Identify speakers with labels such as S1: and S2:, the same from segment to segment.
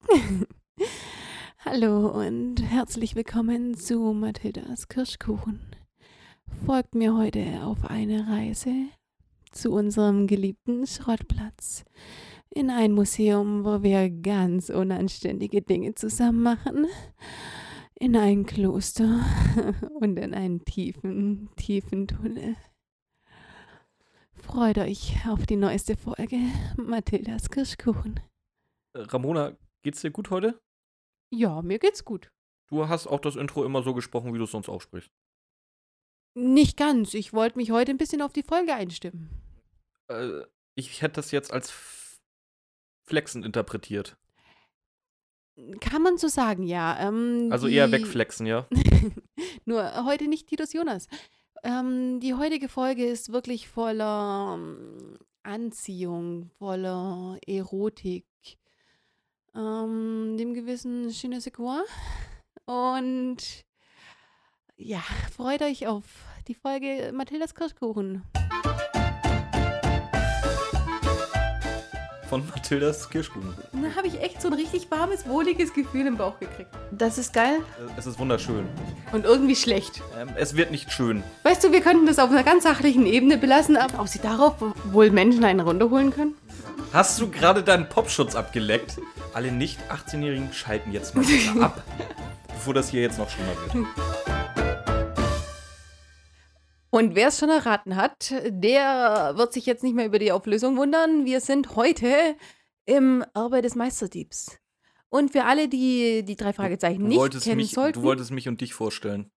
S1: Hallo und herzlich willkommen zu Mathildas Kirschkuchen. Folgt mir heute auf eine Reise zu unserem geliebten Schrottplatz. In ein Museum, wo wir ganz unanständige Dinge zusammen machen. In ein Kloster und in einen tiefen, tiefen Tunnel. Freut euch auf die neueste Folge Mathildas Kirschkuchen.
S2: Ramona, geht's dir gut heute?
S1: Ja, mir geht's gut.
S2: Du hast auch das Intro immer so gesprochen, wie du es sonst auch sprichst.
S1: Nicht ganz. Ich wollte mich heute ein bisschen auf die Folge einstimmen.
S2: Äh, ich hätte das jetzt als F- Flexen interpretiert.
S1: Kann man so sagen, ja. Ähm,
S2: Also eher
S1: die-
S2: wegflexen, ja?
S1: Nur heute nicht Titus Jonas. Ähm, die heutige Folge ist wirklich voller ähm, Anziehung, voller Erotik, ähm, dem gewissen Je ne sais quoi. Und ja, freut euch auf die Folge Mathildas Kirschkuchen.
S2: Von Mathildas Kirschkuchen. Äh,
S3: Da habe ich echt so ein richtig warmes, wohliges Gefühl im Bauch gekriegt.
S1: Das ist geil.
S2: Äh, Es ist wunderschön.
S3: Und irgendwie schlecht.
S2: Ähm, es wird nicht schön.
S3: Weißt du, wir könnten das auf einer ganz sachlichen Ebene belassen, aber ob sie darauf wohl Menschen eine Runde holen können?
S2: Hast du gerade deinen Popschutz abgeleckt? Alle nicht 18-Jährigen schalten jetzt mal bitte ab, bevor das hier jetzt noch schlimmer wird.
S3: Und wer es schon erraten hat, der wird sich jetzt nicht mehr über die Auflösung wundern. Wir sind heute im Erbe des Meisterdiebs. Und für alle, die die drei Fragezeichen
S2: Du
S3: nicht
S2: wolltest,
S3: kennen
S2: mich,
S3: sollten.
S2: du wolltest mich und dich vorstellen.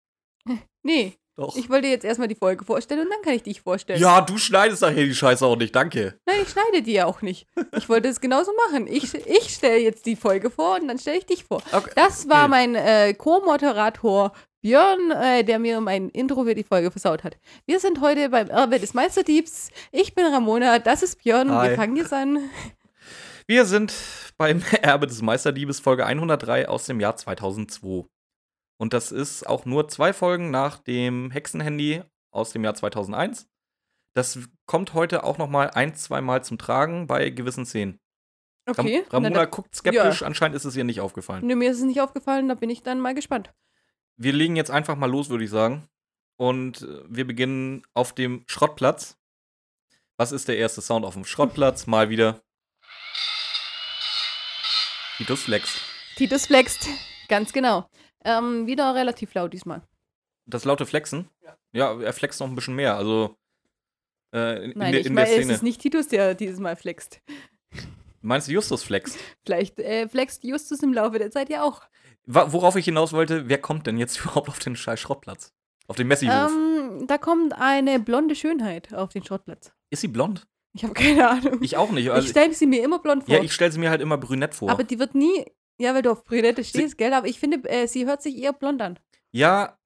S3: nee,
S2: Doch.
S3: ich wollte jetzt erstmal die Folge vorstellen und dann kann ich dich vorstellen.
S2: Ja, du schneidest nachher die Scheiße auch nicht, danke.
S3: Nein, ich schneide die ja auch nicht. Ich wollte es genauso machen. Ich, ich stelle jetzt die Folge vor und dann stelle ich dich vor.
S2: Okay.
S3: Das war
S2: Okay.
S3: mein äh, Co-Moderator Björn, äh, der mir mein Intro für die Folge versaut hat. Wir sind heute beim Erbe des Meisterdiebs. Ich bin Ramona, das ist Björn und
S2: Hi.
S3: wir fangen jetzt an.
S2: Wir sind beim Erbe des Meisterdiebes Folge 103 aus dem Jahr 2002. Und das ist auch nur zwei Folgen nach dem Hexenhandy aus dem Jahr 2001. Das kommt heute auch noch mal ein, zweimal zum Tragen bei gewissen Szenen. Ram
S3: Okay. Na,
S2: Ramona
S3: da,
S2: guckt skeptisch, anscheinend ist es ihr nicht aufgefallen.
S3: nee, mir ist es nicht aufgefallen, da bin ich dann mal gespannt.
S2: Wir legen jetzt einfach mal los, würde ich sagen. Und äh, wir beginnen auf dem Schrottplatz. Was ist der erste Sound auf dem Schrottplatz? Mal wieder. Titus Flex.
S3: Titus flext. Ganz genau. Ähm, wieder relativ laut diesmal.
S2: Das laute Flexen? Ja. er flext noch ein bisschen mehr. Also äh, in,
S3: Nein,
S2: in, der-
S3: ich
S2: in der
S3: meine, es
S2: Szene.
S3: ist nicht Titus, der dieses Mal flext.
S2: Meinst du, Justus flext?
S3: Vielleicht äh, flext Justus im Laufe der Zeit ja auch.
S2: Wa- Worauf ich hinaus wollte, wer kommt denn jetzt überhaupt auf den scheiß Schrottplatz? Auf den Messihof.
S3: Ähm, da kommt eine blonde Schönheit auf den Schrottplatz.
S2: ist sie blond?
S3: Ich habe keine Ahnung.
S2: Ich auch nicht.
S3: Ich,
S2: Also,
S3: stelle sie mir immer blond vor.
S2: ja, ich stelle sie mir halt immer brünett vor.
S3: aber die wird nie, ja, weil du auf Brünette stehst, gell? Aber ich finde, äh, sie hört sich eher blond an.
S2: ja,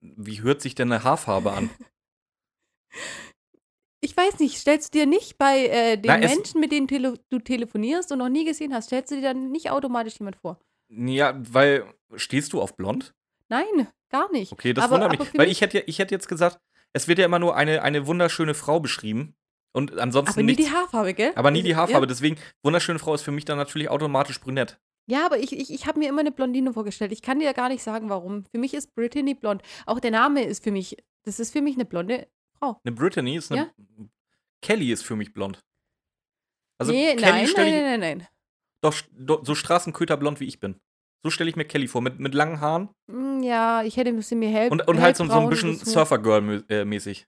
S2: wie hört sich denn eine Haarfarbe an?
S3: Ich weiß nicht, stellst du dir nicht bei äh, den
S2: Nein, es-
S3: Menschen, mit denen tele du telefonierst und noch nie gesehen hast, stellst du dir dann nicht automatisch jemand vor?
S2: ja, weil stehst du auf blond?
S3: Nein, gar nicht.
S2: Okay, das
S3: aber,
S2: wundert
S3: aber
S2: mich.
S3: für
S2: Weil ich hätte, ja- ich hätte jetzt gesagt, es wird ja immer nur eine, eine wunderschöne Frau beschrieben. Und ansonsten
S3: aber nie
S2: nichts.
S3: die Haarfarbe, gell?
S2: aber nie die Haarfarbe. Deswegen, wunderschöne Frau ist für mich dann natürlich automatisch brünett.
S3: Ja, ja aber ich, ich, ich habe mir immer eine Blondine vorgestellt. Ich kann dir gar nicht sagen, warum. Für mich ist Brittany blond. Auch der Name ist für mich, das ist für mich eine blonde Frau.
S2: Eine Brittany ist eine. Kelly ist für mich blond. Also
S3: nee,
S2: Kelly
S3: nein,
S2: stelle
S3: nein,
S2: ich
S3: nein, nein, nein.
S2: doch doch so straßenköterblond wie ich bin. So stelle ich mir Kelly vor, mit, mit langen Haaren
S3: Mm, Ja, ich hätte ein bisschen mehr hell.
S2: und, und halt so, so ein
S3: hellbraun
S2: bisschen
S3: oder so.
S2: Surfer-Girl-mäßig.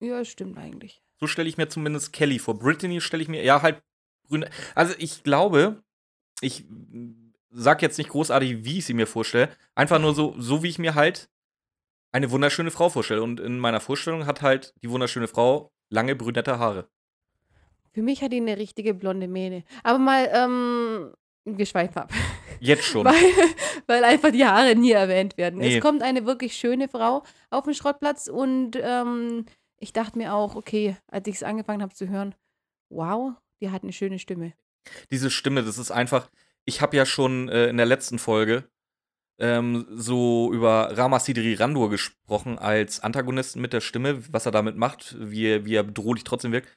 S3: Ja, stimmt eigentlich.
S2: So stelle ich mir zumindest Kelly vor. Brittany stelle ich mir, ja, halt grün. Also ich glaube, ich mm, sag jetzt nicht großartig, wie ich sie mir vorstelle. Einfach nur so, so wie ich mir halt eine wunderschöne Frau vorstelle. Und in meiner Vorstellung hat halt die wunderschöne Frau lange brünette Haare.
S3: Für mich hat die eine richtige blonde Mähne. Aber mal, ähm, wir schweifen ab.
S2: Jetzt schon.
S3: Weil, weil einfach die Haare nie erwähnt werden.
S2: Nee.
S3: Es kommt eine wirklich schöne Frau auf den Schrottplatz und ähm, ich dachte mir auch, okay, als ich es angefangen habe zu hören, wow, die hat eine schöne Stimme.
S2: Diese Stimme, das ist einfach. Ich habe ja schon äh, in der letzten Folge ähm, so über Ramasidri Randur gesprochen als Antagonisten mit der Stimme, was er damit macht, wie er, wie er bedrohlich trotzdem wirkt.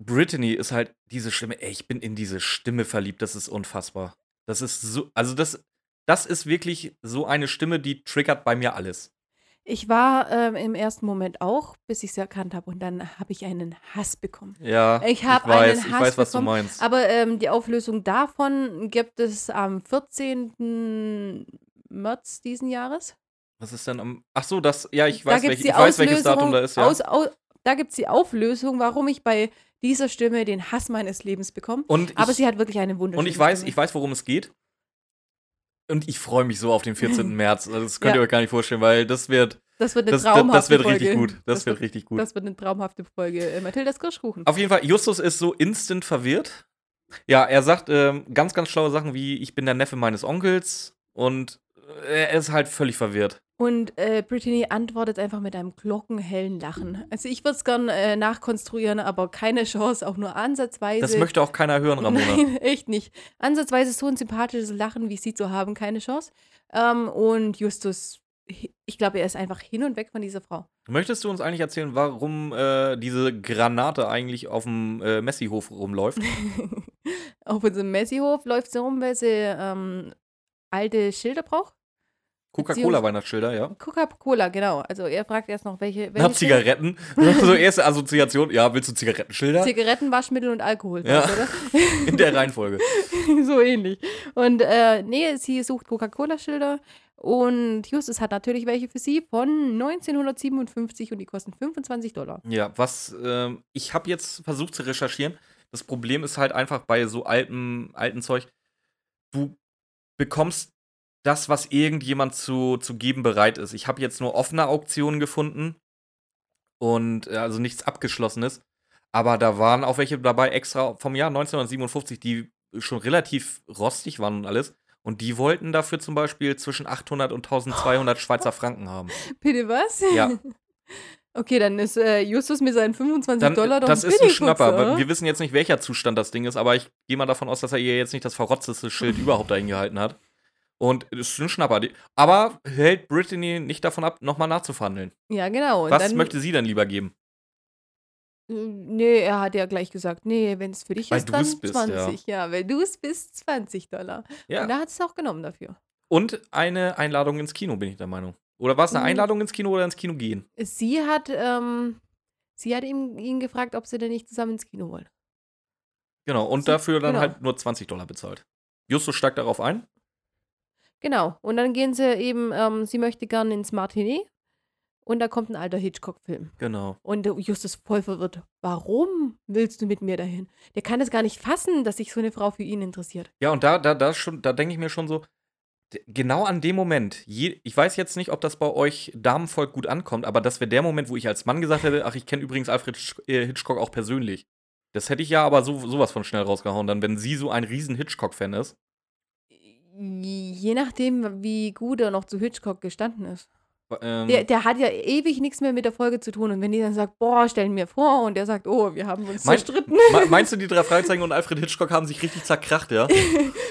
S2: Brittany ist halt diese Stimme, ey, ich bin in diese Stimme verliebt, das ist unfassbar. Das ist so, also das, das ist wirklich so eine Stimme, die triggert bei mir alles.
S3: Ich war ähm, im ersten Moment auch, bis ich es erkannt habe. Und dann habe ich einen Hass bekommen.
S2: Ja,
S3: Ich hab
S2: weiß,
S3: einen
S2: ich
S3: Hass
S2: weiß, was du
S3: bekommen,
S2: meinst.
S3: Aber ähm, die Auflösung davon gibt es am 14. März diesen Jahres.
S2: was ist denn am, ach so, das, ja, ich
S3: Da
S2: weiß,
S3: gibt's
S2: welch,
S3: die
S2: ich weiß welches Datum
S3: Auslösung-
S2: da ist, ja.
S3: Aus, au, da gibt es die Auflösung, warum ich bei dieser Stimme den Hass meines Lebens bekomme.
S2: Und ich,
S3: Aber sie hat wirklich eine wunderschöne
S2: und ich weiß,
S3: Stimme.
S2: ich weiß, worum es geht. Und ich freue mich so auf den 14. März. Also Das könnt
S3: Ja.
S2: ihr euch gar nicht vorstellen, weil das wird,
S3: das wird eine
S2: das, das,
S3: traumhafte
S2: das wird
S3: Folge.
S2: richtig gut. Das,
S3: Das
S2: wird
S3: wird-
S2: richtig gut.
S3: Das wird eine traumhafte Folge. Äh, Mathildas Kirschkuchen.
S2: Auf jeden Fall, Justus ist so instant verwirrt. Ja, er sagt ähm, ganz, ganz schlaue Sachen wie: Ich bin der Neffe meines Onkels und er ist halt völlig verwirrt.
S3: Und äh, Brittany antwortet einfach mit einem glockenhellen Lachen. Also ich würde es gern äh, nachkonstruieren, aber keine Chance, auch nur ansatzweise.
S2: Das möchte auch keiner hören, Ramona.
S3: Nein, echt nicht. Ansatzweise so ein sympathisches Lachen, wie sie zu haben, keine Chance. Ähm, und Justus, ich glaube, er ist einfach hin und weg von dieser Frau.
S2: Möchtest du uns eigentlich erzählen, warum äh, diese Granate eigentlich auf dem äh, Messi-Hof rumläuft?
S3: Auf unserem Messihof läuft sie rum, weil sie ähm, alte Schilder braucht.
S2: Coca-Cola-Weihnachtsschilder, ja.
S3: Coca-Cola, genau. Also er fragt erst noch, welche, welche
S2: Na, Zigaretten. so erste Assoziation. Ja, willst du Zigarettenschilder?
S3: Zigaretten, Waschmittel und Alkohol.
S2: Ja.
S3: Oder?
S2: In der Reihenfolge.
S3: so ähnlich. Und äh, nee, sie sucht Coca-Cola-Schilder und Justus hat natürlich welche für sie von 1957 und die kosten 25 Dollar.
S2: Ja, was ähm, ich habe jetzt versucht zu recherchieren. Das Problem ist halt einfach bei so altem, alten Zeug, du bekommst das, was irgendjemand zu, zu geben bereit ist. Ich habe jetzt nur offene Auktionen gefunden und äh, also nichts Abgeschlossenes. Aber da waren auch welche dabei extra vom Jahr 1957, die schon relativ rostig waren und alles. Und die wollten dafür zum Beispiel zwischen 800 und 1200 Schweizer Franken haben.
S3: Bitte was?
S2: Ja.
S3: Okay, dann ist äh, Justus mit seinen 25
S2: Dann, äh,
S3: Dollar doch
S2: das ist ein Schnapper.
S3: Billigputzer, oder?
S2: Wir wissen jetzt nicht, welcher Zustand das Ding ist, aber ich gehe mal davon aus, dass er ihr jetzt nicht das verrotzteste Schild überhaupt dahin gehalten hat. Und es ist ein Schnapper. Die- Aber hält Brittany nicht davon ab, nochmal nachzuverhandeln.
S3: Ja, genau. Und
S2: Was
S3: dann, äh,
S2: möchte sie denn lieber geben?
S3: Nee, er hat ja gleich gesagt, nee, wenn es für dich
S2: Weil
S3: ist, dann
S2: du's bist, ja.
S3: 20. Ja, weil du es bist, 20 Dollar. Und
S2: Ja.
S3: da hat es auch genommen dafür.
S2: Und eine Einladung ins Kino, bin ich der Meinung. Oder war es eine
S3: Mhm.
S2: Einladung ins Kino oder ins Kino gehen?
S3: Sie hat, ähm, sie hat ihn, ihn gefragt, ob sie denn nicht zusammen ins Kino wollen.
S2: Genau. Und
S3: Sie-
S2: dafür dann
S3: genau.
S2: halt nur 20 Dollar bezahlt. Justus steigt darauf ein.
S3: Genau. Und dann gehen sie eben, ähm, sie möchte gerne ins Martini. Und da kommt ein alter Hitchcock-Film.
S2: Genau.
S3: Und der Justus voll verwirrt. Warum willst du mit mir dahin? Der kann es gar nicht fassen, dass sich so eine Frau für ihn interessiert.
S2: Ja, und da, da, da schon, da denke ich mir schon so, d- genau an dem Moment, je, ich weiß jetzt nicht, ob das bei euch Damenvolk gut ankommt, aber das wäre der Moment, wo ich als Mann gesagt hätte, ach, ich kenne übrigens Alfred Hitch- äh, Hitchcock auch persönlich. Das hätte ich ja aber so, sowas von schnell rausgehauen, dann, wenn sie so ein riesen Hitchcock-Fan ist.
S3: Je nachdem, wie gut er noch zu Hitchcock gestanden ist.
S2: Ähm,
S3: Der, der hat ja ewig nichts mehr mit der Folge zu tun. Und wenn die dann sagt, boah, stellen wir vor, und er sagt, oh, wir haben uns
S2: Mein-
S3: zerstritten.
S2: me- meinst du, die drei Freizeichen und Alfred Hitchcock haben sich richtig zerkracht, ja?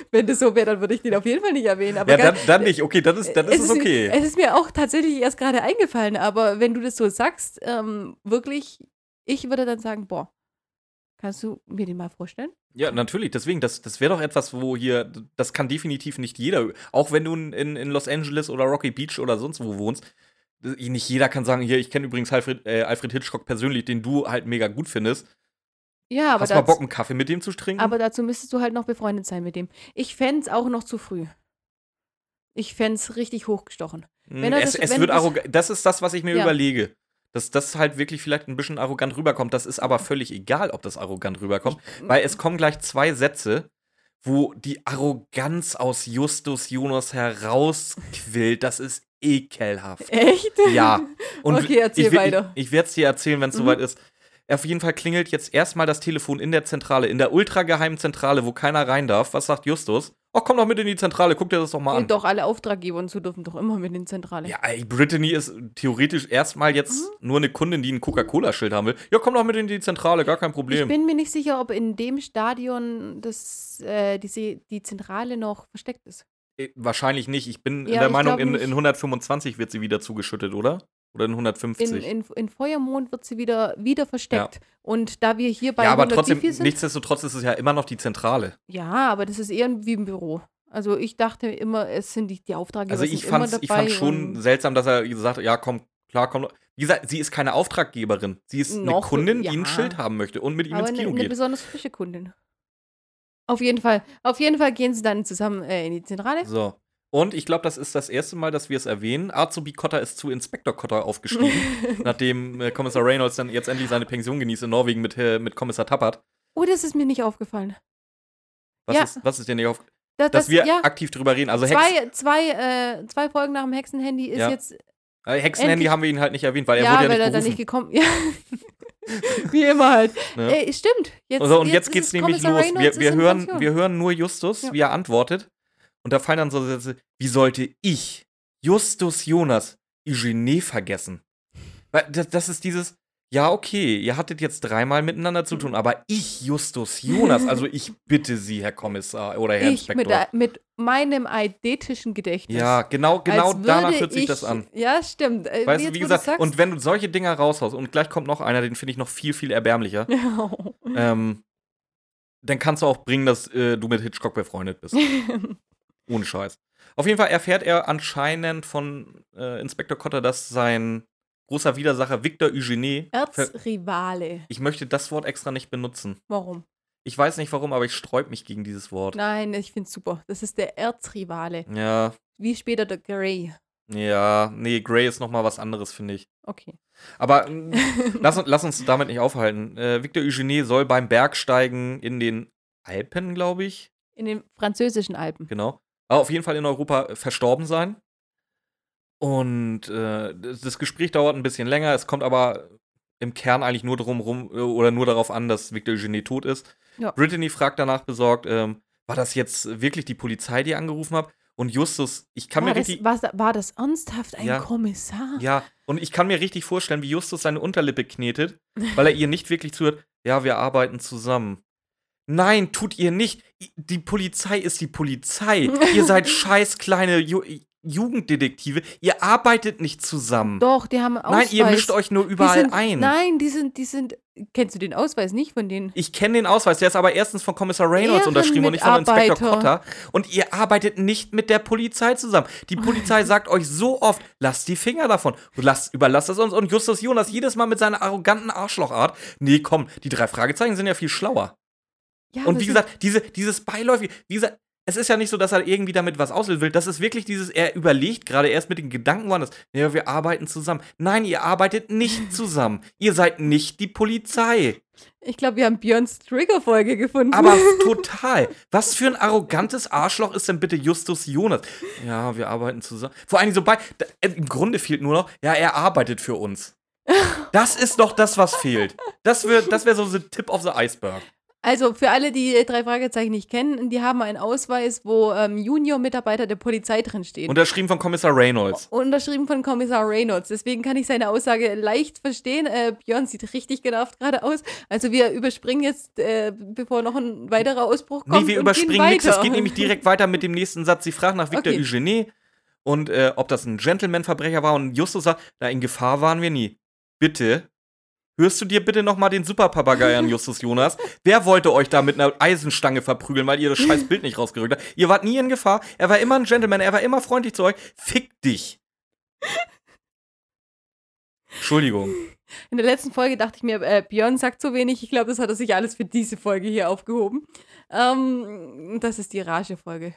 S3: Wenn das so wäre, dann würde ich den auf jeden Fall nicht erwähnen. Aber
S2: ja,
S3: ganz-
S2: dann, dann nicht. Okay, dann ist, dann ist es okay.
S3: Mir, es ist mir auch tatsächlich erst gerade eingefallen, aber wenn du das so sagst, ähm, wirklich, ich würde dann sagen, boah, kannst du mir den mal vorstellen?
S2: Ja, natürlich. Deswegen, das, das wäre doch etwas, wo hier, das kann definitiv nicht jeder, auch wenn du in, in Los Angeles oder Rocky Beach oder sonst wo wohnst, nicht jeder kann sagen, hier, ich kenne übrigens Alfred, äh, Alfred Hitchcock persönlich, den du halt mega gut findest.
S3: Ja, aber,
S2: Hast mal
S3: dazu-
S2: Bock, einen Kaffee mit dem zu trinken?
S3: aber dazu müsstest du halt noch befreundet sein mit dem. Ich fände es auch noch zu früh. Ich fände es richtig hochgestochen.
S2: Hm,
S3: wenn er
S2: es
S3: das-
S2: es
S3: wenn
S2: wird
S3: das-
S2: arrogant, das ist das, was ich mir
S3: Ja.
S2: überlege. Dass das halt wirklich vielleicht ein bisschen arrogant rüberkommt. Das ist aber völlig egal, ob das arrogant rüberkommt. Weil es kommen gleich zwei Sätze, wo die Arroganz aus Justus Jonas herausquillt. Das ist ekelhaft.
S3: Echt?
S2: Ja.
S3: Okay, erzähl
S2: ich, wi-
S3: weiter.
S2: Ich, ich werde es dir erzählen, wenn es
S3: Mhm.
S2: soweit ist. Auf jeden Fall klingelt jetzt erstmal das Telefon in der Zentrale, in der ultrageheimen Zentrale, wo keiner rein darf. Was sagt Justus? Oh, komm doch mit in die Zentrale, guck dir das doch mal an.
S3: Doch, alle Auftraggeber und so dürfen doch immer mit in die Zentrale.
S2: Ja, ey, Brittany ist theoretisch erstmal jetzt
S3: Mhm.
S2: nur eine Kundin, die ein Coca-Cola-Schild haben will. Ja, komm doch mit in die Zentrale, gar kein
S3: Ich
S2: Problem.
S3: bin mir nicht sicher, ob in dem Stadion das, äh, die, die Zentrale noch versteckt ist.
S2: Äh, Wahrscheinlich nicht. Ich bin
S3: Ja,
S2: der
S3: ich
S2: Meinung,
S3: glaub
S2: in,
S3: nicht.
S2: in 125 wird sie wieder zugeschüttet, oder? Oder in 150.
S3: in, in, in Feuermond wird sie wieder, wieder versteckt. Und da wir hier bei
S2: ja, aber
S3: 100
S2: trotzdem,
S3: Wifi sind,
S2: nichtsdestotrotz ist es ja immer noch die Zentrale.
S3: ja, aber das ist eher wie ein Büro. Also ich dachte immer, es sind die, die Auftraggeber
S2: Also
S3: sind
S2: ich
S3: immer
S2: fand's,
S3: dabei.
S2: ich fand's schon
S3: und-
S2: seltsam, dass er gesagt hat, ja, komm, klar, komm. Wie gesagt, sie ist keine Auftraggeberin. Sie ist eine
S3: Noch,
S2: Kundin, die
S3: ja.
S2: ein Schild haben möchte und mit ihm
S3: aber
S2: ins
S3: eine,
S2: Kino
S3: eine
S2: geht.
S3: besonders frische Kundin. Auf jeden Fall. Auf jeden Fall gehen sie dann zusammen äh, in die Zentrale.
S2: So. Und ich glaube, das ist das erste Mal, dass wir es erwähnen. Azubi Cotter ist zu Inspektor Cotter aufgestiegen, nachdem äh, Kommissar Reynolds dann jetzt endlich seine Pension genießt in Norwegen mit, äh, mit Kommissar Tappert.
S3: oh, das ist mir nicht aufgefallen.
S2: Was,
S3: Ja.
S2: ist, was ist denn nicht auf.
S3: Das,
S2: Dass
S3: das,
S2: wir
S3: ja,
S2: aktiv drüber reden. Also Hex,
S3: zwei, zwei, äh, zwei Folgen nach dem Hexenhandy ist
S2: Ja.
S3: jetzt
S2: äh, Hexenhandy
S3: endlich-
S2: haben wir ihn halt nicht erwähnt, weil er
S3: ja,
S2: wurde ja
S3: weil
S2: nicht
S3: er dann
S2: berufen.
S3: nicht gekommen ja. Wie immer halt.
S2: Ne?
S3: Ey, stimmt. Jetzt,
S2: Also, und jetzt,
S3: ist
S2: geht's
S3: es
S2: nämlich
S3: Kommissar
S2: los.
S3: Reynolds
S2: wir, wir,
S3: ist in
S2: hören,
S3: Pension.
S2: wir hören nur Justus,
S3: Ja.
S2: wie er antwortet. Und da fallen dann so Sätze, wie sollte ich Justus Jonas Eugene vergessen? Weil Das, das ist dieses, ja, okay, ihr hattet jetzt dreimal miteinander
S3: Hm.
S2: zu tun, aber ich, Justus Jonas, also ich bitte Sie, Herr Kommissar oder Herr
S3: ich mit,
S2: Inspektor.
S3: mit meinem eidetischen Gedächtnis.
S2: Ja, genau, genau
S3: Als
S2: danach
S3: würde
S2: hört sich das
S3: ich-
S2: an.
S3: Ja, stimmt. Äh,
S2: Weißt du,
S3: jetzt,
S2: wie
S3: wo
S2: gesagt,
S3: sagst-
S2: und wenn du solche Dinger raushaust, und gleich kommt noch einer, den finde ich noch viel, viel erbärmlicher.
S3: Mhm.
S2: ähm, dann kannst du auch bringen, dass äh, du mit Hitchcock befreundet bist. Ohne Scheiß. Auf jeden Fall erfährt er anscheinend von äh, Inspektor Cotter, dass sein großer Widersacher Victor Eugenie. ver-
S3: Erzrivale.
S2: Ich möchte das Wort extra nicht benutzen.
S3: Warum?
S2: Ich weiß nicht warum, aber ich sträub mich gegen dieses Wort.
S3: Nein, ich find's super. Das ist der Erzrivale.
S2: Ja,
S3: Wie später der Grey.
S2: ja, nee, Grey ist noch mal was anderes, finde ich.
S3: Okay.
S2: Aber mm, lass, uns- lass uns damit nicht aufhalten. Äh, Victor Eugenie soll beim Bergsteigen in den Alpen, glaube ich,
S3: In den französischen Alpen.
S2: Genau. Aber auf jeden Fall in Europa äh, verstorben sein. Und äh, das das Gespräch dauert ein bisschen länger. Es kommt aber im Kern eigentlich nur drum rum äh, oder nur darauf an, dass Victor Eugenie tot ist.
S3: Ja.
S2: Brittany fragt danach besorgt, ähm, war das jetzt wirklich die Polizei, die angerufen hat? Und Justus, ich kann
S3: War
S2: mir
S3: das,
S2: richtig.
S3: war, war das ernsthaft ein
S2: Ja.
S3: Kommissar?
S2: Ja, und ich kann mir richtig vorstellen, wie Justus seine Unterlippe knetet, weil er ihr nicht wirklich zuhört, ja, wir arbeiten zusammen. Nein, tut ihr nicht. I- Die Polizei ist die Polizei. Ihr seid scheiß kleine Ju Jugenddetektive. Ihr arbeitet nicht zusammen.
S3: Doch, die haben
S2: Nein,
S3: Ausweis.
S2: ihr mischt euch nur überall
S3: die sind,
S2: ein.
S3: Nein, die sind, die sind. Kennst du den Ausweis nicht von denen?
S2: Ich kenne den Ausweis, der ist aber erstens von Kommissar Reynolds unterschrieben und nicht von Inspektor
S3: Ehrenmitarbeiter.
S2: Cotter. Und ihr arbeitet nicht mit der Polizei zusammen.
S3: Oh.
S2: Die Polizei sagt euch so oft, lasst die Finger davon. Und Lasst, überlasst es uns. Und Justus Jonas jedes Mal mit seiner arroganten Arschlochart. Nee, komm, die drei Fragezeichen sind ja viel schlauer.
S3: Ja,
S2: und
S3: aber
S2: wie
S3: sie-
S2: gesagt, diese, dieses Beiläufige, wie gesagt, es ist ja nicht so, dass er irgendwie damit was auslösen will. Das ist wirklich dieses, er überlegt gerade erst mit den Gedanken woanders. Ja, wir arbeiten zusammen. Nein, ihr arbeitet nicht zusammen. ihr seid nicht die Polizei.
S3: ich glaube, wir haben Björns Triggerfolge gefunden.
S2: Aber total. Was für ein arrogantes Arschloch ist denn bitte Justus Jonas? Ja, wir arbeiten zusammen. Vor allem so bei. da- äh, Im Grunde fehlt nur noch, ja, er arbeitet für uns. Das ist doch das, was fehlt. Das wäre das wär so the Tip of the Iceberg.
S3: also für alle, die äh, drei Fragezeichen nicht kennen, die haben einen Ausweis, wo ähm, Junior-Mitarbeiter der Polizei drin steht.
S2: Unterschrieben von Kommissar Reynolds.
S3: Unterschrieben von Kommissar Reynolds. Deswegen kann ich seine Aussage leicht verstehen. Äh, Björn sieht richtig genervt gerade aus. Also wir überspringen jetzt, äh, bevor noch ein weiterer Ausbruch kommt.
S2: nee, wir
S3: und gehen
S2: überspringen
S3: weiter.
S2: nichts. Es geht nämlich direkt weiter mit dem nächsten Satz. Sie fragen nach Victor
S3: Okay.
S2: Eugenie und äh, ob das ein Gentleman-Verbrecher war. Und Justus sagt, na, in Gefahr waren wir nie. Bitte. Hörst du dir bitte nochmal den Superpapagei an, Justus Jonas? Wer wollte euch da mit einer Eisenstange verprügeln, weil ihr das scheiß Bild nicht rausgerückt habt? Ihr wart nie in Gefahr. Er war immer ein Gentleman. Er war immer freundlich zu euch. Fick dich. Entschuldigung.
S3: In der letzten Folge dachte ich mir, äh, Björn sagt so wenig. Ich glaube, das hat er sich alles für diese Folge hier aufgehoben. Ähm, das ist die Rage-Folge.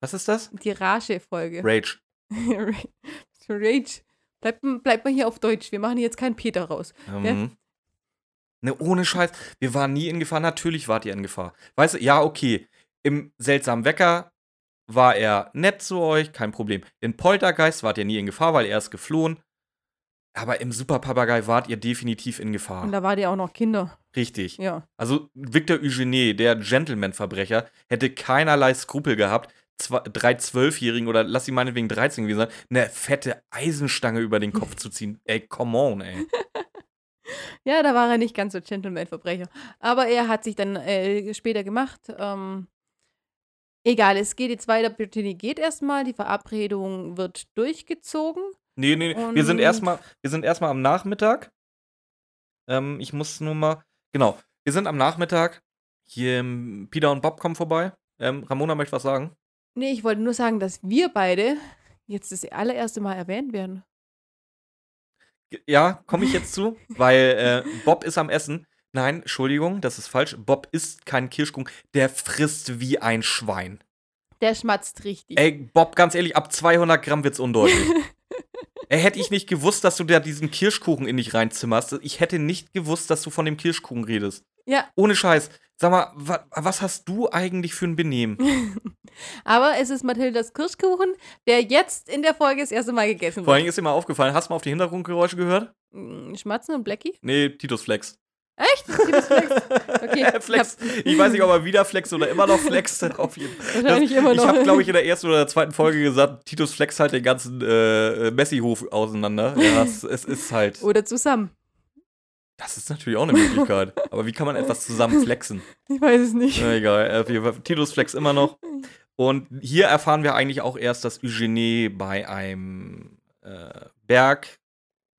S2: Was ist das?
S3: Die Rage-Folge.
S2: Rage.
S3: Rage. Bleibt bleibt mal hier auf Deutsch. Wir machen hier jetzt keinen Peter raus.
S2: Ähm,
S3: Ja.
S2: Ne, ohne Scheiß. Wir waren nie in Gefahr. Natürlich wart ihr in Gefahr. Weißt du, ja, okay. Im seltsamen Wecker war er nett zu euch, kein Problem. In Poltergeist wart ihr nie in Gefahr, weil er ist geflohen. Aber im Superpapagei wart ihr definitiv in
S3: Und
S2: Gefahr.
S3: da waren ja auch noch Kinder.
S2: Richtig.
S3: Ja.
S2: Also Victor Eugenie, der Gentleman-Verbrecher, hätte keinerlei Skrupel gehabt, zwei, drei Zwölfjährigen oder lass sie meinetwegen 13 gewesen sein, eine fette Eisenstange über den Kopf zu ziehen. Ey, come on, ey.
S3: Ja, da war er nicht ganz so Gentleman-Verbrecher. Aber er hat sich dann äh, später gemacht. Ähm, egal, es geht jetzt weiter. Brittany geht erstmal. Die Verabredung wird durchgezogen.
S2: Nee, nee, nee. wir sind
S3: Und-
S2: erstmal, wir sind erstmal am Nachmittag. Ähm, ich muss nur mal, genau, wir sind am Nachmittag. Hier, ähm, Peter und Bob kommen vorbei. Ähm, Ramona möchte was sagen.
S3: Nee, ich wollte nur sagen, dass wir beide jetzt das allererste Mal erwähnt werden.
S2: Ja, komme ich jetzt zu, weil äh, Bob ist am Essen. Nein, Entschuldigung, das ist falsch. Bob isst keinen Kirschkuchen. Der frisst wie ein Schwein.
S3: Der schmatzt richtig.
S2: Ey, Bob, ganz ehrlich, ab 200 Gramm wird's undeutlich. Ey, hätte ich nicht gewusst, dass du da diesen Kirschkuchen in dich reinzimmerst. Ich hätte nicht gewusst, dass du von dem Kirschkuchen redest.
S3: Ja,
S2: Ohne Scheiß. Sag mal, wa was hast du eigentlich für ein Benehmen?
S3: aber es ist Mathildas Kirschkuchen, der jetzt in der Folge das erste Mal gegessen
S2: Vor
S3: wird.
S2: allem ist dir mal aufgefallen, hast du mal auf die Hintergrundgeräusche gehört?
S3: Mm, Schmatzen und Blackie?
S2: Nee, Titus Flex.
S3: Echt? Titus Flex? Okay.
S2: Er flext. Ich weiß nicht, ob er wieder flext oder immer noch flext. Auf jeden
S3: Wahrscheinlich immer noch.
S2: Ich habe, glaube ich, in der ersten oder zweiten Folge gesagt, Titus flext halt den ganzen äh, Messi-Hof auseinander. Ja, es, es ist halt.
S3: Oder zusammen.
S2: Das ist natürlich auch eine Möglichkeit. Aber wie kann man etwas zusammen flexen?
S3: Ich weiß es nicht.
S2: Na, egal. Auf jeden Fall, Titus flext immer noch. Und hier erfahren wir eigentlich auch erst, dass Eugenie bei einem äh,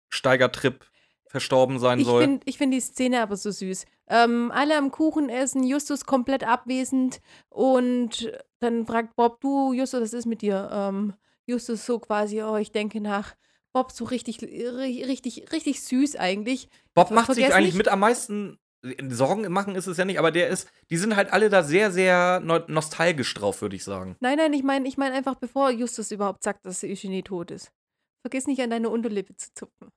S2: Bergsteigertrip verstorben sein
S3: Ich
S2: soll.
S3: finde ich find die Szene aber so süß. Ähm, alle am Kuchen essen, Justus komplett abwesend und dann fragt Bob, du Justus, was ist mit dir? Ähm, Justus so quasi, oh, ich denke nach. Bob so richtig, ri- richtig, richtig süß eigentlich.
S2: Bob macht sich
S3: Vergesst
S2: eigentlich
S3: nicht-
S2: mit am meisten äh, Sorgen machen ist es ja nicht, aber der ist, die sind halt alle da sehr, sehr no nostalgisch drauf, würde ich sagen.
S3: Nein, nein, ich meine ich mein einfach, bevor Justus überhaupt sagt, dass Eugenie tot ist. Vergiss nicht, an deine Unterlippe zu zupfen.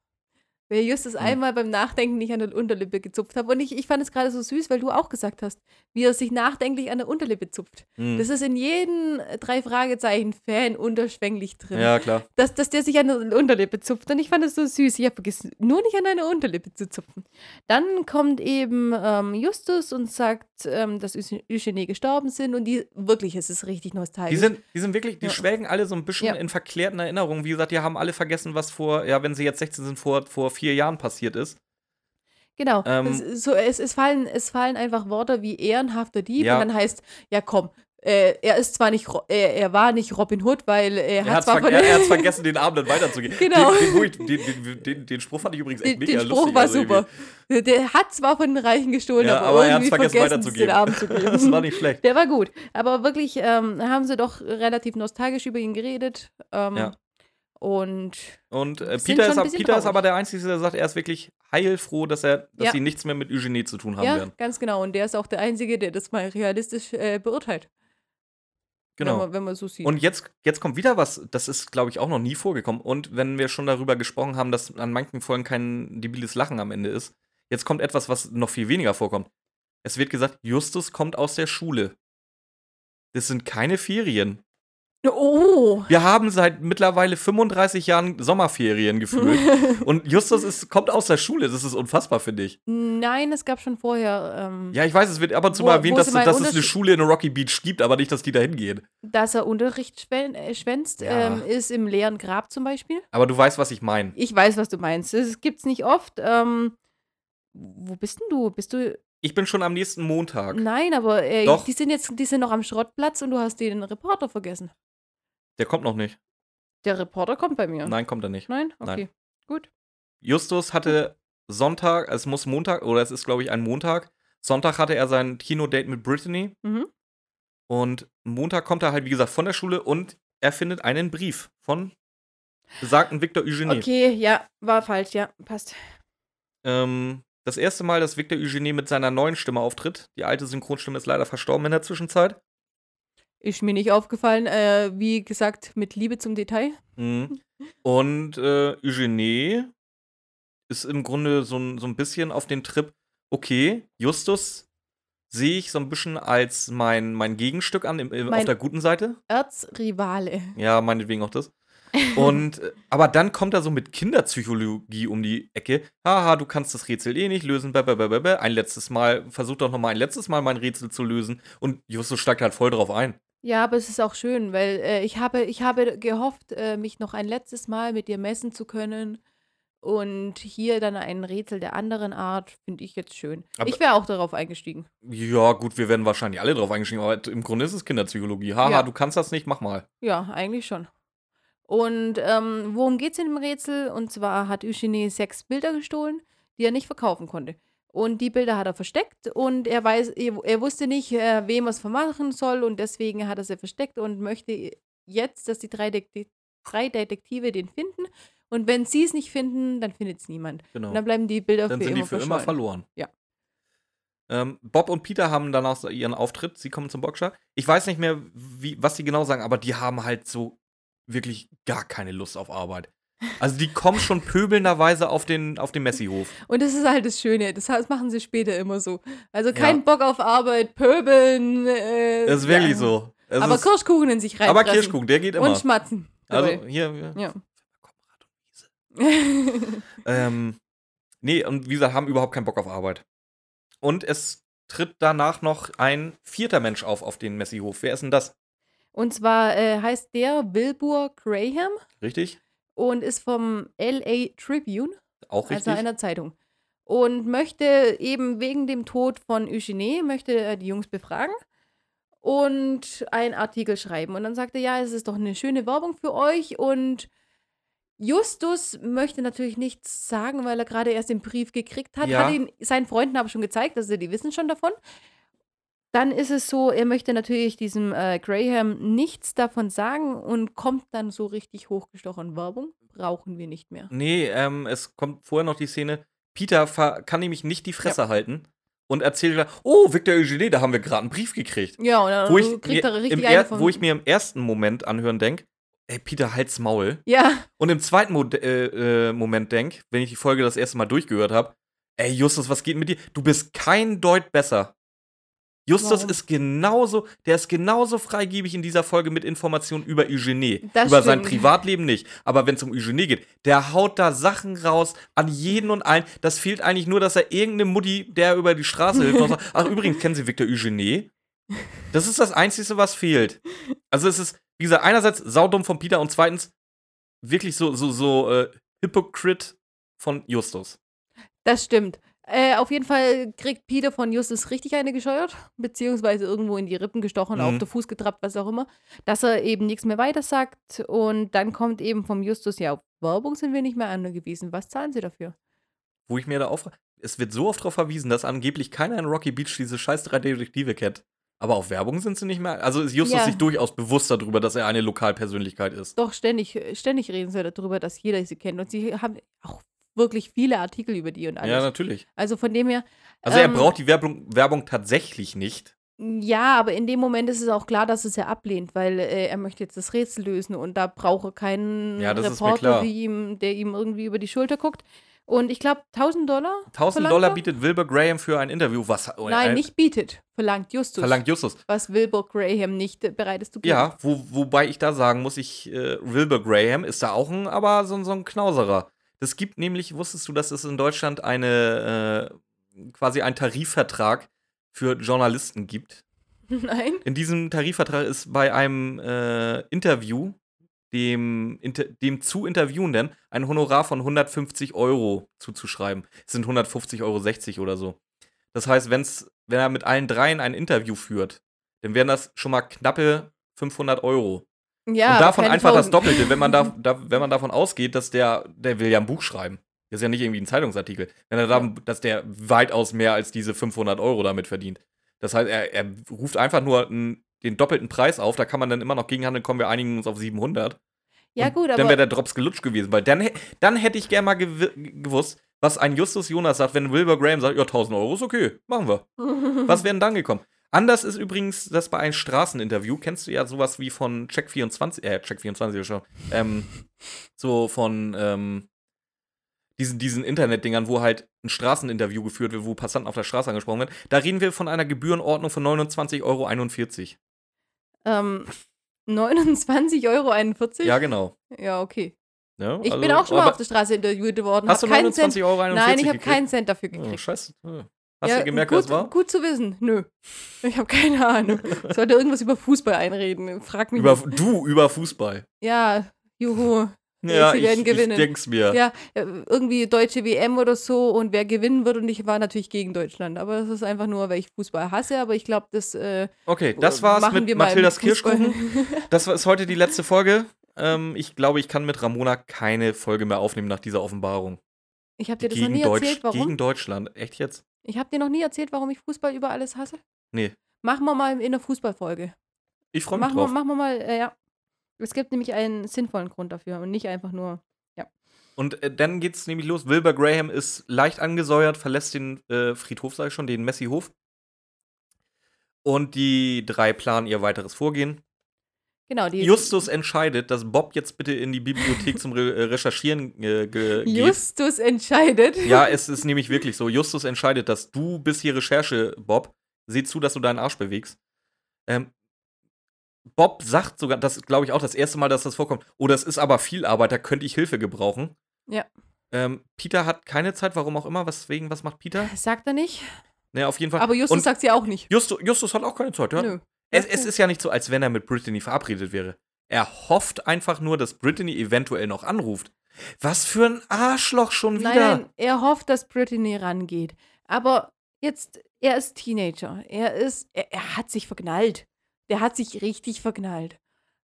S3: Weil Justus
S2: Hm.
S3: einmal beim Nachdenken nicht an der Unterlippe gezupft hat. Und ich, ich fand es gerade so süß, weil du auch gesagt hast, wie er sich nachdenklich an der Unterlippe zupft.
S2: Hm.
S3: Das ist in jedem äh, drei Fragezeichen Fan unterschwänglich drin.
S2: Ja, klar.
S3: Dass, dass der sich an der Unterlippe zupft. Und ich fand das so süß. Ich habe vergessen, nur nicht an deine Unterlippe zu zupfen. Dann kommt eben ähm, Justus und sagt, ähm, dass Eugenie- Eugenie gestorben sind. Und die, wirklich, es ist richtig nostalgisch.
S2: Die sind, die sind wirklich, die
S3: Ja.
S2: schwelgen alle so ein bisschen
S3: Ja.
S2: in verklärten Erinnerungen. Wie gesagt, die haben alle vergessen, was vor, ja, wenn sie jetzt 16 sind, vor, vor vier Jahren passiert ist.
S3: Genau.
S2: Ähm,
S3: es, so, es, es, fallen, es fallen einfach Worte wie ehrenhafter Dieb
S2: Ja.
S3: und dann heißt, ja komm, äh, er ist zwar nicht, Ro- äh, er war nicht Robin Hood, weil er
S2: Er
S3: hat
S2: hat
S3: zwar
S2: ver
S3: von
S2: er, er hat's vergessen, den Abend dann weiterzugehen.
S3: Genau.
S2: Den, den, wo ich- den, den, den, den Spruch fand ich übrigens echt
S3: den,
S2: mega
S3: den Spruch
S2: lustig.
S3: war
S2: also
S3: super.
S2: irgendwie-
S3: Der hat zwar von den Reichen gestohlen,
S2: Ja,
S3: aber,
S2: aber er hat's
S3: irgendwie
S2: vergessen
S3: vergessen, es den Abend zu
S2: weiterzugeben. das war
S3: geben.
S2: nicht schlecht.
S3: Der war gut. Aber wirklich ähm, haben sie doch relativ nostalgisch über ihn geredet. Ähm,
S2: Ja.
S3: Und
S2: Und äh,
S3: Sind
S2: Peter,
S3: schon
S2: ist,
S3: ein
S2: ab-
S3: bisschen
S2: Peter ist
S3: traurig.
S2: aber der Einzige, der sagt, er ist wirklich heilfroh, dass, er, dass
S3: Ja.
S2: sie nichts mehr mit Eugenie zu tun haben
S3: ja,
S2: werden.
S3: ganz genau. Und der ist auch der Einzige, der das mal realistisch äh, beurteilt.
S2: Genau.
S3: Wenn man, wenn man so sieht.
S2: Und jetzt, jetzt kommt wieder was, das ist, glaube ich, auch noch nie vorgekommen. Und wenn wir schon darüber gesprochen haben, dass an manchen Folgen kein debiles Lachen am Ende ist, jetzt kommt etwas, was noch viel weniger vorkommt. Es wird gesagt, Justus kommt aus der Schule. Das sind keine Ferien.
S3: oh!
S2: Wir haben seit mittlerweile 35 Jahren Sommerferien gefühlt. Und Justus ist, kommt aus der Schule. Das ist unfassbar, finde ich.
S3: Nein, es gab schon vorher, ähm,
S2: Ja, ich weiß, es wird ab und zu
S3: Wo-
S2: mal erwähnt,
S3: wo
S2: dass,
S3: sie mal
S2: dass es eine
S3: Unterschied-
S2: Schule in Rocky Beach gibt, aber nicht, dass die da hingehen.
S3: dass er Unterricht schwän äh, schwänzt,
S2: Ja.
S3: ähm, ist im leeren Grab zum Beispiel.
S2: Aber du weißt, was ich meine.
S3: Ich weiß, was du meinst. Es gibt's nicht oft. Ähm, wo bist denn du? Bist du.
S2: Ich bin schon am nächsten Montag.
S3: Nein, aber äh,
S2: Doch.
S3: die sind jetzt, die sind noch am Schrottplatz und du hast den Reporter vergessen.
S2: Der kommt noch nicht.
S3: Der Reporter kommt bei mir.
S2: Nein, kommt er nicht.
S3: Nein?
S2: Nein.
S3: Okay.
S2: Justus hatte Sonntag, es muss Montag, oder es ist, glaube ich, ein Montag. Sonntag hatte er sein Kinodate mit Brittany
S3: Mhm.
S2: und Montag kommt er halt, wie gesagt, von der Schule und er findet einen Brief von besagten Victor Eugenie.
S3: Okay, ja, war falsch, ja, passt.
S2: Ähm, das erste Mal, dass Victor Eugenie mit seiner neuen Stimme auftritt. Die alte Synchronstimme ist leider verstorben in der Zwischenzeit.
S3: Ist mir nicht aufgefallen, äh, wie gesagt, mit Liebe zum Detail.
S2: Mhm. Und äh, Eugenie ist im Grunde so, ein- so ein bisschen auf den Trip, okay, Justus sehe ich so ein bisschen als mein, mein Gegenstück an, im, im, auf
S3: Mein-
S2: der guten Seite.
S3: Erzrivale.
S2: Ja, meinetwegen auch das. Und äh, aber dann kommt er so mit Kinderpsychologie um die Ecke. Haha, du kannst das Rätsel eh nicht lösen. Bäh, bäh, bäh, bäh, bäh. Ein letztes Mal, versuch doch noch mal ein letztes Mal mein Rätsel zu lösen. Und Justus steigt halt voll drauf ein.
S3: Ja, aber es ist auch schön, weil äh, ich, habe, ich habe gehofft, äh, mich noch ein letztes Mal mit dir messen zu können. Und hier dann ein Rätsel der anderen Art, finde ich jetzt schön.
S2: Aber-
S3: ich wäre auch darauf eingestiegen.
S2: Ja, gut, wir werden wahrscheinlich alle drauf eingeschrieben, aber im Grunde ist es Kinderpsychologie. Haha,
S3: Ja.
S2: du kannst das nicht, mach mal.
S3: Ja, eigentlich schon. Und ähm, worum geht es in dem Rätsel? Und zwar hat Eugenie sechs Bilder gestohlen, die er nicht verkaufen konnte. Und die Bilder hat er versteckt und er weiß, er, er wusste nicht, äh, wem er es vermachen soll und deswegen hat er sie versteckt und möchte jetzt, dass die drei, Dekti- drei Detektive den finden. Und wenn sie es nicht finden, dann findet es niemand.
S2: Genau.
S3: Und dann bleiben die Bilder
S2: Dann
S3: für
S2: sind
S3: immer
S2: die für immer
S3: verschollen.
S2: verloren.
S3: Ja.
S2: Ähm, Bob und Peter haben danach ihren Auftritt. Sie kommen zum Boxer. Ich weiß nicht mehr, wie, was sie genau sagen, aber die haben halt so wirklich gar keine Lust auf Arbeit. Also die kommen schon pöbelnderweise auf den, auf den Messi-Hof.
S3: Und das ist halt das Schöne. Das, das machen sie später immer so. Also
S2: Ja.
S3: kein Bock auf Arbeit, pöbeln. Äh,
S2: Das ist wirklich
S3: ja.
S2: so. Es
S3: aber
S2: ist,
S3: Kirschkuchen in sich rein.
S2: aber Kirschkuchen, der geht immer.
S3: Und schmatzen.
S2: also hier, ja.
S3: Ja.
S2: Konrad und Wiese.
S3: dabei.
S2: Ähm, nee, und wie gesagt, haben überhaupt keinen Bock auf Arbeit. Und es tritt danach noch ein vierter Mensch auf auf den Messi-Hof. Wer ist denn das?
S3: Und zwar äh, heißt der Wilbur Graham
S2: Richtig?
S3: und ist vom LA Tribune,
S2: Auch richtig?
S3: also einer Zeitung. Und möchte eben wegen dem Tod von Eugenie, möchte er die Jungs befragen und einen Artikel schreiben. Und dann sagt er, ja, es ist doch eine schöne Werbung für euch. Und Justus möchte natürlich nichts sagen, weil er gerade erst den Brief gekriegt hat.
S2: Ja.
S3: Hat ihn seinen Freunden aber schon gezeigt, also die wissen schon davon. Dann ist es so, er möchte natürlich diesem äh, Graham nichts davon sagen und kommt dann so richtig hochgestochen. Werbung brauchen wir nicht mehr.
S2: Nee, ähm, es kommt vorher noch die Szene, Peter ver- kann nämlich nicht die Fresse halten und erzählt dann, oh, Victor Eugene, da haben wir gerade einen Brief gekriegt.
S3: Ja, und dann
S2: Wo ich,
S3: Oh, kriegt er
S2: mir,
S3: richtig
S2: im
S3: eine
S2: er
S3: von-
S2: wo ich mir im ersten Moment anhören denke, ey, Peter, halt's Maul.
S3: Ja,
S2: Und im zweiten Mod äh, äh, Moment denke, wenn ich die Folge das erste Mal durchgehört habe, ey Justus, was geht mit dir? Du bist kein Deut besser. Justus
S3: Warum?
S2: ist genauso, der ist genauso freigebig in dieser Folge mit Informationen über Eugenie.
S3: Das
S2: über sein
S3: stimmt.
S2: Privatleben nicht. Aber wenn es um Eugenie geht, der haut da Sachen raus an jeden und allen. Das fehlt eigentlich nur, dass er irgendeine Mutti, der über die Straße hilft, noch sagt, ach übrigens, kennen Sie Victor Eugenie? Das ist das Einzige, was fehlt. Also es ist, wie gesagt, einerseits saudumm von Peter und zweitens wirklich so, so, so äh, Hypocrite von Justus.
S3: das stimmt. Äh, auf jeden Fall kriegt Peter von Justus richtig eine gescheuert, beziehungsweise irgendwo in die Rippen gestochen,
S2: Mhm.
S3: auf den Fuß getrappt, was auch immer, dass er eben nichts mehr weiter sagt. Und dann kommt eben vom Justus, ja, auf Werbung sind wir nicht mehr angewiesen. Was zahlen sie dafür?
S2: Wo ich mir da aufrege. Es wird so oft darauf verwiesen, dass angeblich keiner in Rocky Beach diese scheiß drei Detektive kennt. Aber auf Werbung sind sie nicht mehr. Also ist Justus
S3: Ja.
S2: sich durchaus bewusst darüber, dass er eine Lokalpersönlichkeit ist.
S3: Doch ständig, ständig reden sie darüber, dass jeder sie kennt. Und sie haben auch wirklich viele Artikel über die und alles.
S2: Ja, natürlich.
S3: also von dem her.
S2: Also er
S3: ähm,
S2: braucht die Werbung, Werbung tatsächlich nicht.
S3: Ja, aber in dem Moment ist es auch klar, dass es er ablehnt, weil äh, er möchte jetzt das Rätsel lösen und da brauche keinen
S2: Ja, das ist mir
S3: Reporter,
S2: klar.
S3: die ihm, der ihm irgendwie über die Schulter guckt. Und ich glaube, 1000 Dollar?
S2: 1000
S3: Verlangt
S2: Dollar
S3: er?
S2: bietet Wilbur Graham für ein Interview. Was? oh,
S3: Nein,
S2: äh,
S3: nicht bietet. Verlangt Justus.
S2: Verlangt Justus.
S3: was Wilbur Graham nicht äh, bereit ist zu geben.
S2: Ja, wo, wobei ich da sagen muss, ich, äh, Wilbur Graham ist da auch ein, aber so, ein- so ein Knauserer. Es gibt nämlich, wusstest du, dass es in Deutschland eine, äh, quasi einen Tarifvertrag für Journalisten gibt?
S3: Nein.
S2: In diesem Tarifvertrag ist bei einem äh, Interview dem, inter, dem zu Interviewenden ein Honorar von 150 Euro zuzuschreiben. Es sind 150,60 Euro oder so. Das heißt, wenn's, wenn er mit allen dreien ein Interview führt, dann wären das schon mal knappe 500 Euro
S3: Ja,
S2: und davon
S3: keine
S2: einfach das
S3: 1000.
S2: Doppelte, wenn man, da, da, wenn man davon ausgeht, dass der, der will ja ein Buch schreiben. Das ist ja nicht irgendwie ein Zeitungsartikel. Wenn er da, dass der weitaus mehr als diese 500 Euro damit verdient. Das heißt, er, er ruft einfach nur n- den doppelten Preis auf, da kann man dann immer noch gegenhandeln, kommen wir einigen uns auf 700.
S3: Ja,
S2: Und
S3: gut,
S2: Dann wäre
S3: aber
S2: der Drops gelutscht gewesen, weil dann, hä- dann hätte ich gerne mal gewi- gewusst, was ein Justus Jonas sagt, wenn Wilbur Graham sagt, ja, 1000 Euro ist okay, machen wir.
S3: Mhm.
S2: Was wären dann gekommen? Anders ist übrigens das bei einem Straßeninterview. Kennst du ja sowas wie von Check 24, äh, Check 24 ist schon. Ähm, so von ähm, diesen, diesen Internetdingern, wo halt ein Straßeninterview geführt wird, wo Passanten auf der Straße angesprochen werden. Da reden wir von einer Gebührenordnung von 29,41 Euro.
S3: ähm, 29,41 Euro?
S2: Ja, genau.
S3: Ja, okay.
S2: Ne?
S3: Hm. Ich
S2: also,
S3: bin auch schon mal
S2: aber-
S3: auf der Straße interviewt worden.
S2: Hast du
S3: hab keinen Cent.
S2: 29,41 Euro?
S3: Nein, ich habe
S2: gekriegt?
S3: keinen Cent dafür
S2: Oh,
S3: gekriegt.
S2: scheiße. Ja. Hast
S3: Ja,
S2: du gemerkt,
S3: gut,
S2: wer es war?
S3: Gut zu wissen. Nö. Ich habe keine Ahnung. Sollte irgendwas über Fußball einreden. Frag mich.
S2: Über,
S3: nicht.
S2: du über Fußball.
S3: ja, juhu.
S2: Ja,
S3: sie
S2: ich,
S3: werden
S2: ich
S3: gewinnen.
S2: denk's mir.
S3: Ja, äh, irgendwie deutsche WM oder so und wer gewinnen wird. Und ich war natürlich gegen Deutschland. Aber das ist einfach nur, weil ich Fußball hasse. Aber ich glaube, das äh,
S2: Okay, das war's
S3: machen
S2: mit
S3: wir mal
S2: Mathildas
S3: mit Fußball.
S2: Kirschkuchen. Das war- ist heute die letzte Folge. Ähm, ich glaube, ich kann mit Ramona keine Folge mehr aufnehmen nach dieser Offenbarung.
S3: Ich habe dir das noch
S2: Gegen,
S3: nie
S2: Deutsch,
S3: erzählt, warum.
S2: gegen Deutschland. Echt jetzt?
S3: Ich habe dir noch nie erzählt, warum ich Fußball über alles hasse.
S2: Nee.
S3: Machen wir mal in der Fußballfolge.
S2: Ich freue mich
S3: Machen wir,
S2: drauf.
S3: machen wir mal, äh, ja. Es gibt nämlich einen sinnvollen Grund dafür und nicht einfach nur.
S2: Und äh, dann geht's nämlich los. Wilbur Graham ist leicht angesäuert, verlässt den äh, Friedhof, sag ich schon, den Messi-Hof. Und die drei planen ihr weiteres Vorgehen.
S3: Genau, die.
S2: Justus entscheidet, dass Bob jetzt bitte in die Bibliothek zum Re äh, Recherchieren äh, ge geht.
S3: Justus entscheidet.
S2: Ja, es ist nämlich wirklich so. Justus entscheidet, dass du bist hier Recherche, Bob. Sieh zu, dass du deinen Arsch bewegst. Ähm, Bob sagt sogar, das ist, glaube ich, auch das erste Mal, dass das vorkommt. Oh, das ist aber viel Arbeit, da könnte ich Hilfe gebrauchen.
S3: Ja.
S2: Ähm, Peter hat keine Zeit, warum auch immer. Weswegen, was macht Peter?
S3: Das Sagt er nicht.
S2: Ne, auf jeden Fall.
S3: Aber Justus
S2: Und
S3: sagt sie auch nicht.
S2: Justus, Justus hat auch keine Zeit, ja?
S3: Nö.
S2: Es, es ist ja nicht so, als wenn er mit Brittany verabredet wäre. Er hofft einfach nur, dass Brittany eventuell noch anruft. Was für ein Arschloch schon wieder.
S3: Nein, nein, er hofft, dass Brittany rangeht. Aber jetzt, er ist Teenager. Er ist, er, er hat sich verknallt. Der hat sich richtig verknallt.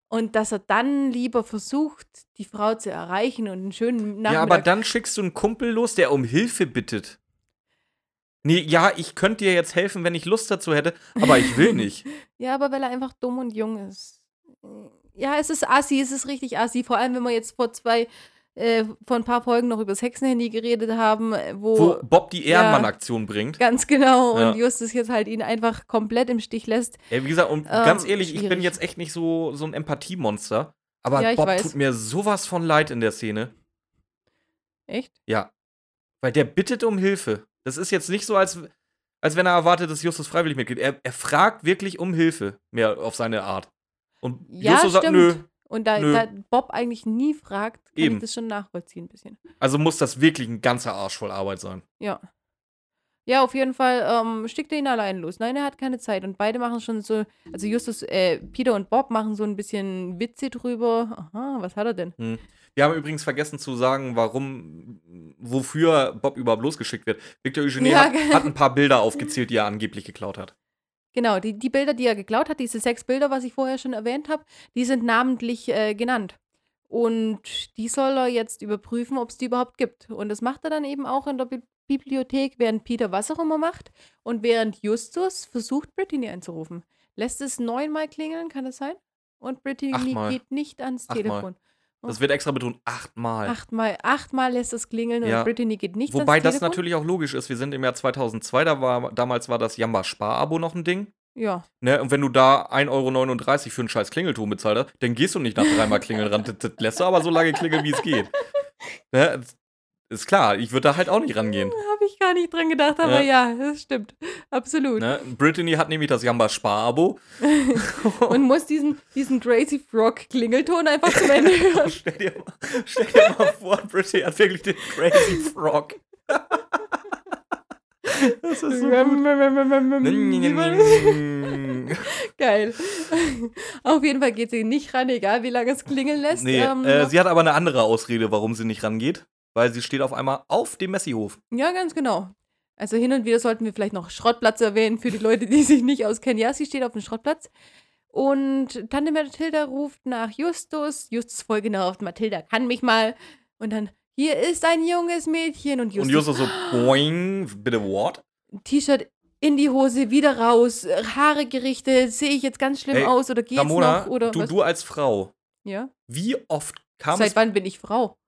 S3: Und dass er dann lieber versucht, die Frau zu erreichen und einen schönen Nachmittag.
S2: Ja, aber dann schickst du einen Kumpel los, der um Hilfe bittet. Nee, ja, ich könnte dir jetzt helfen, wenn ich Lust dazu hätte, aber ich will nicht.
S3: ja, aber weil er einfach dumm und jung ist. Ja, es ist assi, es ist richtig assi. Vor allem, wenn wir jetzt vor zwei, äh, vor ein paar Folgen noch über das Hexenhandy geredet haben, äh,
S2: Wo Bob die
S3: Ja.
S2: Ehrenmann-Aktion bringt.
S3: Ganz genau. Und
S2: Ja.
S3: Justus jetzt halt ihn einfach komplett im Stich lässt.
S2: Ey, wie gesagt, und
S3: Ähm,
S2: ganz ehrlich, ich bin
S3: schwierig.
S2: jetzt echt nicht so, so ein Empathiemonster, aber
S3: Ja, ich
S2: Bob
S3: weiß.
S2: tut mir sowas von leid in der Szene.
S3: Echt?
S2: Ja. Weil der bittet um Hilfe. Das ist jetzt nicht so, als, als wenn er erwartet, dass Justus freiwillig mitgeht. Er, er fragt wirklich um Hilfe, mehr auf seine Art. Und
S3: Ja,
S2: Justus sagt,
S3: stimmt.
S2: nö,
S3: Und da,
S2: Nö.
S3: da Bob eigentlich nie fragt, kann
S2: Eben.
S3: ich das schon nachvollziehen ein bisschen.
S2: also muss das wirklich ein ganzer Arsch voll Arbeit sein.
S3: Ja. Ja, auf jeden Fall ähm, schickt er ihn allein los. Nein, er hat keine Zeit. Und beide machen schon so, also Justus, äh, Peter und Bob machen so ein bisschen Witze drüber. Aha, was hat er denn?
S2: Wir haben übrigens vergessen zu sagen, warum, wofür Bob überhaupt losgeschickt wird. Victor Eugenie
S3: Ja, genau.
S2: hat,
S3: ge-
S2: hat ein paar Bilder aufgezählt, die er angeblich geklaut hat.
S3: Genau, die, die Bilder, die er geklaut hat, diese sechs Bilder, was ich vorher schon erwähnt habe, die sind namentlich äh, genannt. Und die soll er jetzt überprüfen, ob es die überhaupt gibt. Und das macht er dann eben auch in der Bi Bibliothek, während Peter was auch immer macht und während Justus versucht, Brittany einzurufen. Lässt es neunmal klingeln, kann das sein? Und Brittany
S2: Achtmal.
S3: geht nicht ans
S2: Achtmal.
S3: Telefon.
S2: Das wird extra betont, achtmal.
S3: Achtmal, achtmal lässt es klingeln
S2: Ja.
S3: und Brittany geht nicht
S2: Wobei
S3: ans
S2: das
S3: Telefon.
S2: natürlich auch logisch ist. Wir sind im Jahr 2002, da war, damals war das Jamba-Spar-Abo noch ein Ding.
S3: Ja,
S2: Ne? Und wenn du da 1,39 Euro für einen scheiß Klingelton bezahlt hast, dann gehst du nicht nach dreimal klingeln ran. Das, das lässt du aber so lange klingeln, wie es geht. Ne? Ist klar, ich würde da halt auch nicht rangehen.
S3: habe ich gar nicht dran gedacht, aber ja, das stimmt. Absolut.
S2: Ne? Brittany hat nämlich das Jamba-Spar-Abo.
S3: und muss diesen, diesen Crazy Frog Klingelton einfach zum Ende hören.
S2: Stell dir, mal, stell dir mal vor, Britney hat wirklich den Crazy Frog. das ist so gut.
S3: Geil. Auf jeden Fall geht sie nicht ran, egal wie lange es klingeln lässt.
S2: Nee,
S3: Ähm,
S2: äh, sie hat aber eine andere Ausrede, warum sie nicht rangeht. Weil sie steht auf einmal auf dem Messihof.
S3: ja, ganz genau. Also hin und wieder sollten wir vielleicht noch Schrottplatz erwähnen für die Leute, die sich nicht auskennen. Ja, sie steht auf dem Schrottplatz. Und Tante Mathilda ruft nach Justus. Justus voll genervt. Mathilda kann mich mal. Und dann, hier ist ein junges Mädchen. Und
S2: Und
S3: Justus,
S2: Justus so, boing, bitte what?
S3: T-Shirt in die Hose, wieder raus, äh, Haare gerichtet, sehe ich jetzt ganz schlimm
S2: Ey,
S3: aus oder geht's
S2: Ramona,
S3: noch? Oder
S2: du,
S3: was?
S2: du als Frau,
S3: ja?
S2: wie oft kam
S3: Seit
S2: es...
S3: wann bin ich Frau?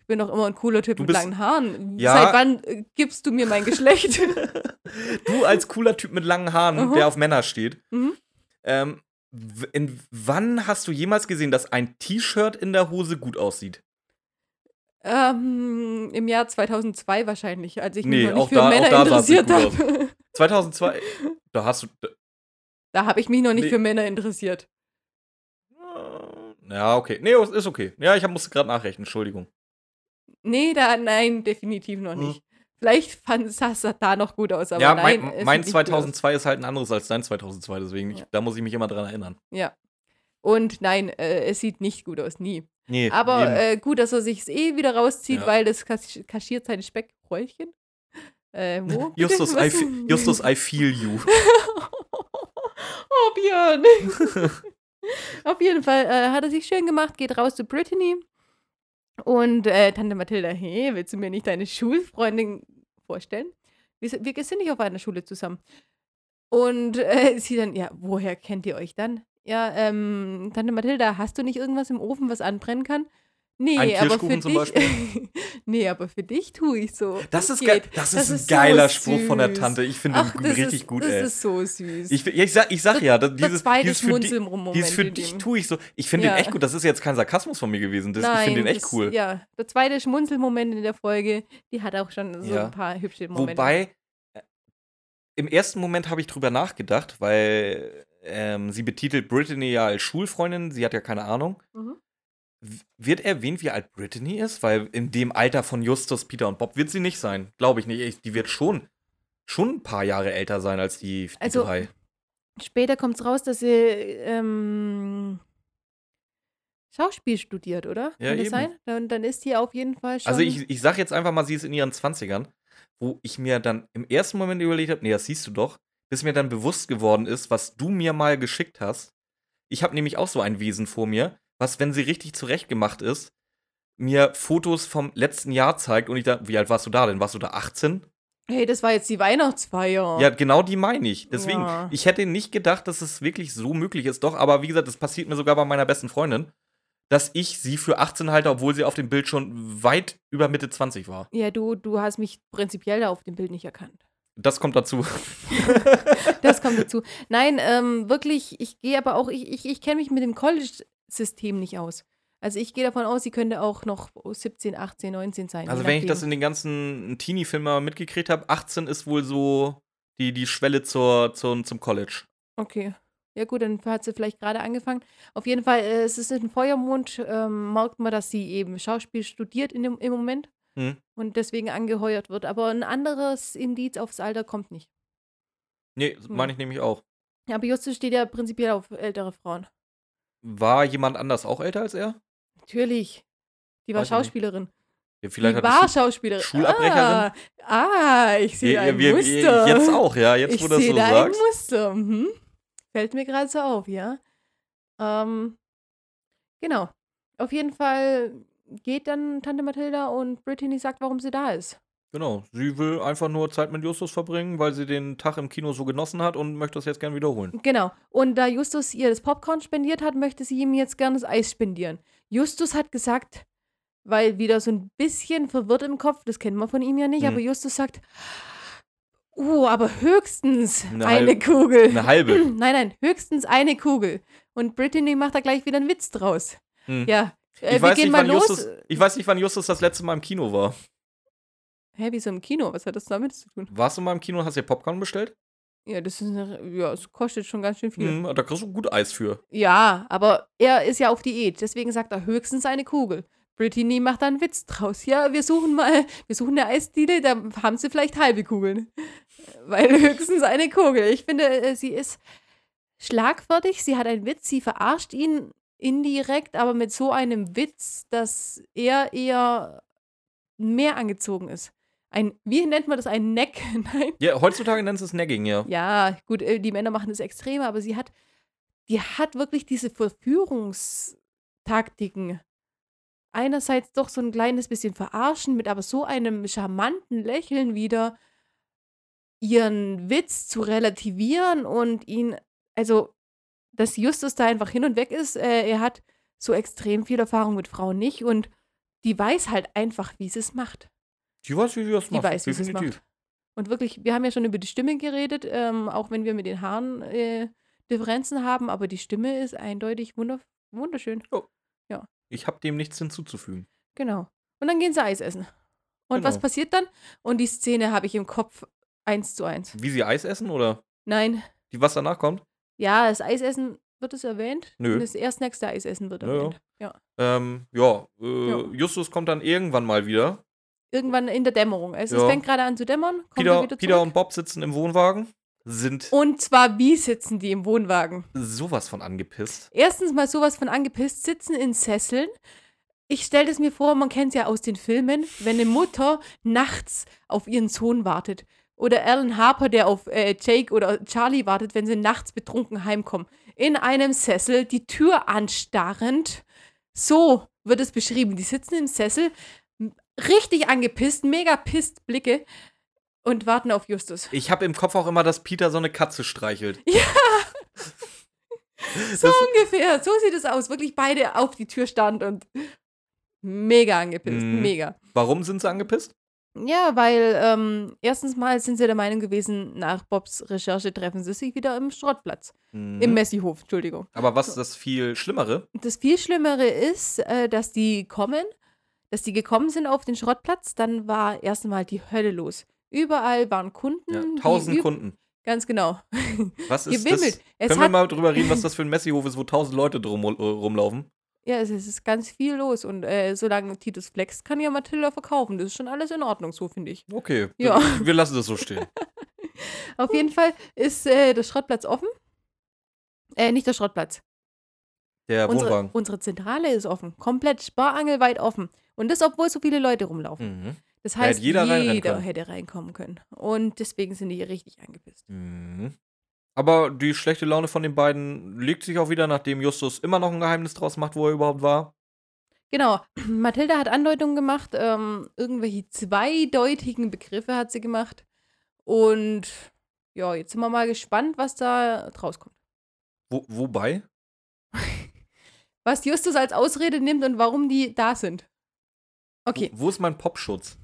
S3: Ich bin doch immer ein cooler Typ
S2: Du
S3: mit
S2: bist-
S3: langen Haaren.
S2: Ja.
S3: Seit wann äh, gibst du mir mein Geschlecht?
S2: Du als cooler Typ mit langen Haaren,
S3: Mhm.
S2: der auf Männer steht.
S3: Mhm.
S2: Ähm, w- in, wann hast du jemals gesehen, dass ein T-Shirt in der Hose gut aussieht?
S3: ähm, Im Jahr 2002 wahrscheinlich, als ich mich noch
S2: Nee,
S3: nicht
S2: auch
S3: für
S2: da- auch
S3: Männer
S2: da sah sie
S3: interessiert
S2: gut aus.
S3: habe.
S2: 2002, da hast du.
S3: Da habe ich mich noch nicht
S2: Nee.
S3: für Männer interessiert.
S2: Ja, okay. Nee, ist okay. Ja, ich hab- musste gerade nachrechnen, Entschuldigung.
S3: Nee, da, nein, definitiv noch
S2: Mhm.
S3: nicht. Vielleicht fand sah es da noch gut aus, aber
S2: ja,
S3: nein. es
S2: mein,
S3: sieht
S2: mein
S3: nicht gut aus.
S2: 2002 ist halt ein anderes als dein 2002, deswegen, ich,
S3: Ja.
S2: da muss ich mich immer dran erinnern.
S3: Und nein, äh, es sieht nicht gut aus, nie.
S2: Nee,
S3: Aber
S2: eben.
S3: äh, gut, dass er sich eh wieder rauszieht,
S2: Ja.
S3: weil das kas- kaschiert sein Speckröllchen. Äh, wo? bitte?
S2: Justus, I
S3: Was?
S2: fe- Justus, I feel you.
S3: oh, Björn. Auf jeden Fall äh, hat er sich schön gemacht, geht raus zu Brittany. Und äh, Tante Mathilda, hey, willst du mir nicht deine Schulfreundin vorstellen? Wir, sind- wir sind nicht auf einer Schule zusammen. Und äh, sie dann, ja, woher kennt ihr euch dann? Ja, ähm, Tante Mathilda, hast du nicht irgendwas im Ofen, was anbrennen kann? Nee,
S2: Ein
S3: aber für
S2: Kirschkuchen
S3: dich.
S2: zum
S3: nee, aber für dich tue ich so.
S2: Das ist,
S3: Geht.
S2: geil. Das
S3: Das
S2: ist ein
S3: ist so
S2: geiler Spruch von der
S3: süß.
S2: Tante. Ich finde
S3: Ach,
S2: den
S3: das
S2: richtig
S3: ist,
S2: gut,
S3: das
S2: ey.
S3: ist so süß.
S2: Ich, ja, ich, sag, ich sag ja, das, dieses,
S3: zweite
S2: dieses für, di
S3: Schmunzeln-Moment
S2: dieses für
S3: in
S2: dich
S3: dem.
S2: tue ich so. Ich finde
S3: Ja.
S2: den echt gut. Das ist jetzt kein Sarkasmus von mir gewesen. Das, ich finde den echt
S3: das-
S2: cool.
S3: Ja, der zweite Schmunzelmoment in der Folge, die hat auch schon so
S2: Ja.
S3: ein paar hübsche Momente.
S2: Wobei, äh, im ersten Moment habe ich drüber nachgedacht, weil ähm, sie betitelt Brittany ja als Schulfreundin. Sie hat ja keine Ahnung.
S3: Mhm.
S2: W- Wird erwähnt, wie alt Brittany ist? Weil in dem Alter von Justus, Peter und Bob wird sie nicht sein. Glaube ich nicht. Ich- Die wird schon, schon ein paar Jahre älter sein als die, die
S3: Also,
S2: drei.
S3: Später kommt es raus, dass sie ähm, Schauspiel studiert, oder?
S2: Ja,
S3: Kann das
S2: eben.
S3: sein? Dann, dann ist die auf jeden Fall schon.
S2: Also ich, ich sag jetzt einfach mal, sie ist in ihren 20ern, wo ich mir dann im ersten Moment überlegt habe, nee, das siehst du doch, bis mir dann bewusst geworden ist, was du mir mal geschickt hast. Ich habe nämlich auch so ein Wesen vor mir, was, wenn sie richtig zurechtgemacht ist, mir Fotos vom letzten Jahr zeigt und ich dachte, wie alt warst du da denn? Warst du da 18?
S3: hey, das war jetzt die Weihnachtsfeier.
S2: Ja, genau die meine ich. Deswegen,
S3: Ja.
S2: ich hätte nicht gedacht, dass es wirklich so möglich ist. Doch, aber wie gesagt, das passiert mir sogar bei meiner besten Freundin, dass ich sie für 18 halte, obwohl sie auf dem Bild schon weit über Mitte 20 war.
S3: Ja, du, du hast mich prinzipiell da auf dem Bild nicht erkannt.
S2: Das kommt dazu.
S3: Das kommt dazu. Nein, ähm, wirklich, ich gehe aber auch, ich, ich, ich kenne mich mit dem College-System nicht aus. Also ich gehe davon aus, sie könnte auch noch 17, 18, 19 sein.
S2: Also
S3: je
S2: wenn ich das
S3: nachdem.
S2: in den ganzen Teenie-Filmen mal mitgekriegt habe, 18 ist wohl so die, die Schwelle zur, zur, zum College.
S3: Okay. Ja gut, dann hat sie vielleicht gerade angefangen. Auf jeden Fall, äh, es ist ein Feuermond, ähm, merkt man, dass sie eben Schauspiel studiert in dem, im Moment
S2: Hm.
S3: und deswegen angeheuert wird. Aber ein anderes Indiz aufs Alter kommt nicht.
S2: Nee,
S3: Hm.
S2: meine ich nämlich auch.
S3: Ja, Aber Justus steht ja prinzipiell auf ältere Frauen.
S2: War jemand anders auch älter als er?
S3: Natürlich. Die war
S2: Weiß ich nicht.
S3: Schauspielerin.
S2: Ja, vielleicht
S3: die
S2: hat
S3: war
S2: es-
S3: Schulabbrecherin.
S2: Schulabbrecherin?
S3: Ah, ah ich sehe
S2: Ja, ja,
S3: ein
S2: wir-
S3: Muster.
S2: Jetzt auch, ja, jetzt
S3: ich
S2: wo du das
S3: sehe
S2: so
S3: da
S2: sagst.
S3: ein Muster. Mhm. Fällt mir gerade so auf, ja. Ähm, genau. Auf jeden Fall geht dann Tante Mathilda und Brittany sagt, warum sie da ist.
S2: Genau, sie will einfach nur Zeit mit Justus verbringen, weil sie den Tag im Kino so genossen hat und möchte das jetzt gern wiederholen.
S3: Genau. Und da Justus ihr das Popcorn spendiert hat, möchte sie ihm jetzt gerne das Eis spendieren. Justus hat gesagt, weil wieder so ein bisschen verwirrt im Kopf, das kennen wir von ihm ja nicht,
S2: Mhm.
S3: aber Justus sagt, oh, aber höchstens
S2: Eine
S3: eine,
S2: halbe-
S3: Kugel.
S2: Eine halbe.
S3: Nein, nein, höchstens eine Kugel. Und Brittany macht da gleich wieder einen Witz draus.
S2: Hm.
S3: Ja, äh, wir
S2: ich, weiß
S3: gehen
S2: nicht,
S3: mal
S2: wann
S3: los.
S2: Justus, ich weiß nicht, wann Justus das letzte Mal im Kino war.
S3: Hä, wieso im Kino? Was hat das damit zu tun?
S2: Warst du mal im Kino und hast dir Popcorn bestellt?
S3: Ja, das ist eine, ja, es kostet schon ganz schön viel.
S2: Hm, da kriegst du gut Eis für.
S3: Ja, aber er ist ja auf Diät, deswegen sagt er höchstens eine Kugel. Brittany macht da einen Witz draus. Ja, wir suchen mal, wir suchen eine Eisdiele, da haben sie vielleicht halbe Kugeln. Weil höchstens eine Kugel. Ich finde, äh, sie ist schlagfertig, sie hat einen Witz, sie verarscht ihn indirekt, aber mit so einem Witz, dass er eher mehr angezogen ist. Ein, wie nennt man das? Ein Neck? Nein.
S2: Ja, heutzutage nennst du es Nagging, ja.
S3: Ja, gut, äh, die Männer machen das extremer, aber sie hat, die hat wirklich diese Verführungstaktiken. Einerseits doch so ein kleines bisschen verarschen mit, aber so einem charmanten Lächeln wieder ihren Witz zu relativieren und ihn, also, dass Justus da einfach hin und weg ist, äh, er hat so extrem viel Erfahrung mit Frauen nicht und die weiß halt einfach, wie sie es macht.
S2: Die weiß, wie sie das
S3: Die
S2: macht.
S3: weiß, wie sie es macht. Und wirklich, wir haben ja schon über die Stimme geredet, ähm, auch wenn wir mit den Haaren äh, Differenzen haben, aber die Stimme ist eindeutig wunder wunderschön.
S2: Ich habe dem nichts hinzuzufügen.
S3: Genau. Und dann gehen sie Eis essen. Und was
S2: Genau.
S3: passiert dann? Und die Szene habe ich im Kopf eins zu eins.
S2: Wie sie Eis essen oder
S3: Nein,
S2: die, was danach kommt?
S3: ja, das Eisessen wird es erwähnt.
S2: Nö.
S3: Und das erst nächste Eisessen wird
S2: Ja, ja.
S3: erwähnt. ja.
S2: Ähm, ja, äh,
S3: Ja.
S2: Justus kommt dann irgendwann mal wieder.
S3: Irgendwann in der Dämmerung. Also
S2: Ja.
S3: es fängt gerade an zu dämmern, kommt er
S2: Peter,
S3: wieder
S2: Peter
S3: zurück. Oh.
S2: und Bob sitzen im Wohnwagen, sind
S3: Und zwar, wie sitzen die im Wohnwagen?
S2: sowas von angepisst.
S3: erstens mal sowas von angepisst, sitzen in Sesseln. Ich stelle das mir vor, man kennt es ja aus den Filmen, wenn eine Mutter nachts auf ihren Sohn wartet. Oder Alan Harper, der auf äh, Jake oder Charlie wartet, wenn sie nachts betrunken heimkommen. In einem Sessel, die Tür anstarrend, So wird es beschrieben. Die sitzen im Sessel, m- richtig angepisst, mega pisst Blicke und warten auf Justus.
S2: Ich habe im Kopf auch immer, dass Peter so eine Katze streichelt.
S3: Ja.
S2: Das,
S3: So ungefähr, so sieht es aus. Wirklich beide auf die Tür stand und mega angepisst,
S2: Mhm.
S3: mega.
S2: warum sind sie angepisst?
S3: Ja, weil ähm, erstens mal sind sie der Meinung gewesen, nach Bobs Recherche treffen sie sich wieder im Schrottplatz.
S2: Mhm.
S3: Im Messihof, Entschuldigung.
S2: Hm, Aber was das viel Schlimmere?
S3: Das viel Schlimmere ist, äh, dass die kommen, dass die gekommen sind auf den Schrottplatz, dann war erstmal die Hölle los. Überall waren Kunden.
S2: Ja,
S3: Hm, die
S2: tausend
S3: üb-
S2: Kunden.
S3: Ganz genau.
S2: Was ist
S3: Gewimmelt.
S2: das?
S3: Es
S2: Können wir
S3: hat,
S2: mal drüber reden, was das für ein Messihof ist, wo tausend Leute drum äh, rumlaufen?
S3: ja, es es ist ganz viel los. Und äh, solange Titus flext, kann ja Matilda verkaufen. Das ist schon alles in Ordnung, so finde ich.
S2: Okay,
S3: Ja.
S2: wir lassen das so stehen.
S3: Auf jeden Fall ist äh, der Schrottplatz offen. Äh, nicht der Schrottplatz.
S2: Der
S3: unsere,
S2: Wohnwagen.
S3: unsere Zentrale ist offen. Komplett sparangelweit offen. Und das, obwohl so viele Leute rumlaufen.
S2: Mhm.
S3: Das
S2: hätte
S3: heißt,
S2: jeder
S3: jeder,
S2: reinrennen können.
S3: hätte reinkommen können. Und deswegen sind die richtig angepisst.
S2: Mhm. Aber die schlechte Laune von den beiden legt sich auch wieder, nachdem Justus immer noch ein Geheimnis draus macht, wo er überhaupt war.
S3: Genau. Mathilda hat Andeutungen gemacht. Ähm, irgendwelche zweideutigen Begriffe hat sie gemacht. Und ja, jetzt sind wir mal gespannt, was da draus kommt.
S2: Wo, wobei?
S3: Was Justus als Ausrede nimmt und warum die da sind. Okay,
S2: Wo, wo ist mein Popschutz,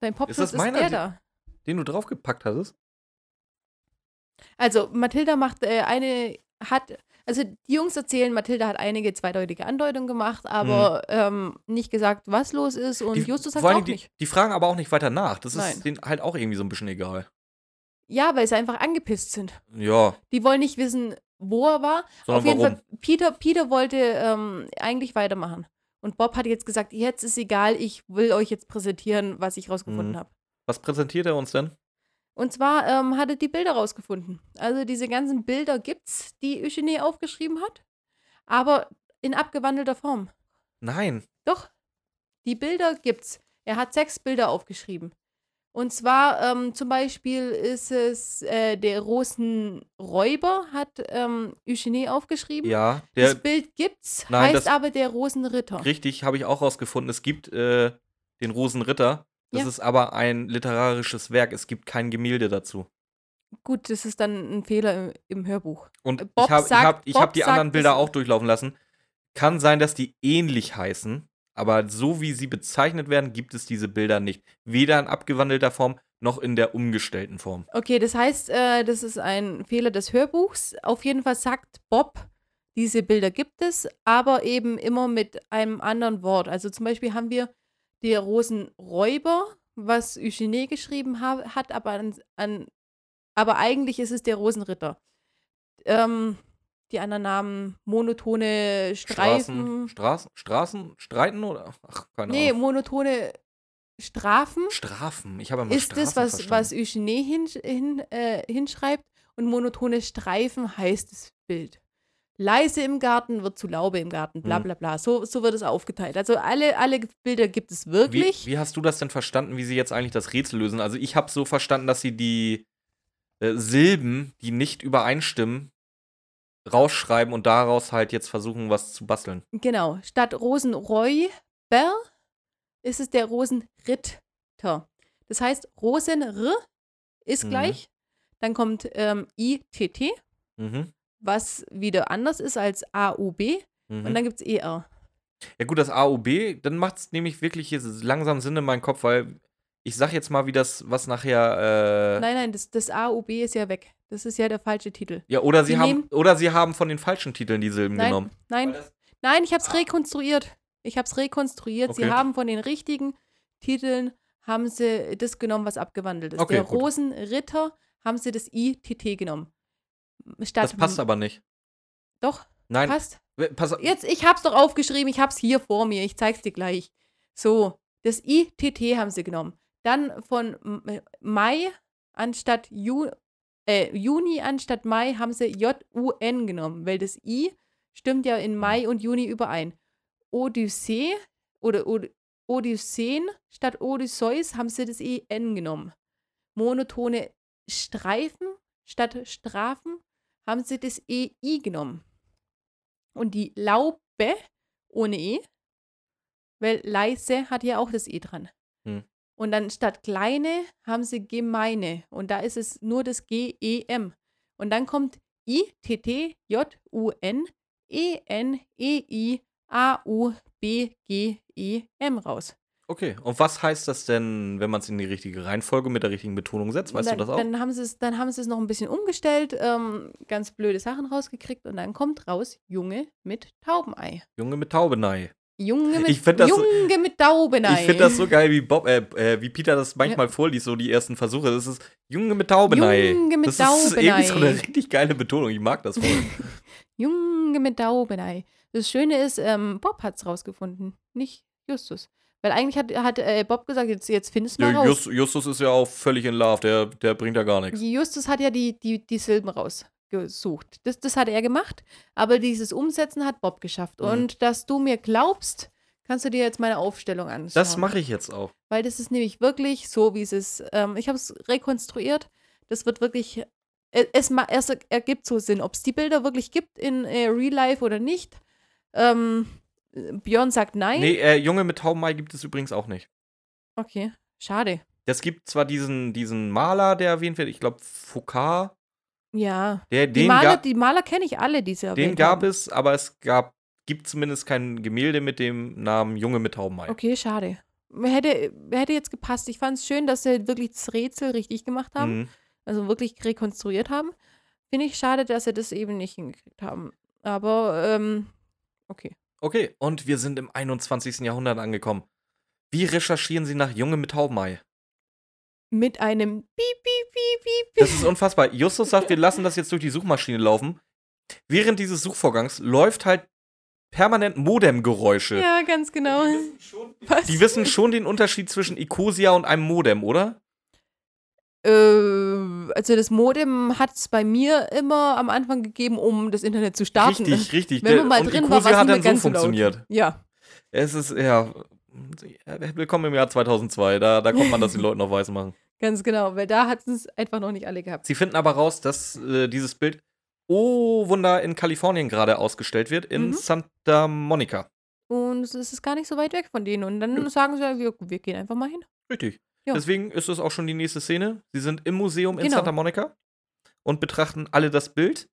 S3: dein Popschutz
S2: das
S3: ist,
S2: meiner,
S3: der
S2: die-
S3: da.
S2: den du draufgepackt hattest?
S3: Also Mathilda macht äh, eine, hat, also die Jungs erzählen, Mathilda hat einige zweideutige Andeutungen gemacht, aber ähm, nicht gesagt, was los ist und
S2: Hm. Die-
S3: Justus hat
S2: vor allen
S3: auch
S2: Dingen,
S3: nicht.
S2: Die, die fragen aber auch nicht weiter nach. Das
S3: Nein.
S2: ist denen halt auch irgendwie so ein bisschen egal.
S3: Ja, weil sie einfach angepisst sind.
S2: Ja,
S3: Die wollen nicht wissen, wo er war.
S2: sondern
S3: Auf jeden
S2: warum?
S3: Fall, Peter, Peter wollte ähm, eigentlich weitermachen. Und Bob hat jetzt gesagt, jetzt ist egal, ich will euch jetzt präsentieren, was ich rausgefunden
S2: Mhm.
S3: habe.
S2: Was präsentiert er uns denn?
S3: Und zwar ähm, hat er die Bilder rausgefunden. Also diese ganzen Bilder gibt's, die Eugenie aufgeschrieben hat, aber in abgewandelter Form.
S2: Nein.
S3: Doch, die Bilder gibt's. Er hat sechs Bilder aufgeschrieben. Und zwar ähm, zum Beispiel ist es äh, der Rosenräuber, hat ähm, Eugenie aufgeschrieben.
S2: Ja, der
S3: das Bild gibt's,
S2: Nein, das-
S3: heißt aber der Rosenritter.
S2: richtig habe ich auch rausgefunden. Es gibt äh, den Rosenritter. Das
S3: Ja.
S2: ist aber ein literarisches Werk. Es gibt kein Gemälde dazu.
S3: Gut, das ist dann ein Fehler im, im Hörbuch. Äh,
S2: Und
S3: Bob
S2: ich habe ich
S3: sagt-
S2: hab, ich
S3: Bob
S2: hab die
S3: sagt,
S2: anderen Bilder
S3: es-
S2: auch durchlaufen lassen. Kann sein, dass die ähnlich heißen, aber so wie sie bezeichnet werden, gibt es diese Bilder nicht. Weder in abgewandelter Form noch in der umgestellten Form.
S3: Okay, das heißt, äh, das ist ein Fehler des Hörbuchs. Auf jeden Fall sagt Bob, diese Bilder gibt es, aber eben immer mit einem anderen Wort. Also zum Beispiel haben wir der Rosenräuber, was Eugenie geschrieben ha hat, aber, an, an, aber eigentlich ist es der Rosenritter. Ähm, die anderen Namen, monotone Streifen.
S2: Straßen, Straßen, Straßen, Streiten oder? Ach, keine
S3: nee,
S2: Ahnung.
S3: monotone Strafen.
S2: Strafen. Ich habe immer
S3: ist das,
S2: Straßen
S3: was,
S2: verstanden.
S3: was Eugenie hin, hin, äh, hinschreibt. Und monotone Streifen heißt das Bild. Leise im Garten wird zu Laube im Garten, bla
S2: Mhm.
S3: bla bla. So, so wird es aufgeteilt. Also alle, alle Bilder gibt es wirklich.
S2: Wie, wie hast du das denn verstanden, wie sie jetzt eigentlich das Rätsel lösen? Also ich habe so verstanden, dass sie die äh, Silben, die nicht übereinstimmen, rausschreiben und daraus halt jetzt versuchen, was zu basteln.
S3: Genau. Statt Rosenräuber ist es der Rosenritter. Das heißt, Rosenr ist
S2: Mhm.
S3: gleich. Dann kommt ähm, ITT,
S2: Mhm.
S3: was wieder anders ist als AUB.
S2: Mhm.
S3: Und dann E gibt es ER.
S2: ja gut, das AOB, dann macht es nämlich wirklich jetzt langsam Sinn in meinem Kopf, weil ich sag jetzt mal, wie das, was nachher. Äh,
S3: Nein, nein, das, das AUB ist ja weg. Das ist ja der falsche Titel.
S2: Ja, oder sie
S3: Sie
S2: haben
S3: nehmen-
S2: oder sie haben von den falschen Titeln die Silben
S3: Nein,
S2: genommen.
S3: Nein, nein, ich hab's rekonstruiert. Ich hab's rekonstruiert. Sie
S2: Okay.
S3: haben von den richtigen Titeln haben sie das genommen, was abgewandelt ist.
S2: Okay,
S3: der
S2: gut.
S3: Rosenritter haben sie das ITT genommen. Statt
S2: Das passt aber nicht.
S3: doch
S2: Nein,
S3: passt.
S2: we- pass,
S3: Also Jetzt ich hab's doch aufgeschrieben, ich hab's hier vor mir, ich zeig's dir gleich. So, das ITT haben sie genommen. Dann von M- äh, Mai anstatt Ju äh, Juni anstatt Mai haben sie JUN genommen, weil das I stimmt ja in Mai und Juni überein. Odyssee oder Od Odysseen statt Odysseus haben sie das IN genommen. Monotone Streifen statt E Strafen haben sie das EI genommen. Und die Laube ohne E. Weil leise hat ja auch das E dran.
S2: Hm.
S3: Und dann statt kleine haben sie gemeine. Und da ist es nur das G-E-M. Und dann kommt I, T, T, J, U, N, E, N, E, I, A, U, B, G, E, M raus.
S2: Okay. Und was heißt das denn, wenn man es in die richtige Reihenfolge mit der richtigen Betonung setzt? Weißt
S3: dann,
S2: du das auch?
S3: Dann haben, sie es, dann haben sie es noch ein bisschen umgestellt, ähm, ganz blöde Sachen rausgekriegt und dann kommt raus Junge mit Taubenei.
S2: Junge mit Taubenei.
S3: Junge mit,
S2: Ich find das so-
S3: Junge mit Taubenei.
S2: Ich finde das so geil, wie Bob, äh, äh, wie Peter das manchmal vorliest, so die ersten Versuche. Das ist Junge mit Taubenei.
S3: Junge mit
S2: das ist irgendwie so eine
S3: Taubenei.
S2: richtig geile Betonung. Ich mag das voll.
S3: Junge mit Taubenei. Das Schöne ist, ähm, Bob hat es rausgefunden, nicht Justus. Weil eigentlich hat, hat äh, Bob gesagt, jetzt, jetzt findest du mal
S2: Der
S3: raus.
S2: Just, Justus ist ja auch völlig in Love. Der, der bringt ja gar nichts.
S3: Justus hat ja die, die, die Silben rausgesucht. Das, das hat er gemacht, aber dieses Umsetzen hat Bob geschafft.
S2: Mhm.
S3: Und dass du mir glaubst, kannst du dir jetzt meine Aufstellung anschauen.
S2: Das mache ich jetzt auch.
S3: Weil das ist nämlich wirklich so, wie es ist. Ähm, ich habe es rekonstruiert. Das wird wirklich. Es, es, ma- es ergibt so Sinn, ob es die Bilder wirklich gibt in äh, Real Life oder nicht. Ähm, Björn sagt nein.
S2: Nee, äh, Junge mit Taubenei gibt es übrigens auch nicht.
S3: Okay, schade.
S2: Es gibt zwar diesen, diesen Maler, der erwähnt wird, ich glaube Foucault.
S3: Ja.
S2: Der,
S3: Die
S2: den
S3: Maler,
S2: gab,
S3: die Maler kenne ich alle, diese
S2: den gab es, aber es gab, gibt zumindest kein Gemälde mit dem Namen Junge mit Taubenei.
S3: Okay, schade. Hätte, hätte jetzt gepasst. Ich fand es schön, dass sie halt wirklich das Rätsel richtig gemacht haben.
S2: Mhm.
S3: also wirklich rekonstruiert haben. Finde ich schade, dass sie das eben nicht hingekriegt haben. Aber, ähm, okay.
S2: Okay, und wir sind im 21. Jahrhundert angekommen. Wie recherchieren Sie nach Junge mit Taubenei?
S3: Mit einem Piep, Piep, Piep, Piep.
S2: Das ist unfassbar. Justus sagt, wir lassen das jetzt durch die Suchmaschine laufen. Während dieses Suchvorgangs läuft halt permanent Modemgeräusche.
S3: Ja, ganz genau. Was?
S2: Die wissen schon den Unterschied zwischen Ecosia und einem Modem, oder?
S3: äh, also das Modem hat es bei mir immer am Anfang gegeben, um das Internet zu starten.
S2: Richtig, richtig.
S3: Wenn man mal
S2: und
S3: drin war,
S2: Ecosia
S3: war's
S2: hat
S3: nicht
S2: dann
S3: mehr
S2: so
S3: ganz genau, so laut.
S2: funktioniert.
S3: Ja,
S2: Es ist, ja. Willkommen im Jahr 2002. Da, da kommt man das den Leuten noch weiß machen.
S3: ganz genau. Weil da hatten es einfach noch nicht alle gehabt.
S2: Sie finden aber raus, dass äh, dieses Bild, oh Wunder, in Kalifornien gerade ausgestellt wird, in
S3: Mhm.
S2: Santa Monica.
S3: Und es ist gar nicht so weit weg von denen. Und dann sagen sie, ja, wir, wir gehen einfach mal hin.
S2: Richtig.
S3: Ja.
S2: Deswegen ist es auch schon die nächste Szene. Sie sind im Museum in
S3: Genau.
S2: Santa Monica und betrachten alle das Bild.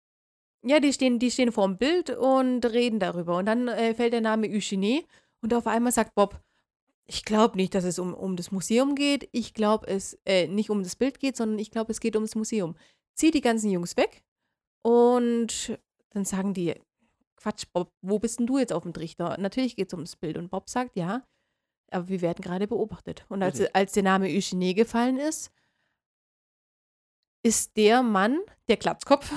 S3: Ja, die stehen, die stehen vor dem Bild und reden darüber. Und dann äh, fällt der Name Uchine und auf einmal sagt Bob, ich glaube nicht, dass es um, um das Museum geht. Ich glaube, es äh, nicht um das Bild geht, sondern ich glaube, es geht ums Museum. Zieh die ganzen Jungs weg und dann sagen die, Quatsch, Bob, wo bist denn du jetzt auf dem Trichter? Natürlich geht es ums Bild. Und Bob sagt, ja, aber wir werden gerade beobachtet. Und als,
S2: Richtig.
S3: als der Name Uchine gefallen ist, ist der Mann, der Glatzkopf,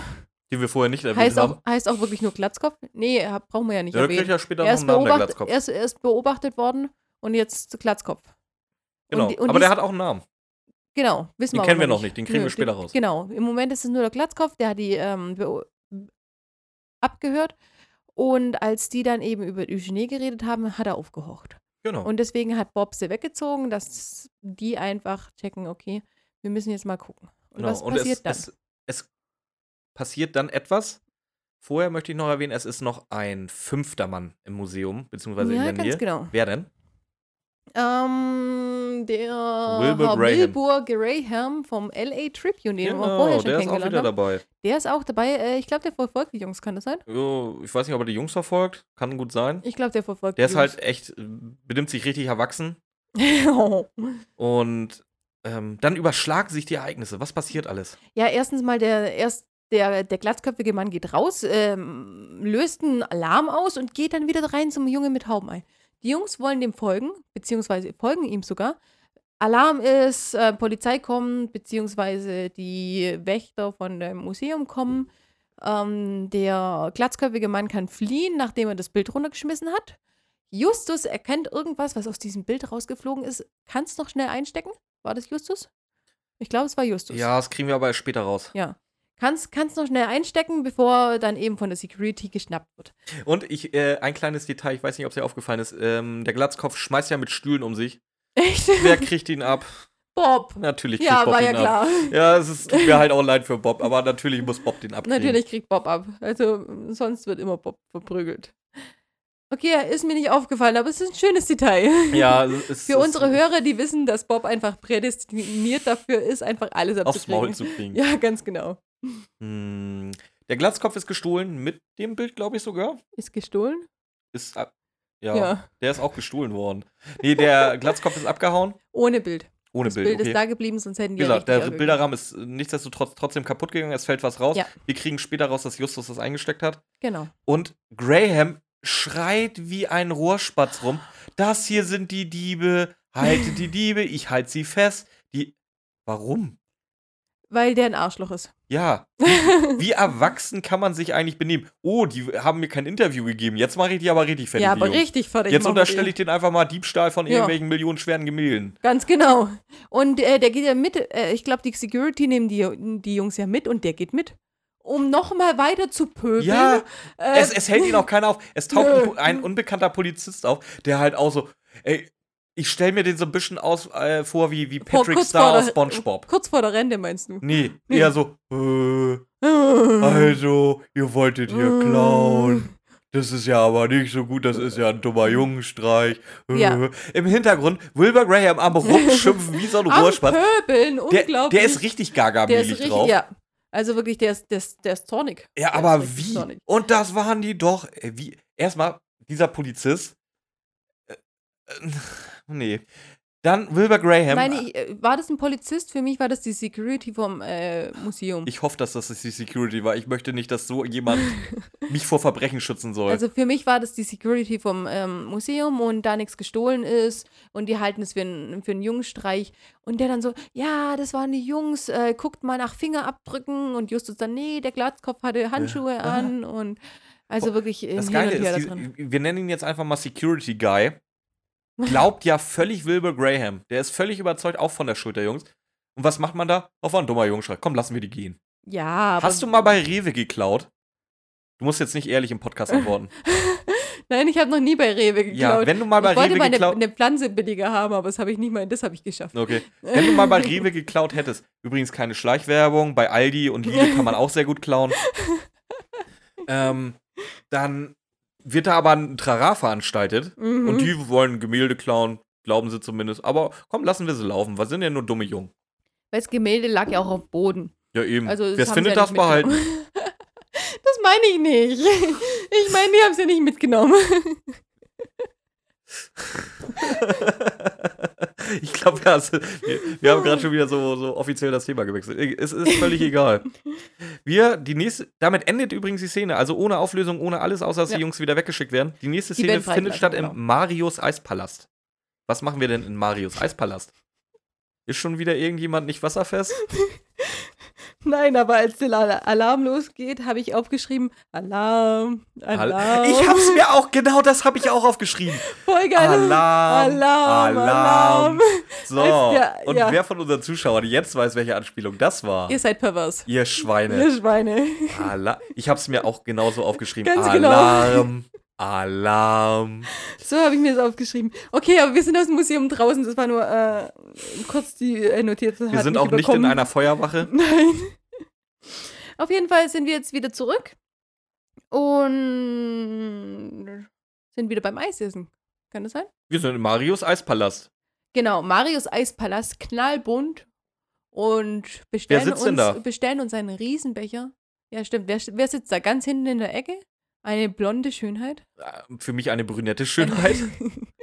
S2: Die wir vorher nicht erwähnt
S3: Heißt
S2: haben.
S3: auch, heißt auch wirklich nur Glatzkopf? Nee, hab- brauchen wir ja nicht
S2: Ja, da kriegt
S3: erwähnen.
S2: ja später
S3: Er
S2: noch
S3: ist,
S2: einen Namen, der
S3: beobacht,
S2: Glatzkopf.
S3: er, ist, er ist beobachtet worden und jetzt Glatzkopf.
S2: Genau.
S3: die- und
S2: aber der
S3: dies-
S2: hat auch einen Namen.
S3: Genau, wissen
S2: Den
S3: wir aber
S2: kennen wir noch nicht, den kriegen wir später
S3: den-
S2: raus.
S3: Genau, im Moment ist es nur der Glatzkopf, der hat die ähm, beo- abgehört. Und als die dann eben über Eugenie geredet haben, hat er aufgehorcht.
S2: Genau.
S3: Und deswegen hat Bob sie weggezogen, dass die einfach checken, okay, wir müssen jetzt mal gucken. Und
S2: Genau,
S3: was passiert
S2: es,
S3: dann?
S2: Es, es passiert dann etwas. Vorher möchte ich noch erwähnen, es ist noch ein fünfter Mann im Museum, beziehungsweise
S3: ja,
S2: in der
S3: ganz
S2: Nähe.
S3: genau.
S2: Wer denn?
S3: Ähm, der
S2: Wilbur
S3: Herr
S2: Graham. Genau,
S3: Wilbur Graham vom LA Tribune, den wir vorher schon
S2: der ist
S3: kennengelernt
S2: auch
S3: ne?
S2: wieder
S3: haben.
S2: dabei.
S3: Der ist auch dabei. Äh, ich glaube, der verfolgt die Jungs, kann das sein?
S2: Jo, Oh, Ich weiß nicht, ob er die Jungs verfolgt. Kann gut sein.
S3: Ich glaube, der verfolgt
S2: Der
S3: die
S2: ist halt echt, äh, benimmt sich richtig erwachsen.
S3: Jungs.
S2: Und ähm, dann überschlagen sich die Ereignisse. Was passiert alles?
S3: ja, erstens mal, der, erst, der, der glatzköpfige Mann geht raus, ähm, löst einen Alarm aus und geht dann wieder rein zum Junge mit Haubenei. Die Jungs wollen dem folgen, beziehungsweise folgen ihm sogar. Alarm ist, äh, Polizei kommt, beziehungsweise die Wächter von dem Museum kommen. Ähm, der glatzköpfige Mann kann fliehen, nachdem er das Bild runtergeschmissen hat. Justus erkennt irgendwas, was aus diesem Bild rausgeflogen ist. Kannst noch schnell einstecken? War das Justus? Ich glaube, es war Justus.
S2: Ja, das kriegen wir aber erst später raus.
S3: Ja. Kannst, kannst noch schnell einstecken, bevor dann eben von der Security geschnappt wird.
S2: Und ich, äh, ein kleines Detail, ich weiß nicht, ob es dir aufgefallen ist. Ähm, der Glatzkopf schmeißt ja mit Stühlen um sich.
S3: Echt?
S2: Wer kriegt ihn ab?
S3: Bob.
S2: Natürlich kriegt
S3: Ja,
S2: Bob
S3: war
S2: ihn
S3: ja
S2: ab.
S3: klar.
S2: Ja, es ist, tut mir halt auch leid für Bob, aber natürlich muss Bob den abkriegen.
S3: Natürlich kriegt Bob ab. Also sonst wird immer Bob verprügelt. Okay, ist mir nicht aufgefallen, aber es ist ein schönes Detail.
S2: Ja, es ist.
S3: Für unsere
S2: Hörer.
S3: Hörer, die wissen, dass Bob einfach prädestiniert dafür ist, einfach alles
S2: Aufs
S3: abzukriegen.
S2: Maul zu kriegen.
S3: Ja, ganz genau.
S2: Hm, der Glatzkopf ist gestohlen, mit dem Bild, glaube ich sogar.
S3: Ist gestohlen?
S2: Ist. ab- Ja, der ist auch gestohlen worden. Nee, der Glatzkopf ist abgehauen.
S3: Ohne Bild.
S2: Ohne
S3: Das
S2: Bild.
S3: Bild,
S2: okay.
S3: ist da geblieben, sonst hätten
S2: Wie
S3: die
S2: gesagt,
S3: ja
S2: der
S3: richtig irre-
S2: Bilderrahmen ist äh, nichtsdestotrotz trotzdem kaputt gegangen, es fällt was raus.
S3: Ja.
S2: Wir kriegen später raus, dass Justus das eingesteckt hat.
S3: Genau.
S2: Und Graham schreit wie ein Rohrspatz rum. Das hier sind die Diebe, halte die Diebe, ich halte sie fest. Die. Warum?
S3: Weil der ein Arschloch ist.
S2: Ja. Wie erwachsen kann man sich eigentlich benehmen? Oh, die haben mir kein Interview gegeben. Jetzt mache ich die aber richtig fertig.
S3: ja, aber
S2: die Jungs.
S3: richtig fertig.
S2: Jetzt
S3: machen wir
S2: unterstelle
S3: die.
S2: ich den einfach mal Diebstahl von
S3: Ja.
S2: irgendwelchen millionenschweren Gemälden.
S3: Ganz genau. Und äh, der geht ja mit. Äh, ich glaube, die Security nehmen die, die Jungs ja mit und der geht mit. Um nochmal weiter zu pöbeln.
S2: Ja,
S3: äh,
S2: es, es hält ihn auch keiner auf. Es taucht
S3: Nö.
S2: ein, Po- ein unbekannter Polizist auf, der halt auch so, ey, ich stelle mir den so ein bisschen aus, äh, vor wie, wie
S3: vor-
S2: Patrick
S3: kurz
S2: Star
S3: vor
S2: aus
S3: der-
S2: Spongebob.
S3: Kurz vor der Rente, meinst du?
S2: Nee, eher so, äh, also, ihr wolltet hier
S3: Äh.
S2: klauen. Das ist ja aber nicht so gut, das ist ja ein dummer Jungenstreich. Äh.
S3: Ja.
S2: Im Hintergrund Wilbur Graham am rumschimpfen wie so ein
S3: Am
S2: Rohrspatz.
S3: Pöbeln,
S2: Der,
S3: unglaublich.
S2: der ist richtig
S3: Der ist
S2: gagamälig
S3: richtig,
S2: drauf.
S3: ja. Also wirklich, der ist, der ist, der ist zornig.
S2: Ja,
S3: Der
S2: aber
S3: ist richtig
S2: wie?
S3: zornig.
S2: Und das waren die doch. äh, Wie? Erstmal, dieser Polizist. Äh, äh, nee. Dann Wilbur Graham.
S3: Meine, ich, äh, war das ein Polizist? Für mich war das die Security vom äh, Museum.
S2: ich hoffe, dass das die Security war. Ich möchte nicht, dass so jemand mich vor Verbrechen schützen soll.
S3: Also für mich war das die Security vom ähm, Museum und da nichts gestohlen ist und die halten es für, einen- für einen Jungstreich. Und der dann so, ja, das waren die Jungs, äh, guckt mal nach Fingerabdrücken und Justus dann, nee, der Glatzkopf hatte Handschuhe an und also wirklich im
S2: Oh, das
S3: Hin
S2: Geile
S3: und Her da
S2: ist,
S3: drin.
S2: die, wir nennen ihn jetzt einfach mal Security Guy. Glaubt ja völlig Wilbur Graham. Der ist völlig überzeugt, auch von der Schuld der Jungs. Und was macht man da? Auf ein dummer Jungschrei. Komm, lassen wir die gehen.
S3: Ja, aber
S2: Hast du mal bei Rewe geklaut? Du musst jetzt nicht ehrlich im Podcast antworten.
S3: Nein, ich habe noch nie bei Rewe geklaut.
S2: Ja, wenn du mal bei
S3: ich wollte
S2: Rewe
S3: mal eine,
S2: geklaut
S3: eine Pflanze billiger haben, aber das habe ich nicht mal, das habe ich geschafft.
S2: Okay. Wenn du mal bei Rewe geklaut hättest. Übrigens keine Schleichwerbung. Bei Aldi und Lidl kann man auch sehr gut klauen. Ähm, dann wird da aber ein Trara veranstaltet.
S3: Mhm.
S2: Und die wollen Gemälde klauen. Glauben sie zumindest. Aber komm, lassen wir sie laufen. Wir sind ja nur dumme Jungen.
S3: Weil das Gemälde lag ja auch auf dem Boden.
S2: Ja, eben.
S3: Also,
S2: Wer
S3: das
S2: es
S3: haben sie
S2: findet,
S3: ja
S2: das
S3: nicht mitgenommen.
S2: behalten.
S3: Das meine ich nicht. Ich meine, die haben es ja nicht mitgenommen.
S2: ich glaube, wir, wir, wir haben gerade schon wieder so, so offiziell das Thema gewechselt. Es ist völlig egal. Wir, die nächste, damit endet übrigens die Szene, also ohne Auflösung, ohne alles, außer dass
S3: Ja.
S2: die Jungs wieder weggeschickt werden. Die nächste
S3: Die
S2: Szene
S3: werden
S2: findet
S3: freigelassen,
S2: statt
S3: genau.
S2: im Marius Eispalast. Was machen wir denn in Marius Eispalast? Ist schon wieder irgendjemand nicht wasserfest?
S3: Nein, aber als der Al- Alarm losgeht, habe ich aufgeschrieben: Alarm, Alarm.
S2: Ich hab's mir auch, genau das habe ich auch aufgeschrieben.
S3: voll geil.
S2: Alarm,
S3: Alarm, Alarm.
S2: So,
S3: Als der-
S2: und
S3: ja.
S2: wer von unseren Zuschauern jetzt weiß, welche Anspielung das war?
S3: Ihr seid pervers.
S2: Ihr Schweine.
S3: Ihr Schweine.
S2: Ala ich habe es mir auch genauso aufgeschrieben.
S3: Ganz genau.
S2: Alarm, Alarm.
S3: So habe ich mir das aufgeschrieben. Okay, aber wir sind aus dem Museum draußen. Das war nur äh, kurz die äh, Notizen.
S2: Wir
S3: hat
S2: sind
S3: mich
S2: auch nicht in
S3: überkommen.
S2: einer Feuerwache.
S3: Nein. Auf jeden Fall sind wir jetzt wieder zurück und sind wieder beim Eisessen. Kann das sein?
S2: Wir sind in Marius Eispalast.
S3: Genau, Marius Eispalast, knallbunt und
S2: Wer
S3: bestellen,
S2: sitzt
S3: uns,
S2: denn da?
S3: bestellen uns einen Riesenbecher. Ja, stimmt. Wer, wer sitzt da ganz hinten in der Ecke? Eine blonde Schönheit.
S2: Äh, Für mich eine brünette Schönheit.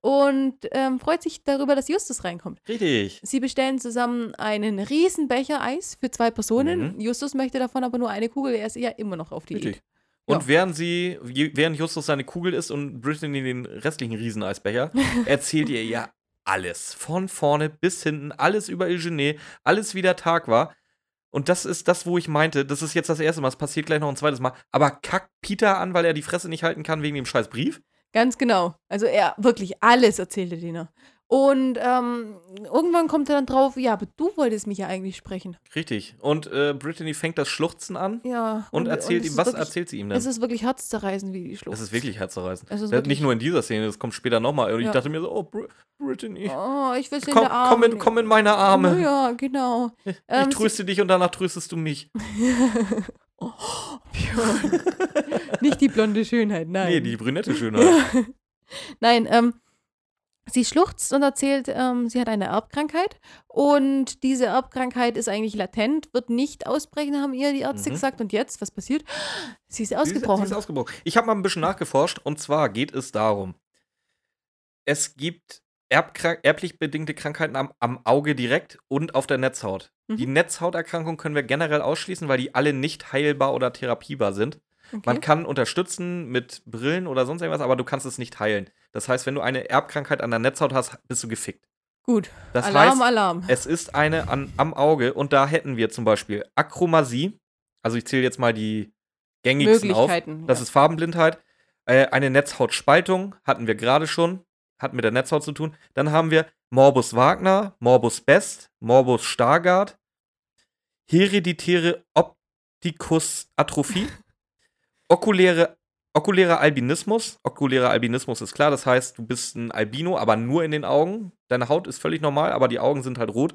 S3: und ähm, freut sich darüber, dass Justus reinkommt.
S2: Richtig.
S3: Sie bestellen zusammen einen riesen Becher Eis für zwei Personen.
S2: Mhm.
S3: Justus möchte davon aber nur eine Kugel. Er ist ja immer noch auf Diät.
S2: Richtig. Und
S3: Ja.
S2: während sie, je- während Justus seine Kugel ist und Brittany den restlichen Rieseneisbecher, erzählt ihr ja alles. Von vorne bis hinten, alles über Eugenie, alles wie der Tag war. Und das ist das, wo ich meinte, das ist jetzt das erste Mal, es passiert gleich noch ein zweites Mal. Aber kackt Peter an, weil er die Fresse nicht halten kann wegen dem scheiß Brief?
S3: Ganz genau. Also er wirklich alles erzählte Dina. Und ähm, irgendwann kommt er dann drauf, ja, aber du wolltest mich ja eigentlich sprechen.
S2: Richtig. Und äh, Brittany fängt das Schluchzen an
S3: Ja.
S2: und, erzählt
S3: es
S2: ihm,
S3: ist
S2: was
S3: wirklich,
S2: erzählt sie ihm denn?
S3: Es ist wirklich herzzerreißend, wie die Schlucht.
S2: das ist wirklich herzzerreißend.
S3: Es ist
S2: Das
S3: wirklich-
S2: nicht nur in dieser Szene, das kommt später nochmal. Und ich
S3: Ja.
S2: dachte mir so, oh, Br Brittany,
S3: Oh, ich will sie in
S2: komm,
S3: der Arme.
S2: komm, in, komm in meine Arme.
S3: Ja, genau.
S2: Ich
S3: Ähm, sie-
S2: tröste dich und danach tröstest du mich.
S3: Björn. Nicht die blonde Schönheit, nein.
S2: Nee, die brünette Schönheit.
S3: Nein, ähm, sie schluchzt und erzählt, ähm, sie hat eine Erbkrankheit und diese Erbkrankheit ist eigentlich latent, wird nicht ausbrechen, haben ihr die Ärzte
S2: Mhm.
S3: gesagt. Und jetzt, was passiert? Sie ist
S2: Sie ist-
S3: ausgebrochen.
S2: Sie ist ausgebrochen. Ich habe mal ein bisschen nachgeforscht und zwar geht es darum, es gibt erbkrank erblich bedingte Krankheiten am, am Auge direkt und auf der Netzhaut.
S3: Mhm.
S2: Die Netzhauterkrankung können wir generell ausschließen, weil die alle nicht heilbar oder therapierbar sind.
S3: okay.
S2: Man kann unterstützen mit Brillen oder sonst irgendwas, aber du kannst es nicht heilen. Das heißt, wenn du eine Erbkrankheit an der Netzhaut hast, bist du gefickt.
S3: Gut,
S2: Das
S3: Alarm,
S2: heißt,
S3: Alarm.
S2: es ist eine an, am Auge und da hätten wir zum Beispiel Achromasie. Also ich zähle jetzt mal die gängigsten auf.
S3: Möglichkeiten.
S2: Das
S3: ja.
S2: ist Farbenblindheit. Äh, eine Netzhautspaltung hatten wir gerade schon. Hat mit der Netzhaut zu tun. Dann haben wir Morbus Wagner, Morbus Best, Morbus Stargardt, hereditäre Optikusatrophie, okuläre, okulärer Albinismus. Okulärer Albinismus ist klar, das heißt, du bist ein Albino, aber nur in den Augen. Deine Haut ist völlig normal, aber die Augen sind halt rot.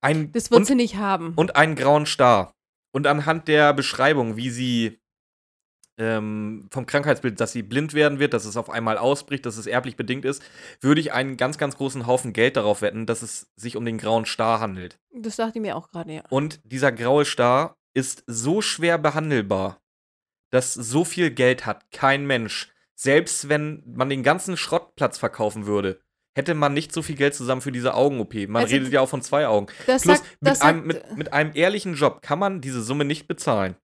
S2: Ein,
S3: das wird
S2: und-
S3: sie nicht haben.
S2: und einen grauen Star. Und anhand der Beschreibung, wie sie ähm, vom Krankheitsbild, dass sie blind werden wird, dass es auf einmal ausbricht, dass es erblich bedingt ist, würde ich einen ganz, ganz großen Haufen Geld darauf wetten, dass es sich um den grauen Star handelt.
S3: das dachte ich mir auch gerade, ja.
S2: Und dieser graue Star ist so schwer behandelbar, dass so viel Geld hat kein Mensch. Selbst wenn man den ganzen Schrottplatz verkaufen würde, hätte man nicht so viel Geld zusammen für diese Augen-OP. Man
S3: Also-
S2: redet ja auch von zwei Augen.
S3: Das
S2: Plus,
S3: sagt, das
S2: mit, einem,
S3: sagt, äh
S2: mit, mit einem ehrlichen Job kann man diese Summe nicht bezahlen.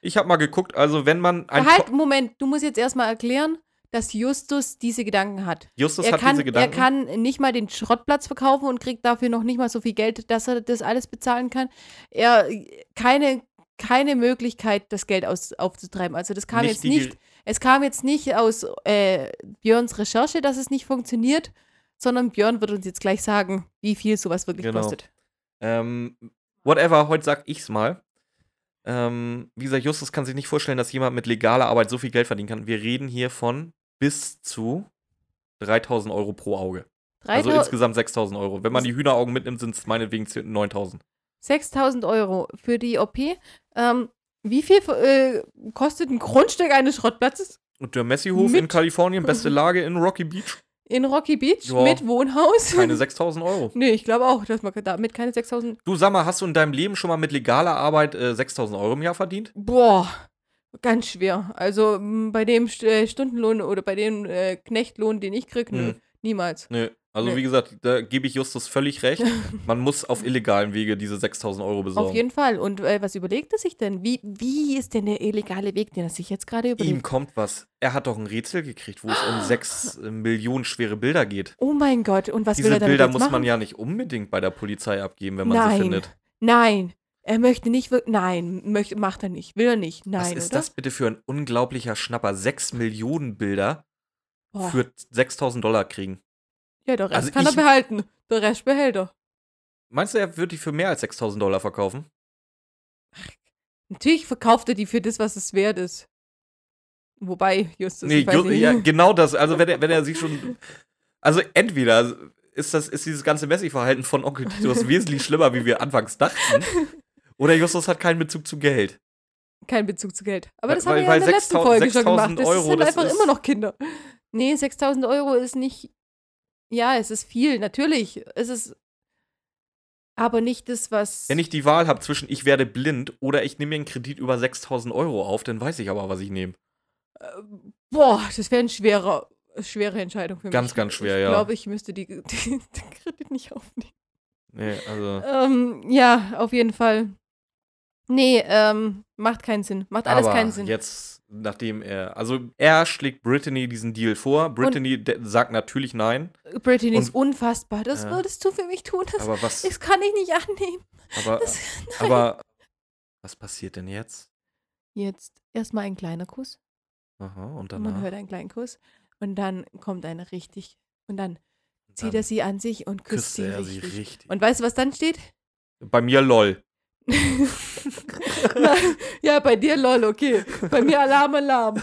S2: Ich habe mal geguckt, also wenn man ein
S3: halt,
S2: Ko-
S3: Moment, du musst jetzt erstmal erklären, dass Justus diese Gedanken hat.
S2: Justus
S3: er,
S2: hat
S3: kann,
S2: diese Gedanken.
S3: er kann nicht mal den Schrottplatz verkaufen und kriegt dafür noch nicht mal so viel Geld, dass er das alles bezahlen kann. Er keine, keine Möglichkeit, das Geld aus, aufzutreiben. Also das kam
S2: Nicht
S3: jetzt
S2: die
S3: nicht,
S2: Ge-
S3: es kam jetzt nicht aus äh, Björns Recherche, dass es nicht funktioniert, sondern Björn wird uns jetzt gleich sagen, wie viel sowas wirklich
S2: Genau.
S3: kostet.
S2: ähm, whatever, heute sag ich's mal. Ähm, wie gesagt, Justus kann sich nicht vorstellen, dass jemand mit legaler Arbeit so viel Geld verdienen kann. Wir reden hier von bis zu 3000 Euro pro Auge. Also
S3: 3000
S2: insgesamt 6000 Euro. Wenn man die Hühneraugen mitnimmt, sind es meinetwegen 10 9000.
S3: 6000 Euro für die OP. Ähm, wie viel äh, kostet ein Grundstück eines Schrottplatzes
S2: Und der Messihof in
S3: Mit-
S2: Kalifornien, beste Lage in Rocky Beach,
S3: in Rocky Beach
S2: Ja.
S3: mit Wohnhaus?
S2: keine 6000 Euro.
S3: Nee, ich glaube auch, dass man damit keine 6000.
S2: Du sag mal, hast du in deinem Leben schon mal mit legaler Arbeit äh, 6000 Euro im Jahr verdient?
S3: Boah, ganz schwer. Also m, bei dem St äh, Stundenlohn oder bei dem äh, Knechtlohn, den ich kriege, nö,
S2: Mhm.
S3: niemals.
S2: Nö. Also,
S3: Nö.
S2: wie gesagt, da gebe ich Justus völlig recht. Man muss auf illegalen Wege diese 6000 Euro besorgen.
S3: Auf jeden Fall. Und äh, was überlegt er sich denn? Wie, wie ist denn der illegale Weg, den er sich jetzt gerade
S2: Ihm
S3: überlegt?
S2: kommt was. Er hat doch ein Rätsel gekriegt, wo es um sechs äh, Millionen schwere Bilder geht.
S3: Oh mein Gott, und was will
S2: Diese
S3: er damit
S2: Bilder
S3: jetzt
S2: muss
S3: machen?
S2: man ja nicht unbedingt bei der Polizei abgeben, wenn man
S3: Nein.
S2: sie findet.
S3: Nein, er möchte nicht. wir- Nein, möchte, macht er nicht. Will er nicht. Nein,
S2: was ist
S3: oder?
S2: das bitte für ein unglaublicher Schnapper? Sechs Millionen Bilder
S3: Boah.
S2: für 6000 Dollar kriegen.
S3: ja, der Rest
S2: also
S3: kann er
S2: ich-
S3: behalten. Der Rest behält er.
S2: Meinst du, er würde die für mehr als 6000 Dollar verkaufen?
S3: Natürlich verkauft er die für das, was es wert ist. Wobei, Justus,
S2: Nee,
S3: ich weiß
S2: Ju-
S3: nicht.
S2: ja, genau das. Also wenn er, wenn er sich schon. Also entweder ist das, ist dieses ganze Messi-Verhalten von Onkel Titus wesentlich schlimmer, wie wir anfangs dachten. Oder Justus hat keinen Bezug zu Geld.
S3: Kein Bezug zu Geld. Aber das
S2: Weil-
S3: haben wir ja
S2: weil
S3: in der letzten
S2: 6000
S3: Folge schon
S2: 6000
S3: gemacht. Das
S2: Euro,
S3: sind
S2: das
S3: einfach
S2: ist-
S3: immer noch Kinder. Nee, 6000 Euro ist nicht. Ja, es ist viel, natürlich. Es ist. Aber nicht das, was.
S2: Wenn ich die Wahl habe zwischen ich werde blind oder ich nehme mir einen Kredit über 6000 Euro auf, dann weiß ich aber, was ich nehme.
S3: Boah, das wäre eine schwere, schwere Entscheidung für mich.
S2: Ganz, ganz schwer,
S3: ich
S2: ja.
S3: Ich glaube, ich müsste die, die, den Kredit nicht aufnehmen.
S2: Nee, also.
S3: Ähm, ja, auf jeden Fall. Nee, ähm, macht keinen Sinn. Macht alles
S2: aber
S3: keinen Sinn.
S2: jetzt, nachdem er. Also er schlägt Brittany diesen Deal vor. Brittany de- sagt natürlich nein.
S3: Brittany ist unfassbar. Das
S2: Ja.
S3: würdest du für mich tun. Das,
S2: Aber was.
S3: das kann ich nicht annehmen.
S2: Aber,
S3: Das, nein.
S2: aber was passiert denn jetzt?
S3: Jetzt erstmal ein kleiner Kuss.
S2: Aha, und
S3: Und
S2: danach.
S3: Man hört einen kleinen Kuss. Und dann kommt einer richtig. Und dann zieht
S2: dann
S3: er sie an sich und küsst
S2: küsste
S3: sie
S2: er
S3: richtig.
S2: sie richtig.
S3: Und weißt du, was dann steht?
S2: Bei mir lol.
S3: Nein, ja, bei dir lol, okay. Bei mir Alarm, Alarm.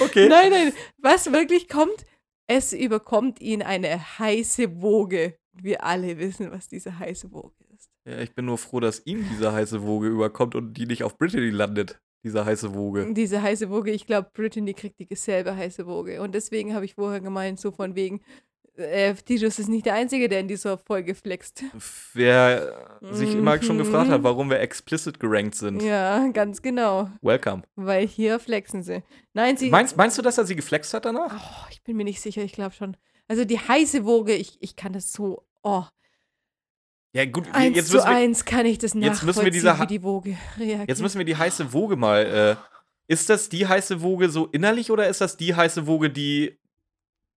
S2: Okay.
S3: Nein, nein, was wirklich kommt, es überkommt ihn eine heiße Woge Wir alle wissen, was diese heiße Woge ist.
S2: Ja, ich bin nur froh, dass ihm diese heiße Woge überkommt und die nicht auf Brittany landet, diese heiße Woge.
S3: Diese heiße Woge, ich glaube, Brittany kriegt die selbe heiße Woge. Und deswegen habe ich vorher gemeint, so von wegen, äh, Titus ist nicht der Einzige, der in dieser Folge flext.
S2: Wer sich immer schon gefragt hat,
S3: Mhm.
S2: warum wir explicit gerankt sind.
S3: Ja, ganz genau.
S2: Welcome.
S3: Weil hier flexen sie. Nein, sie.
S2: Meinst, meinst du, dass er sie geflext hat danach?
S3: Oh, ich bin mir nicht sicher, ich glaube schon. Also die heiße Woge, ich, ich kann das so. Oh,
S2: Ja, gut, wir-
S3: eins
S2: jetzt
S3: zu
S2: müssen, wir,
S3: eins kann ich das
S2: jetzt
S3: nachvollziehen,
S2: müssen wir diese Ha-
S3: wie die Woge reagiert.
S2: jetzt müssen wir die heiße Woge mal. Äh, ist das die heiße Woge so innerlich oder ist das die heiße Woge, die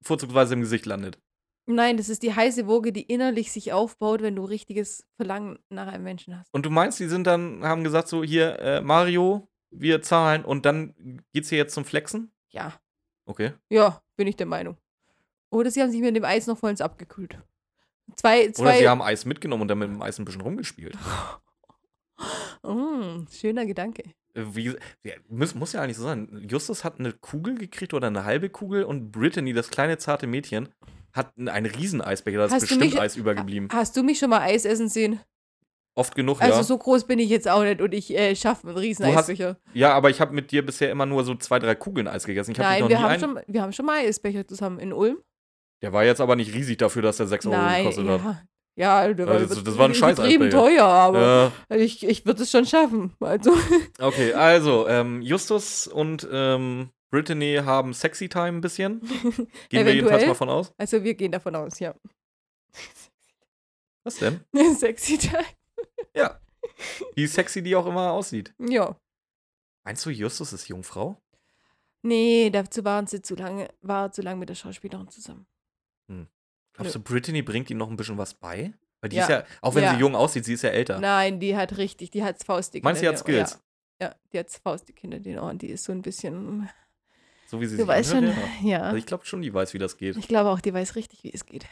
S2: vorzugsweise im Gesicht landet?
S3: Nein, das ist die heiße Woge, die innerlich sich aufbaut, wenn du richtiges Verlangen nach einem Menschen hast.
S2: Und du meinst, die sind dann, haben gesagt, so hier, äh, Mario, wir zahlen und dann geht's hier jetzt zum Flexen?
S3: Ja,
S2: Okay.
S3: ja, bin ich der Meinung. Oder sie haben sich mit dem Eis noch vollends abgekühlt. Zwei,
S2: Oder
S3: zwei.
S2: sie haben Eis mitgenommen und dann mit dem Eis ein bisschen rumgespielt.
S3: Mm, schöner Gedanke.
S2: Äh, Wie, ges- ja, muss, muss ja eigentlich so sein. Justus hat eine Kugel gekriegt oder eine halbe Kugel und Brittany, das kleine zarte Mädchen, hat ein- einen riesen Eisbecher. Da ist
S3: Hast du
S2: bestimmt
S3: mich-
S2: Eis übergeblieben.
S3: Hast du mich schon mal Eis essen sehen?
S2: Oft genug,
S3: Also
S2: ja.
S3: so groß bin ich jetzt auch nicht und ich äh, schaffe einen riesen
S2: Du hast-
S3: Eisbecher.
S2: Ja, aber ich habe mit dir bisher immer nur so zwei, drei Kugeln Eis gegessen. Ich habe
S3: Nein,
S2: noch
S3: wir
S2: nie
S3: haben,
S2: einen.
S3: schon, wir haben schon mal Eisbecher zusammen in Ulm.
S2: Der war jetzt aber nicht riesig dafür, dass der 6 Euro
S3: Nein,
S2: gekostet hat.
S3: ja. Ja, der
S2: Also das- das war ein scheiß
S3: übertrieben
S2: Eisbecher.
S3: teuer, aber
S2: Ja,
S3: ich, ich würde es schon schaffen. Also,
S2: okay, also, ähm, Justus und ähm, Brittany haben Sexy Time ein bisschen. Gehen wir jedenfalls
S3: Eventuell.
S2: mal von aus.
S3: also wir gehen davon aus, ja.
S2: Was denn?
S3: Sexy Time.
S2: Wie sexy die auch immer aussieht.
S3: Ja.
S2: Meinst du, Justus ist Jungfrau?
S3: Nee, dazu waren sie zu lange, war zu lange mit der Schauspielerin zusammen.
S2: Glaubst du, Brittany bringt ihm noch ein bisschen was bei? Weil die
S3: Ja.
S2: ist ja, auch wenn
S3: Ja.
S2: sie jung aussieht, sie ist ja älter.
S3: Nein, die hat richtig, die hat faustig
S2: Meinst du, sie
S3: hinter
S2: hat
S3: den Ohren,
S2: Skills?
S3: Ja. ja, die hat faustig hinter den Ohren. Die ist so ein bisschen.
S2: So wie sie
S3: Du
S2: sich
S3: weißt schon,
S2: anhört, ja.
S3: ja.
S2: Also ich glaube schon, die weiß, wie das geht.
S3: Ich glaube auch, die weiß richtig, wie es geht.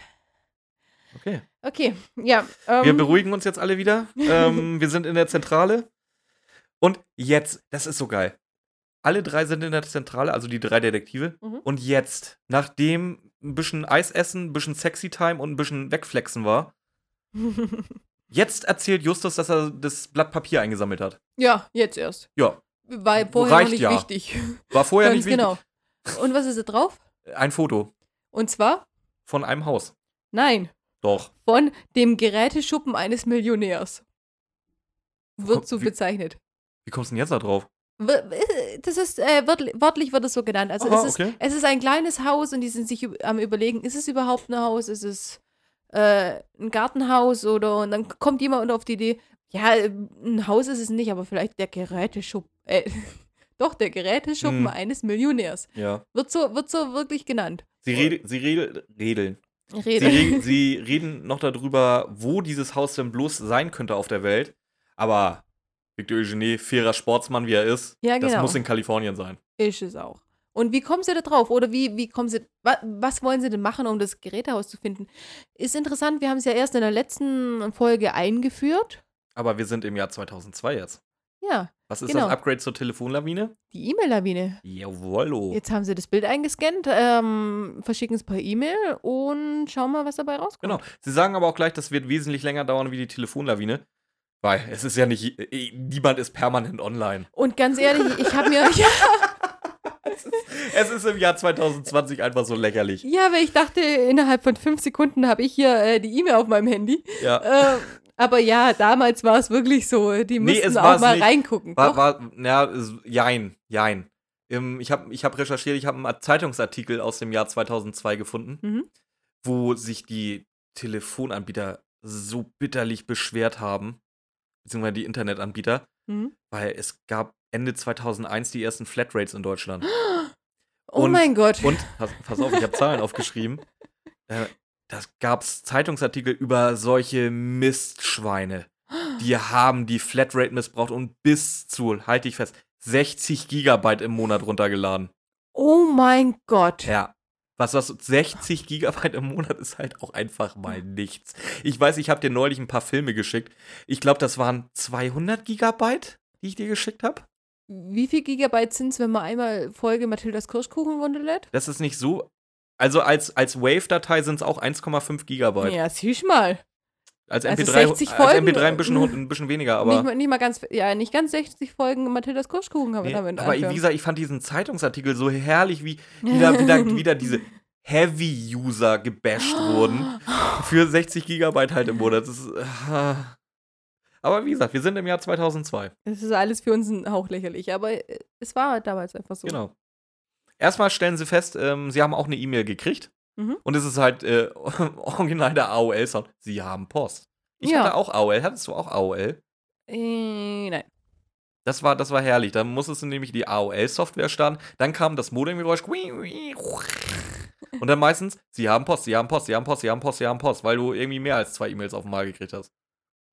S2: Okay.
S3: Okay, ja. Ähm,
S2: Wir beruhigen uns jetzt alle wieder. ähm, wir sind in der Zentrale. Und jetzt, das ist so geil. Alle drei sind in der Zentrale, also die drei Detektive.
S3: Mhm.
S2: Und jetzt, nachdem ein bisschen Eis essen, ein bisschen Sexy Time und ein bisschen Wegflexen war, jetzt erzählt Justus, dass er das Blatt Papier eingesammelt hat.
S3: ja, jetzt erst.
S2: Ja,
S3: Weil vorher
S2: Reicht
S3: noch nicht
S2: ja.
S3: wichtig.
S2: war vorher
S3: Ganz
S2: nicht wichtig.
S3: genau. Und was ist da drauf?
S2: Ein Foto
S3: Und zwar,
S2: von einem Haus.
S3: nein,
S2: Doch.
S3: von dem Geräteschuppen eines Millionärs. Wird so
S2: Wie-
S3: bezeichnet.
S2: Wie kommst du denn jetzt da drauf?
S3: W- Das ist, äh, wörtlich, wörtlich wird es so genannt. Also
S2: Aha,
S3: es, ist,
S2: okay.
S3: es ist ein kleines Haus und die sind sich üb- am überlegen, ist es überhaupt ein Haus, ist es äh, ein Gartenhaus oder und dann kommt jemand auf die Idee, ja, äh, ein Haus ist es nicht, aber vielleicht der Geräteschuppen, äh, doch, der Geräteschuppen
S2: Hm.
S3: eines Millionärs.
S2: Ja.
S3: Wird so, wird so wirklich genannt.
S2: Sie, rede, sie rede, redeln. Sie,
S3: Rede.
S2: re sie reden noch darüber, wo dieses Haus denn bloß sein könnte auf der Welt. Aber Victor Eugenie, fairer Sportsmann, wie er ist,
S3: Ja,
S2: das
S3: genau.
S2: muss in Kalifornien sein.
S3: Ist es auch. Und wie kommen sie da drauf? Oder wie, wie kommen sie, wa, was wollen sie denn machen, um das Gerätehaus zu finden? Ist interessant, wir haben es ja erst in der letzten Folge eingeführt.
S2: Aber wir sind im Jahr 2002 jetzt.
S3: Ja,
S2: Was ist
S3: Genau.
S2: das Upgrade zur Telefonlawine?
S3: die E-Mail-Lawine.
S2: Jawollo.
S3: Jetzt haben sie das Bild eingescannt, ähm, verschicken es per E-Mail und schauen mal, was dabei rauskommt.
S2: Genau. Sie sagen aber auch gleich, das wird wesentlich länger dauern wie die Telefonlawine. Weil es ist ja nicht, eh, niemand ist permanent online.
S3: Und ganz ehrlich, ich habe mir, ja,
S2: Es ist im Jahr 2020 einfach so lächerlich.
S3: ja, weil ich dachte, innerhalb von fünf Sekunden habe ich hier äh, die E-Mail auf meinem Handy.
S2: Ja.
S3: Ähm, aber ja, damals war es wirklich so, die
S2: Nee,
S3: mussten
S2: es
S3: auch
S2: war's
S3: mal
S2: nicht.
S3: reingucken.
S2: War,
S3: Doch.
S2: war, na, es- jein, jein. Ähm, ich habe ich hab recherchiert, ich habe einen Zeitungsartikel aus dem Jahr 2002 gefunden,
S3: Mhm.
S2: wo sich die Telefonanbieter so bitterlich beschwert haben, beziehungsweise die Internetanbieter,
S3: Mhm.
S2: weil es gab Ende 2001 die ersten Flatrates in Deutschland.
S3: Oh
S2: Und-
S3: mein Gott.
S2: Und, pass, pass auf, ich habe Zahlen aufgeschrieben, äh, da gab es Zeitungsartikel über solche Mistschweine. Die haben die Flatrate missbraucht und bis zu, halte ich fest, 60 Gigabyte im Monat runtergeladen.
S3: oh mein Gott.
S2: Ja. Was was 60 Gigabyte im Monat ist halt auch einfach mal nichts. Ich weiß, ich habe dir neulich ein paar Filme geschickt. Ich glaube, das waren 200 Gigabyte, die ich dir geschickt habe.
S3: Wie viel Gigabyte sind es, wenn man einmal Folge Mathildas Kirschkuchen runterlädt?
S2: Das ist nicht so Also als, als Wave-Datei sind es auch 1,5 Gigabyte.
S3: Ja, siehst mal.
S2: Als
S3: Also
S2: MP3,
S3: 60
S2: als
S3: Folgen.
S2: MP3 ein bisschen, hun- ein bisschen weniger, aber.
S3: nicht, mal- nicht mal ganz, ja, nicht ganz 60 Folgen Mathildas Kirschkuchen haben wir
S2: Nee,
S3: damit
S2: aber wie gesagt, ich fand diesen Zeitungsartikel so herrlich, wie wieder, wieder, wieder diese Heavy-User gebasht wurden für 60 Gigabyte halt im Monat. Das ist, ah. aber wie gesagt, wir sind im Jahr 2002.
S3: Es ist alles für uns ein Hauch lächerlich, aber äh, es war damals einfach so.
S2: Genau. Erstmal stellen sie fest, ähm, sie haben auch eine E-Mail gekriegt.
S3: Mhm.
S2: Und es ist halt äh, original der AOL-Sound. Sie haben Post. Ich
S3: Ja.
S2: hatte auch AOL. Hattest du auch AOL?
S3: Äh, nein.
S2: Das war, das war herrlich. Da musstest du nämlich die AOL-Software starten. Dann kam das Modemgeräusch. Und dann meistens, sie haben Post, sie haben Post, sie haben Post, sie haben Post, sie haben Post, weil du irgendwie mehr als zwei E-Mails auf einmal gekriegt hast.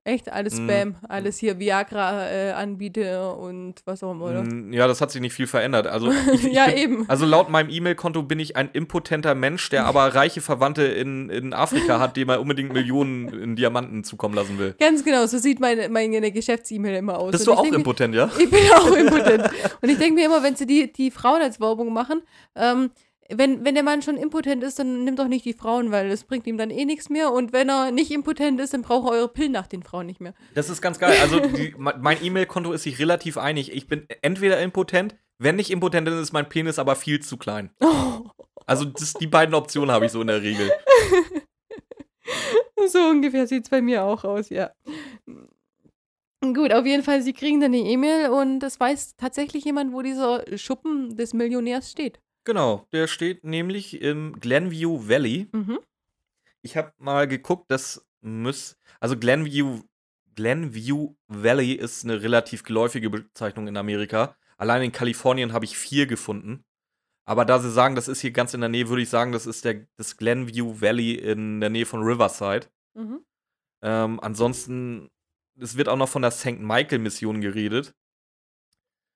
S3: Echt alles
S2: Mm.
S3: Spam, alles hier Viagra äh, anbiete und was auch immer. Oder?
S2: Mm, Ja, das hat sich nicht viel verändert. Also, ich, ich
S3: ja, eh.
S2: bin,
S3: eben.
S2: also laut meinem E-Mail-Konto bin ich ein impotenter Mensch, der aber reiche Verwandte in, in Afrika hat, dem er unbedingt Millionen in Diamanten zukommen lassen will.
S3: Ganz genau, so sieht meine, meine Geschäfts-E-Mail immer aus.
S2: Bist
S3: Und
S2: du
S3: ich
S2: auch
S3: denk mir-
S2: impotent, ja?
S3: Ich bin auch impotent. Und ich denke mir immer, wenn sie die, die Frauen als Werbung machen, ähm, wenn, wenn der Mann schon impotent ist, dann nimmt doch nicht die Frauen, weil das bringt ihm dann eh nichts mehr. Und wenn er nicht impotent ist, dann braucht er eure Pillen nach den Frauen nicht mehr.
S2: Das ist ganz geil. Also die, me- mein E-Mail-Konto ist sich relativ einig. Ich bin entweder impotent, wenn nicht impotent, dann ist mein Penis aber viel zu klein.
S3: Oh,
S2: Also das, die beiden Optionen habe ich so in der Regel.
S3: So ungefähr sieht es bei mir auch aus, ja. Gut, auf jeden Fall, sie kriegen dann eine E-Mail und es weiß tatsächlich jemand, wo dieser Schuppen des Millionärs steht.
S2: Genau, der steht nämlich im Glenview Valley.
S3: Mhm.
S2: Ich habe mal geguckt, das muss also Glenview Glenview Valley ist eine relativ geläufige Bezeichnung in Amerika. Allein in Kalifornien habe ich vier gefunden. Aber da sie sagen, das ist hier ganz in der Nähe, würde ich sagen, das ist der, das Glenview Valley in der Nähe von Riverside.
S3: Mhm.
S2: Ähm, ansonsten, es wird auch noch von der St. Michael-Mission geredet.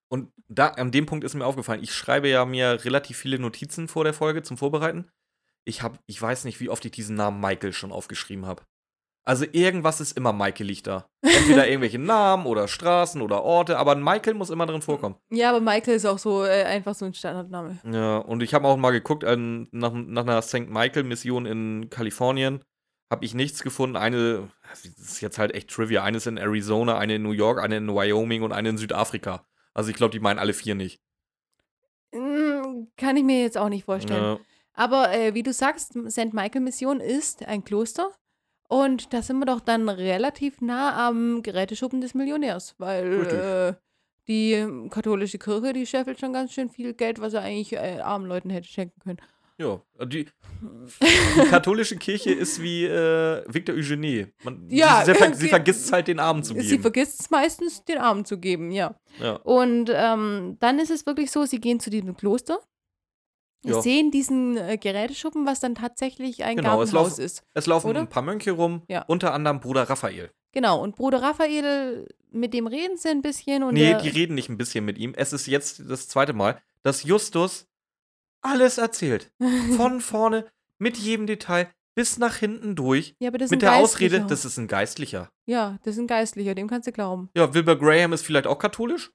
S2: Und da, an dem Punkt ist mir aufgefallen, ich schreibe ja mir relativ viele Notizen vor der Folge zum Vorbereiten. Ich, hab, ich weiß nicht, wie oft ich diesen Namen Michael schon aufgeschrieben habe. Also irgendwas ist immer Michaelig da. Entweder irgendwelche Namen oder Straßen oder Orte, aber ein Michael muss immer drin vorkommen.
S3: Ja, aber Michael ist auch so äh, einfach so ein Standardname.
S2: Ja, und ich habe auch mal geguckt, ähm, nach, nach einer St. Michael-Mission in Kalifornien habe ich nichts gefunden. Eine, das ist jetzt halt echt Trivia, eine ist in Arizona, eine in New York, eine in Wyoming und eine in Südafrika. Also ich glaube, die meinen alle vier nicht.
S3: Mm, Kann ich mir jetzt auch nicht vorstellen.
S2: Ja,
S3: Aber äh, wie du sagst, St. Michael Mission ist ein Kloster. Und da sind wir doch dann relativ nah am Geräteschuppen des Millionärs, weil
S2: Richtig.
S3: äh, die ähm, katholische Kirche, die scheffelt schon ganz schön viel Geld, was er eigentlich äh, armen Leuten hätte schenken können.
S2: ja. Die, die katholische Kirche ist wie äh, Victor Eugenie. Man,
S3: Ja,
S2: sie, sie, ver sie
S3: sie-
S2: vergisst halt den Abend zu
S3: Sie
S2: geben.
S3: vergisst es meistens, den Armen zu geben, ja.
S2: Ja.
S3: Und ähm, dann ist es wirklich so, sie gehen zu diesem Kloster,
S2: Ja.
S3: sehen diesen äh, Geräteschuppen, was dann tatsächlich ein
S2: Genau, es
S3: Gartenhaus
S2: laufen-
S3: ist.
S2: Es laufen
S3: Oder?
S2: ein paar Mönche rum,
S3: Ja.
S2: unter anderem Bruder Raphael.
S3: Genau, und Bruder Raphael, mit dem reden sie ein bisschen. Und
S2: Nee,
S3: der,
S2: die reden nicht ein bisschen mit ihm. Es ist jetzt das zweite Mal, dass Justus alles erzählt. Von vorne, mit jedem Detail, bis nach hinten durch.
S3: Ja, aber das ist
S2: Mit
S3: ein
S2: der Ausrede,
S3: Geistlicher.
S2: das ist ein Geistlicher.
S3: ja, das ist ein Geistlicher, dem kannst du glauben.
S2: Ja, Wilbur Graham ist vielleicht auch katholisch?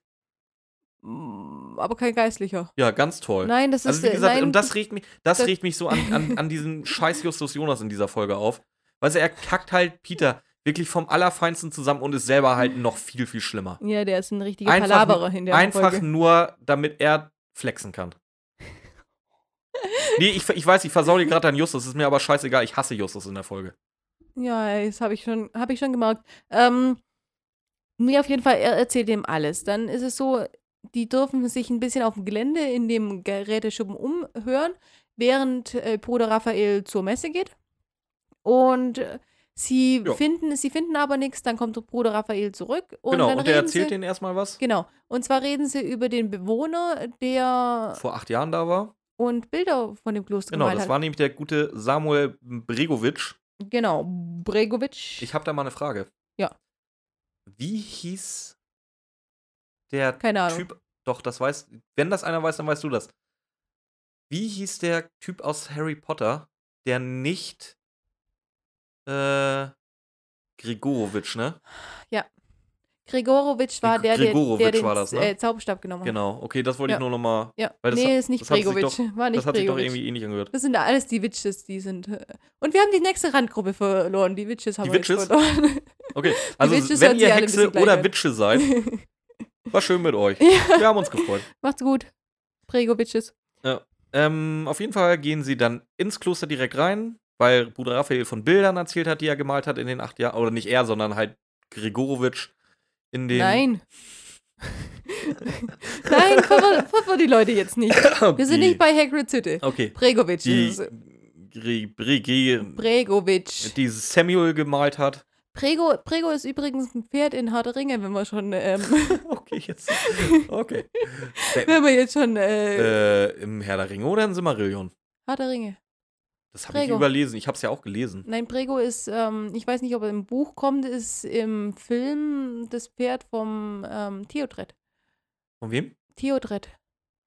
S3: Mm, Aber kein Geistlicher.
S2: Ja, ganz toll.
S3: Nein, das ist.
S2: also wie
S3: äh,
S2: gesagt,
S3: nein,
S2: und das regt mich, das,
S3: das-
S2: regt mich so an, an, an diesen scheiß Justus Jonas in dieser Folge auf. Weil er kackt halt Peter wirklich vom Allerfeinsten zusammen und ist selber halt noch viel, viel schlimmer.
S3: ja, der ist ein richtiger
S2: Einfach,
S3: Palaverer in der
S2: einfach
S3: Folge.
S2: nur, damit er flexen kann. Nee, ich, ich weiß, ich versau dir gerade an Justus, ist mir aber scheißegal, ich hasse Justus in der Folge.
S3: Ja, das habe ich, schon- hab ich schon gemerkt. Ähm, mir auf jeden Fall, er erzählt ihm alles. Dann ist es so, die dürfen sich ein bisschen auf dem Gelände in dem Geräteschuppen umhören, während äh, Bruder Raphael zur Messe geht. Und äh, sie,
S2: Ja.
S3: finden, sie finden aber nichts, dann kommt Bruder Raphael zurück. Und
S2: genau,
S3: dann
S2: und der
S3: reden
S2: erzählt
S3: sie,
S2: denen erstmal was.
S3: Genau. Und zwar reden sie über den Bewohner, der
S2: Vor acht Jahren da war.
S3: und Bilder von dem Kloster
S2: Genau,
S3: gemalt
S2: das
S3: hat.
S2: war nämlich der gute Samuel Bregovic.
S3: Genau, Bregovic.
S2: Ich habe da mal eine Frage.
S3: Ja.
S2: Wie hieß der
S3: Keine Ahnung.
S2: Typ? Doch, das weiß. Wenn das einer weiß, dann weißt du das. Wie hieß der Typ aus Harry Potter, der nicht
S3: Ah.
S2: äh, Grigorowitsch, ne?
S3: Gregorowitsch war
S2: Gre-
S3: der, der, der
S2: Gregorowitsch
S3: den
S2: war das, ne?
S3: äh, Zauberstab genommen hat.
S2: Genau, okay, das wollte
S3: Ja.
S2: ich nur nochmal.
S3: Ja.
S2: Weil das
S3: nee,
S2: hat-
S3: ist nicht
S2: das hat sich
S3: Gregowitsch. War nicht
S2: Das hat sich doch
S3: Gregowitsch.
S2: irgendwie ähnlich angehört.
S3: Das sind da alles die Witches, die sind. äh, Und wir haben die nächste Randgruppe verloren. Die Witches haben
S2: Die
S3: wir jetzt
S2: Witches?
S3: verloren.
S2: Okay, also
S3: Witches hören
S2: wenn
S3: sich
S2: ihr
S3: alle ein
S2: Hexe
S3: bisschen gleich
S2: oder
S3: an.
S2: Witsche seid, war schön mit euch.
S3: ja,
S2: Wir haben uns gefreut.
S3: macht's gut. Pregowitches.
S2: Ähm, auf jeden Fall gehen sie dann ins Kloster direkt rein, weil Bruder Raphael von Bildern erzählt hat, die er gemalt hat in den acht Jahren. Oder nicht er, sondern halt Gregorowitsch in den.
S3: Nein. Nein, verwirr verwirr die Leute jetzt nicht. Wir sind
S2: Ah, die-
S3: nicht bei Hagrid's Hütte.
S2: Okay.
S3: Pregowitsch.
S2: Die,
S3: ist es.
S2: Gre- Brege-
S3: Pregowitsch.
S2: die Samuel gemalt hat.
S3: Prego, Prego ist übrigens ein Pferd in Harter Ringe, wenn wir schon, ähm,
S2: Okay, jetzt. Okay.
S3: wenn wir jetzt schon, äh,
S2: äh, Im Herr der Ringe oder in Simmerillion?
S3: Harter Ringe.
S2: Das habe ich
S3: Prego.
S2: überlesen. Ich habe es ja auch gelesen.
S3: Nein, Prego ist, ähm, ich weiß nicht, ob er im Buch kommt, ist im Film das Pferd vom ähm, Theodred.
S2: Von wem?
S3: Theodred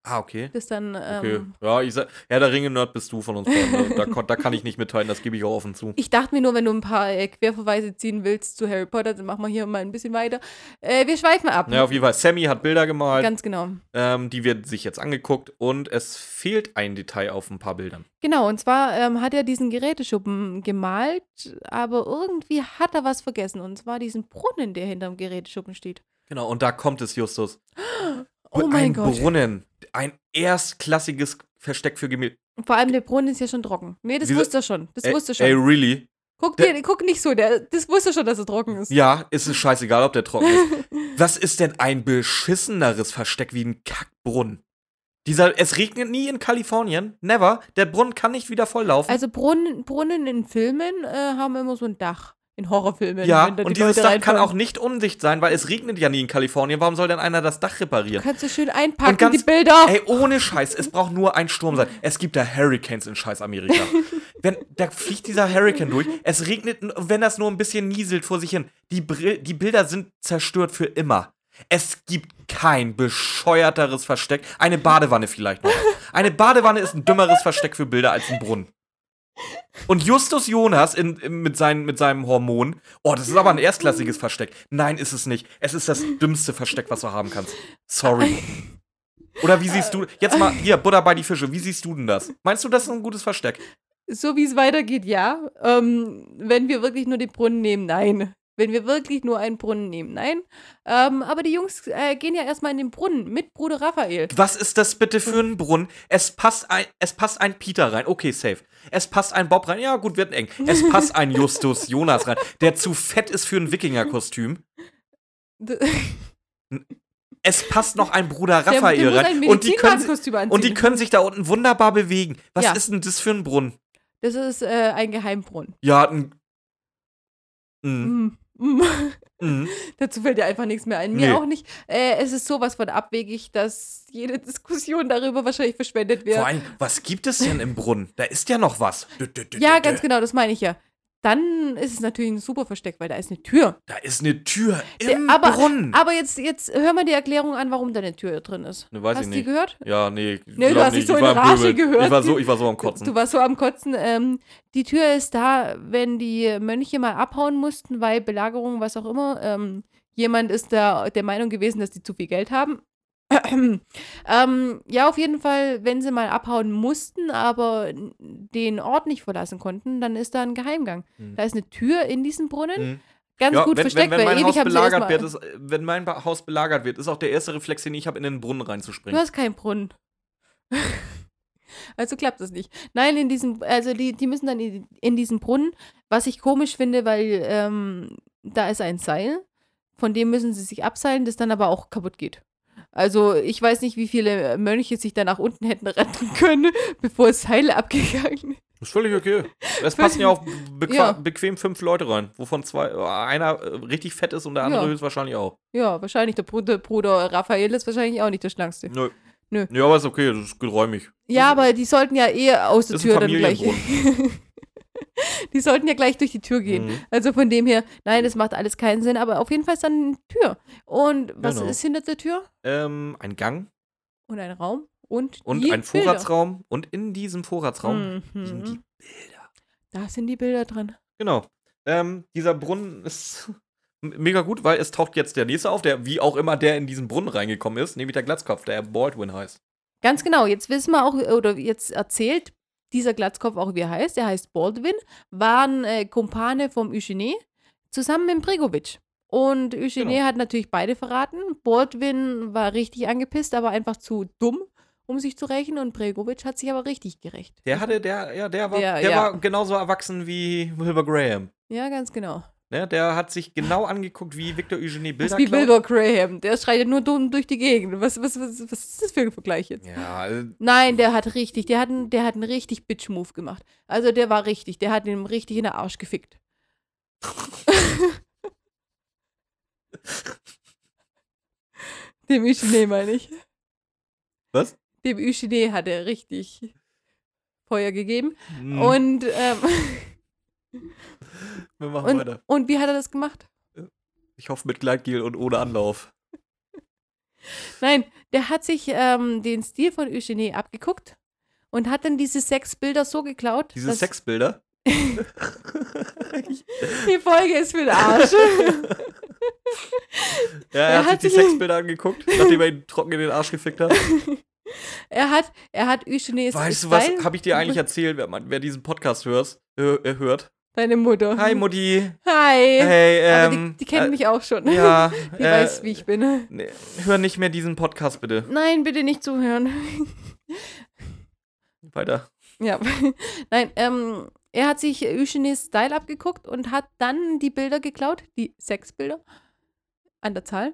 S2: Ah, okay.
S3: ist dann,
S2: Okay.
S3: ähm,
S2: Ja, ich sag, Herr der Ringe-Nerd bist du von uns beiden. ne? Da, kon- da kann ich nicht mitteilen, das gebe ich auch offen zu.
S3: ich dachte mir nur, wenn du ein paar äh, Querverweise ziehen willst zu Harry Potter, dann machen wir hier mal ein bisschen weiter. Äh, wir schweifen ab.
S2: Naja, auf jeden Fall, Sammy hat Bilder gemalt,
S3: Ganz genau.
S2: ähm, die wird sich jetzt angeguckt und es fehlt ein Detail auf ein paar Bildern.
S3: Genau, und zwar ähm, hat er diesen Geräteschuppen gemalt, aber irgendwie hat er was vergessen. Und zwar diesen Brunnen, der hinterm Geräteschuppen steht.
S2: Genau, und da kommt es, Justus.
S3: Oh mein
S2: ein
S3: Gott.
S2: Brunnen. Ein erstklassiges Versteck für Gemälde.
S3: Und vor allem der Brunnen ist ja schon trocken. Nee, das
S2: Wieso-
S3: wusste er schon. Das
S2: Ey,
S3: wusste er schon.
S2: Äh, Ey, really?
S3: guck, dir, guck nicht so, der, das wusste er schon, dass er trocken ist.
S2: Ja, ist es scheißegal, ob der trocken ist. Was ist denn ein beschisseneres Versteck wie ein Kackbrunnen? Dieser, es regnet nie in Kalifornien. Never. Der Brunnen kann nicht wieder volllaufen.
S3: Also Brunnen, Brunnen in Filmen äh, haben immer so ein Dach. In Horrorfilmen.
S2: Ja,
S3: wenn da die
S2: und dieses
S3: Leute
S2: Dach kann
S3: reinfallen.
S2: auch nicht undicht sein, weil es regnet ja nie in Kalifornien. Warum soll denn einer das Dach reparieren?
S3: Kannst du schön einpacken,
S2: Und ganz-
S3: die Bilder.
S2: Ey, ohne Scheiß, es braucht nur ein Sturm sein. Es gibt da Hurricanes in scheiß Amerika. Wenn, da fliegt dieser Hurricane durch, es regnet, und wenn das nur ein bisschen nieselt vor sich hin, die, Brill, die Bilder sind zerstört für immer. Es gibt kein bescheuerteres Versteck. Eine Badewanne vielleicht noch. Eine Badewanne ist ein dümmeres Versteck für Bilder als ein Brunnen. Und Justus Jonas in, in, mit, seinen, mit seinem Hormon. Oh, das ist aber ein erstklassiges Versteck. Nein, ist es nicht. Es ist das dümmste Versteck, was du haben kannst. Sorry. Oder wie siehst du. Jetzt mal hier, Butter bei die Fische. Wie siehst du denn das? Meinst du, das ist ein gutes Versteck?
S3: So wie es weitergeht, ja. Ähm, wenn wir wirklich nur den Brunnen nehmen, nein. Wenn wir wirklich nur einen Brunnen nehmen, nein. Ähm, aber die Jungs äh, gehen ja erstmal in den Brunnen mit Bruder Raphael.
S2: Was ist das bitte für ein Brunnen? Es passt ein, es passt ein Peter rein. Okay, safe. Es passt ein Bob rein. Ja, gut, wird eng. Es passt ein Justus Jonas rein, der zu fett ist für ein Wikingerkostüm.
S3: D-
S2: Es passt noch ein Bruder
S3: der,
S2: Raphael
S3: der muss ein
S2: rein. Und die, können, si-
S3: Medizinmannkostüm anziehen.
S2: und die können sich da unten wunderbar bewegen. Was
S3: Ja.
S2: ist denn das für ein Brunnen?
S3: das ist äh, ein Geheimbrunnen.
S2: Ja, ein. Mm,
S3: Mhm. Mhm.
S2: mm.
S3: Dazu fällt ja einfach nichts mehr ein. Mir
S2: Nee.
S3: auch nicht. Äh, es ist sowas von abwegig, dass jede Diskussion darüber wahrscheinlich verschwendet wird.
S2: Vor allem, was gibt es denn im Brunnen? Da ist ja noch was. Dö, dö, dö,
S3: ja,
S2: dö,
S3: ganz
S2: dö.
S3: genau, das meine ich ja. Dann ist es natürlich ein super Versteck, weil da ist eine Tür.
S2: Da ist eine Tür
S3: Der-
S2: im
S3: aber-
S2: Brunnen.
S3: Aber jetzt, jetzt hör mal die Erklärung an, warum da eine Tür drin ist.
S2: Ne, weiß
S3: hast
S2: ich
S3: du die
S2: nicht.
S3: gehört?
S2: Ja, nee. ich
S3: Nee, du
S2: glaub
S3: hast dich
S2: nicht.
S3: so
S2: Ich
S3: in
S2: war im
S3: Rage
S2: Pöbel.
S3: gehört.
S2: Ich war so, ich war so am Kotzen.
S3: Du warst so am Kotzen. Ähm, die Tür ist da, wenn die Mönche mal abhauen mussten, weil Belagerung, was auch immer, ähm, jemand ist da der Meinung gewesen, dass die zu viel Geld haben. ähm, ja, auf jeden Fall, wenn sie mal abhauen mussten, aber n- den Ort nicht verlassen konnten, dann ist da ein Geheimgang.
S2: Hm.
S3: Da ist eine Tür in diesem Brunnen,
S2: Mhm.
S3: ganz
S2: Ja,
S3: gut
S2: wenn,
S3: versteckt,
S2: wenn, wenn
S3: weil
S2: mein
S3: ewig
S2: Haus
S3: haben sie
S2: belagert
S3: erstmal.
S2: wird, ist, wenn mein Ba- Haus belagert wird, ist auch der erste Reflex, den ich habe, in den Brunnen
S3: Du
S2: reinzuspringen.
S3: hast keinen Brunnen. also klappt das nicht. Nein, in diesem, also die, die müssen dann in, in diesen Brunnen, was ich komisch finde, weil ähm, da ist ein Seil, von dem müssen sie sich abseilen, das dann aber auch kaputt geht. Also ich weiß nicht, wie viele Mönche sich da nach unten hätten retten können, bevor das Seil abgegangen ist.
S2: Ist völlig okay. Es passen ja auch bequa-
S3: Ja.
S2: bequem fünf Leute rein, wovon zwei, einer äh, richtig fett ist und der andere
S3: Ja.
S2: höchstwahrscheinlich auch.
S3: Ja, wahrscheinlich der Bruder, Bruder Raphael ist wahrscheinlich auch nicht der schlankste.
S2: Nö.
S3: Nö.
S2: Ja, aber ist okay, das ist geräumig.
S3: Ja, aber die sollten ja eh aus der
S2: Ist ein
S3: Tür dann gleich. die sollten ja gleich durch die Tür gehen.
S2: Mhm.
S3: Also von dem her, nein, das macht alles keinen Sinn, aber auf jeden Fall ist dann eine Tür. Und was
S2: Genau.
S3: ist hinter der Tür?
S2: Ähm, ein Gang
S3: Und ein Raum und,
S2: und
S3: die
S2: ein Vorratsraum und in diesem Vorratsraum
S3: Bilder.
S2: liegen die.
S3: Mhm. Da sind die Bilder drin.
S2: Genau. Ähm, dieser Brunnen ist M- Mega gut, weil es taucht jetzt der nächste auf, der wie auch immer der in diesen Brunnen reingekommen ist, nämlich der Glatzkopf, der Baldwin heißt.
S3: Ganz genau, jetzt wissen wir auch, oder jetzt erzählt dieser Glatzkopf auch, wie er heißt. Er heißt Baldwin, waren äh, Kumpane vom Eugenie, zusammen mit Bregovic. Und Eugenie
S2: Genau.
S3: hat natürlich beide verraten. Baldwin war richtig angepisst, aber einfach zu dumm, um sich zu rächen. Und Bregovic hat sich aber richtig gerecht.
S2: Der hatte, der, ja, der war,
S3: Mhm. Der,
S2: der,
S3: ja.
S2: war genauso erwachsen wie Wilbur Graham.
S3: Ja, ganz genau.
S2: Ne? Der hat sich genau angeguckt, wie Victor Eugenie
S3: Das
S2: Bilder
S3: ist wie
S2: klaut.
S3: Wilbur Graham. Der schreit nur dumm durch die Gegend. Was, was, was, was ist das für ein Vergleich jetzt?
S2: Ja, also,
S3: Nein, der hat richtig, der hat, einen- der hat einen richtig Bitch-Move gemacht. Also der war richtig, der hat ihm richtig in den Arsch gefickt. Dem Uchine meine ich.
S2: was?
S3: Dem Uchine hat er richtig Feuer gegeben.
S2: Hm,
S3: Und, ähm,
S2: wir machen
S3: und,
S2: weiter.
S3: und wie hat er das gemacht?
S2: Ich hoffe mit Gleitgel und ohne Anlauf.
S3: Nein, der hat sich ähm, den Stil von Uchine abgeguckt und hat dann diese Sexbilder so geklaut.
S2: Diese
S3: dass-
S2: Sexbilder.
S3: Die Folge ist für den Arsch.
S2: Ja, er, hat, sich die Sexbilder angeguckt, nachdem er ihn trocken in den Arsch gefickt hat.
S3: Er hat, er hat Uchines
S2: Weißt du was,
S3: Style-
S2: habe ich dir eigentlich erzählt, wer, man, wer diesen Podcast hörst, äh, äh, hört?
S3: Deine Mutter.
S2: Hi Mutti.
S3: Hi.
S2: Hey,
S3: Aber
S2: ähm.
S3: die, die kennt
S2: äh,
S3: mich auch schon.
S2: Ja. äh,
S3: Die weiß, wie ich bin.
S2: Nee, hör nicht mehr diesen Podcast bitte.
S3: Nein, bitte nicht zuhören.
S2: Weiter.
S3: ja. Nein, ähm, er hat sich Uchines Style abgeguckt und hat dann die Bilder geklaut, die Sexbilder an der Zahl.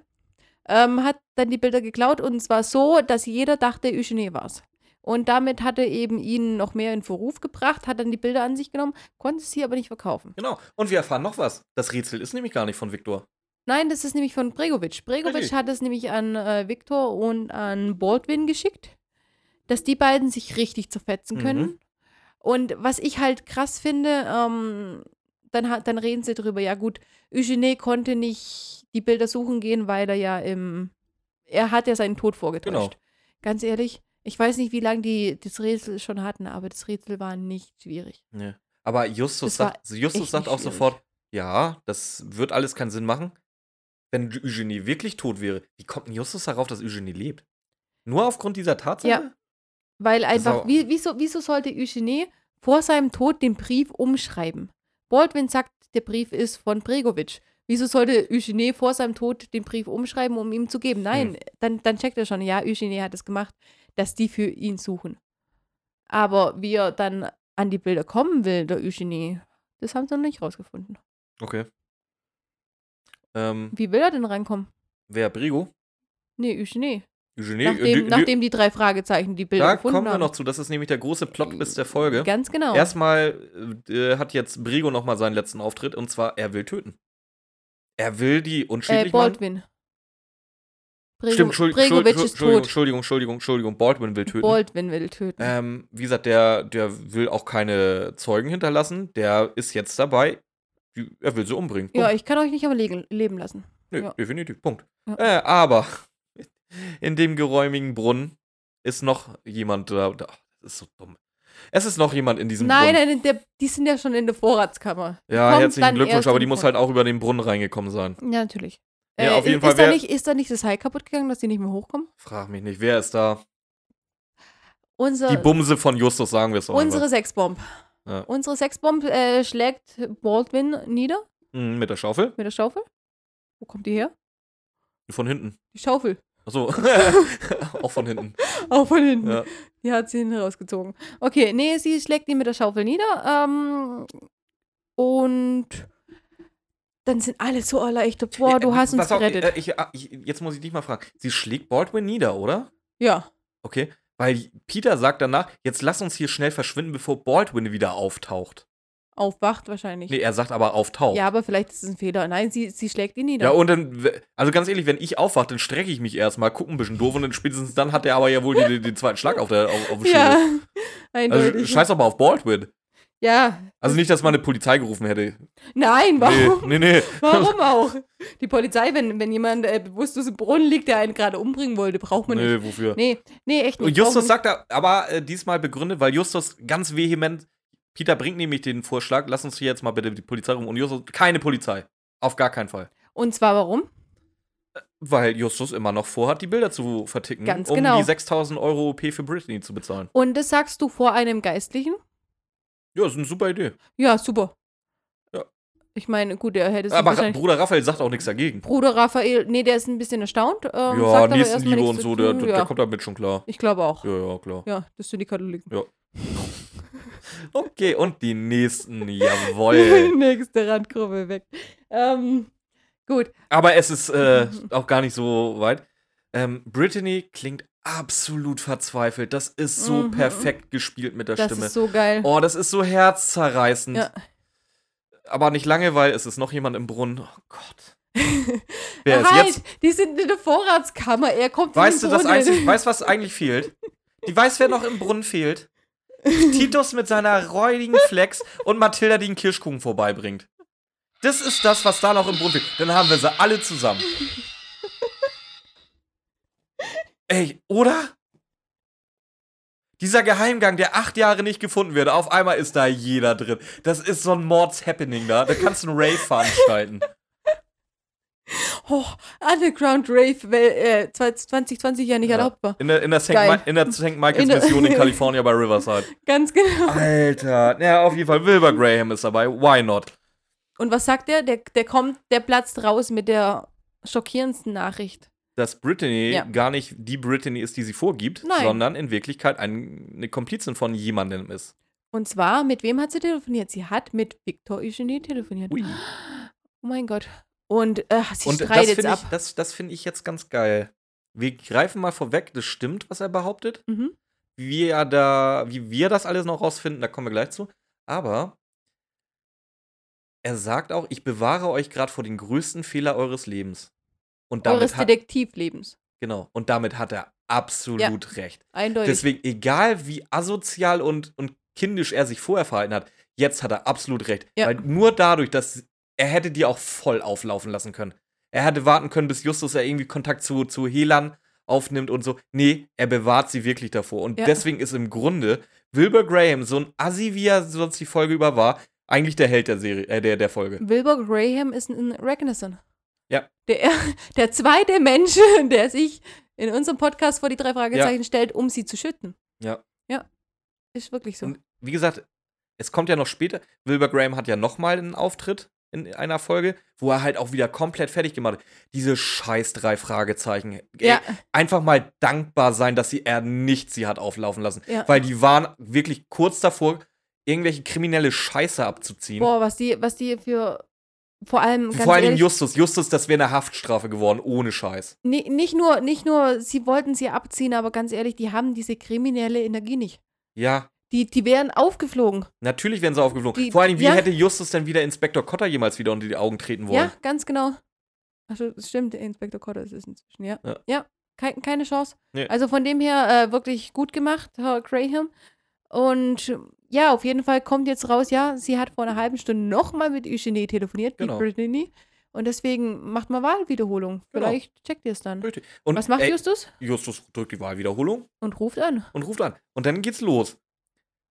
S3: Ähm, hat dann die Bilder geklaut und zwar so, dass jeder dachte, Eugene war's. Und damit hat er eben ihn noch mehr in Verruf gebracht, hat dann die Bilder an sich genommen, konnte sie aber nicht verkaufen.
S2: Genau. Und wir erfahren noch was. Das Rätsel ist nämlich gar nicht von Viktor.
S3: Nein, das ist nämlich von Bregovic. Bregovic
S2: Richtig.
S3: hat es nämlich an äh, Viktor und an Baldwin geschickt, dass die beiden sich richtig zerfetzen
S2: Mhm.
S3: können. Und was ich halt krass finde, ähm, dann, hat- dann reden sie drüber, ja gut, Eugene konnte nicht die Bilder suchen gehen, weil er ja im, er hat ja seinen Tod vorgetäuscht.
S2: Genau.
S3: Ganz ehrlich, ich weiß nicht, wie lange die das Rätsel schon hatten, aber das Rätsel war nicht schwierig.
S2: Nee. Aber Justus
S3: Das war
S2: sagt, Justus
S3: echt
S2: sagt
S3: nicht
S2: auch
S3: schwierig.
S2: sofort, ja, das wird alles keinen Sinn machen. Wenn Eugenie wirklich tot wäre, wie kommt denn Justus darauf, dass Eugenie lebt? Nur aufgrund dieser Tatsache?
S3: Ja. Weil einfach,
S2: auch-
S3: wie, wieso, wieso sollte Eugene vor seinem Tod den Brief umschreiben? Baldwin sagt, der Brief ist von Bregovic. Wieso sollte Eugene vor seinem Tod den Brief umschreiben, um ihm zu
S2: Hm.
S3: geben? Nein, dann, dann checkt er schon, ja, Eugene hat es gemacht, dass die für ihn suchen. Aber wie er dann an die Bilder kommen will, der Eugene, das haben sie noch nicht rausgefunden.
S2: Okay. Ähm,
S3: Wie will er denn rankommen?
S2: wer Brigo?
S3: Nee, Eugene.
S2: Eugenie? äh,
S3: nachdem,
S2: nö, nö.
S3: nachdem die drei Fragezeichen die Bilder
S2: da
S3: gefunden
S2: kommen wir
S3: haben.
S2: noch zu. Das ist nämlich der große Plot-Twist der Folge.
S3: Ganz genau.
S2: Erstmal äh, hat jetzt Brigo nochmal seinen letzten Auftritt und zwar, er will töten. Er will die
S3: äh,
S2: unschädlich machen.
S3: Baldwin. Brego,
S2: Stimmt, Schuld, Schuld,
S3: Bregovic
S2: Schuld,
S3: ist
S2: Entschuldigung,
S3: tot.
S2: Entschuldigung, Entschuldigung, Entschuldigung, Baldwin will töten.
S3: Baldwin will töten.
S2: Ähm, wie gesagt, der, der will auch keine Zeugen hinterlassen. Der ist jetzt dabei. Die- Er will sie umbringen.
S3: ja,
S2: Punkt.
S3: ich kann euch nicht am Legen, Leben lassen.
S2: Nö,
S3: ja.
S2: definitiv. Punkt.
S3: Ja.
S2: Äh, aber in dem geräumigen Brunnen ist noch jemand da. da- Das ist so dumm. Es ist noch jemand in diesem
S3: Nein,
S2: Brunnen.
S3: nein, der, die sind ja schon in der Vorratskammer. Die
S2: ja,
S3: kommt
S2: herzlichen
S3: dann
S2: Glückwunsch,
S3: erst
S2: aber die
S3: im
S2: muss
S3: Vor-
S2: halt auch über den Brunnen reingekommen sein.
S3: Ja, natürlich.
S2: Ja, auf jeden
S3: Äh, ist,
S2: Fall
S3: ist, da
S2: wär-
S3: nicht, ist da nicht das Hai kaputt gegangen, dass die nicht mehr hochkommen?
S2: Frag mich nicht, wer ist da? Die
S3: Unser,
S2: Bumse von Justus, sagen wir es auch.
S3: unsere
S2: einfach.
S3: Sexbomb.
S2: Ja.
S3: Unsere Sexbomb äh, schlägt Baldwin nieder
S2: Mhm, mit der Schaufel?
S3: mit der Schaufel. Wo kommt die her?
S2: Von hinten.
S3: Die Schaufel.
S2: Achso. auch von hinten.
S3: Auch von hinten.
S2: Ja.
S3: Die hat sie herausgezogen. Okay, nee, sie schlägt ihn mit der Schaufel nieder. Ähm, und dann sind alle so erleichtert. Boah,
S2: Äh,
S3: du hast uns
S2: pass auf,
S3: gerettet.
S2: äh, Ich, ah, ich, jetzt muss ich dich mal fragen. Sie schlägt Baldwin nieder, oder?
S3: ja,
S2: Okay. Weil Peter sagt danach, jetzt lass uns hier schnell verschwinden, bevor Baldwin wieder auftaucht.
S3: aufwacht wahrscheinlich.
S2: Nee, er sagt aber auftaucht.
S3: Ja, genau. aber vielleicht ist es ein Fehler. Nein, sie, sie schlägt ihn nieder.
S2: Ja, und dann, w- also ganz ehrlich, wenn ich aufwache, dann strecke ich mich erstmal, gucke ein bisschen doof und dann spätestens dann hat er aber ja wohl den, den zweiten Schlag auf, der, auf, auf dem
S3: Ja,
S2: Schädel. Also
S3: eindeutig.
S2: scheiß doch mal auf Baldwin.
S3: ja,
S2: Also nicht, dass man eine Polizei gerufen hätte.
S3: nein, warum?
S2: Nee, nee, nee.
S3: Warum auch? Die Polizei, wenn, wenn jemand äh, bewusstlos im Brunnen liegt, der einen gerade umbringen wollte, braucht man
S2: Nee,
S3: nicht.
S2: wofür?
S3: Nee, nee, echt nicht.
S2: Und Justus
S3: braucht
S2: sagt da, aber äh, diesmal begründet, weil Justus ganz vehement, Peter bringt nämlich den Vorschlag, lass uns hier jetzt mal bitte die Polizei rum. Und Justus, keine Polizei. Auf gar keinen Fall.
S3: man nicht. Und zwar warum?
S2: Weil Justus immer noch vorhat, die Bilder zu verticken,
S3: Ganz
S2: um
S3: genau.
S2: die 6000 Euro OP für Britney zu bezahlen.
S3: Und das sagst du vor einem Geistlichen?
S2: Ja, ist eine super Idee.
S3: Ja, super.
S2: Ja.
S3: Ich meine, gut, er hätte es
S2: Aber Ra
S3: wahrscheinlich-
S2: Bruder Raphael sagt auch nichts dagegen.
S3: Bruder Raphael, nee, der ist ein bisschen erstaunt. Ähm,
S2: ja,
S3: aber erstmal
S2: Nächstenliebe
S3: nichts
S2: und
S3: zu
S2: so, der,
S3: tun,
S2: der,
S3: ja.
S2: kommt damit schon klar.
S3: Ich glaube auch. Ja.
S2: Ja, ja, klar.
S3: das sind die Katholiken.
S2: Okay, und die nächsten, jawoll.
S3: Nächste Randgruppe weg. Ähm, gut.
S2: Aber es ist äh, auch gar nicht so weit. Ähm, Brittany klingt absolut verzweifelt. Das ist so
S3: Mhm.
S2: perfekt gespielt mit der
S3: Das
S2: Stimme.
S3: ist so geil.
S2: oh, das ist so herzzerreißend.
S3: Ja.
S2: Aber nicht lange, weil es ist noch jemand im Brunnen. Oh Gott. Wer ist
S3: halt,
S2: jetzt?
S3: die sind in der Vorratskammer. Er kommt in
S2: Weißt du,
S3: den
S2: das
S3: Brunnen.
S2: einzig, weißt, was eigentlich fehlt? Die weiß, wer noch im Brunnen fehlt. Titus mit seiner räudigen Flex und Mathilda, die einen Kirschkuchen vorbeibringt. Das ist das, was da noch im Brunnen fehlt. Dann haben wir sie alle zusammen. Ey, oder? Dieser Geheimgang, der acht Jahre nicht gefunden wird, auf einmal ist da jeder drin. Das ist so ein Mords-Happening da. Da kannst du einen Rave veranstalten.
S3: Oh, Underground Rave, weil äh, 2020 ja nicht
S2: Ja.
S3: erlaubt war.
S2: In der, in der, St.
S3: Geil.
S2: Mi- in der St. Michael's
S3: In der-
S2: Mission in Kalifornien bei Riverside.
S3: Ganz genau.
S2: Alter, ja, auf jeden Fall. Wilbur Graham ist dabei. Why not?
S3: Und was sagt er? Der, der kommt, der platzt raus mit der schockierendsten Nachricht.
S2: Dass Brittany
S3: Ja.
S2: gar nicht die Brittany ist, die sie vorgibt,
S3: Nein.
S2: sondern in Wirklichkeit ein, eine Komplizin von jemandem ist.
S3: Und zwar, mit wem hat sie telefoniert? Sie hat mit Victor Eugenie telefoniert.
S2: Ui.
S3: Oh mein Gott. Und äh, sie
S2: Und das
S3: streitet
S2: finde
S3: ab.
S2: ich, das, das find ich jetzt ganz geil. Wir greifen mal vorweg, das stimmt, was er behauptet.
S3: Mhm.
S2: Wie, er da, wie wir das alles noch rausfinden, da kommen wir gleich zu. Aber er sagt auch, ich bewahre euch gerade vor den größten Fehler eures Lebens. Und damit,
S3: Eures
S2: hat,
S3: Detektivlebens.
S2: genau, und damit hat er absolut recht.
S3: Eindeutig.
S2: Deswegen, egal wie asozial und, und kindisch er sich vorher verhalten hat, jetzt hat er absolut recht.
S3: Ja.
S2: Weil nur dadurch, dass er hätte die auch voll auflaufen lassen können. Er hätte warten können, bis Justus ja irgendwie Kontakt zu, zu Helan aufnimmt und so. Nee, er bewahrt sie wirklich davor. Und
S3: Ja.
S2: deswegen ist im Grunde Wilbur Graham, so ein Assi, wie er sonst die Folge über war, eigentlich der Held der Serie, äh, der, der Folge.
S3: Wilbur Graham ist ein Reconnaissance.
S2: Ja.
S3: Der, der zweite Mensch, der sich in unserem Podcast vor die drei Fragezeichen stellt, um sie zu schütten.
S2: Ja.
S3: Ja. Ist wirklich so.
S2: Und wie gesagt, es kommt ja noch später. Wilbur Graham hat ja nochmal einen Auftritt in einer Folge, wo er halt auch wieder komplett fertig gemacht hat. Diese scheiß drei Fragezeichen. Ey,
S3: ja,
S2: Einfach mal dankbar sein, dass sie er nicht sie hat auflaufen lassen.
S3: ja.
S2: Weil die waren wirklich kurz davor, irgendwelche kriminelle Scheiße abzuziehen.
S3: Boah, was die, was die für vor allem ganz
S2: Vor allem
S3: ehrlich,
S2: Justus. Justus, das wäre eine Haftstrafe geworden, ohne Scheiß.
S3: ni- nicht nur, nicht nur, sie wollten sie abziehen, aber ganz ehrlich, die haben diese kriminelle Energie nicht.
S2: Ja,
S3: Die, die wären aufgeflogen.
S2: natürlich wären sie aufgeflogen.
S3: Die-
S2: Vor allem, wie
S3: ja.
S2: hätte Justus denn wieder Inspektor Cotter jemals wieder unter die Augen treten wollen?
S3: Ja, ganz genau. Also das stimmt, der Inspektor Cotter ist es inzwischen, ja.
S2: Ja.
S3: Ja, Kei- keine Chance.
S2: Nee.
S3: Also von dem her äh, wirklich gut gemacht, Herr Graham. Und äh, ja, auf jeden Fall kommt jetzt raus, ja, sie hat vor einer halben Stunde nochmal mit Eugenie telefoniert,
S2: Genau.
S3: mit Brittany. Und deswegen macht mal Wahlwiederholung.
S2: Genau.
S3: Vielleicht checkt ihr es dann.
S2: Richtig. Und
S3: Was macht
S2: ey,
S3: Justus?
S2: Justus drückt die Wahlwiederholung.
S3: Und ruft an.
S2: und ruft an. Und dann geht's los.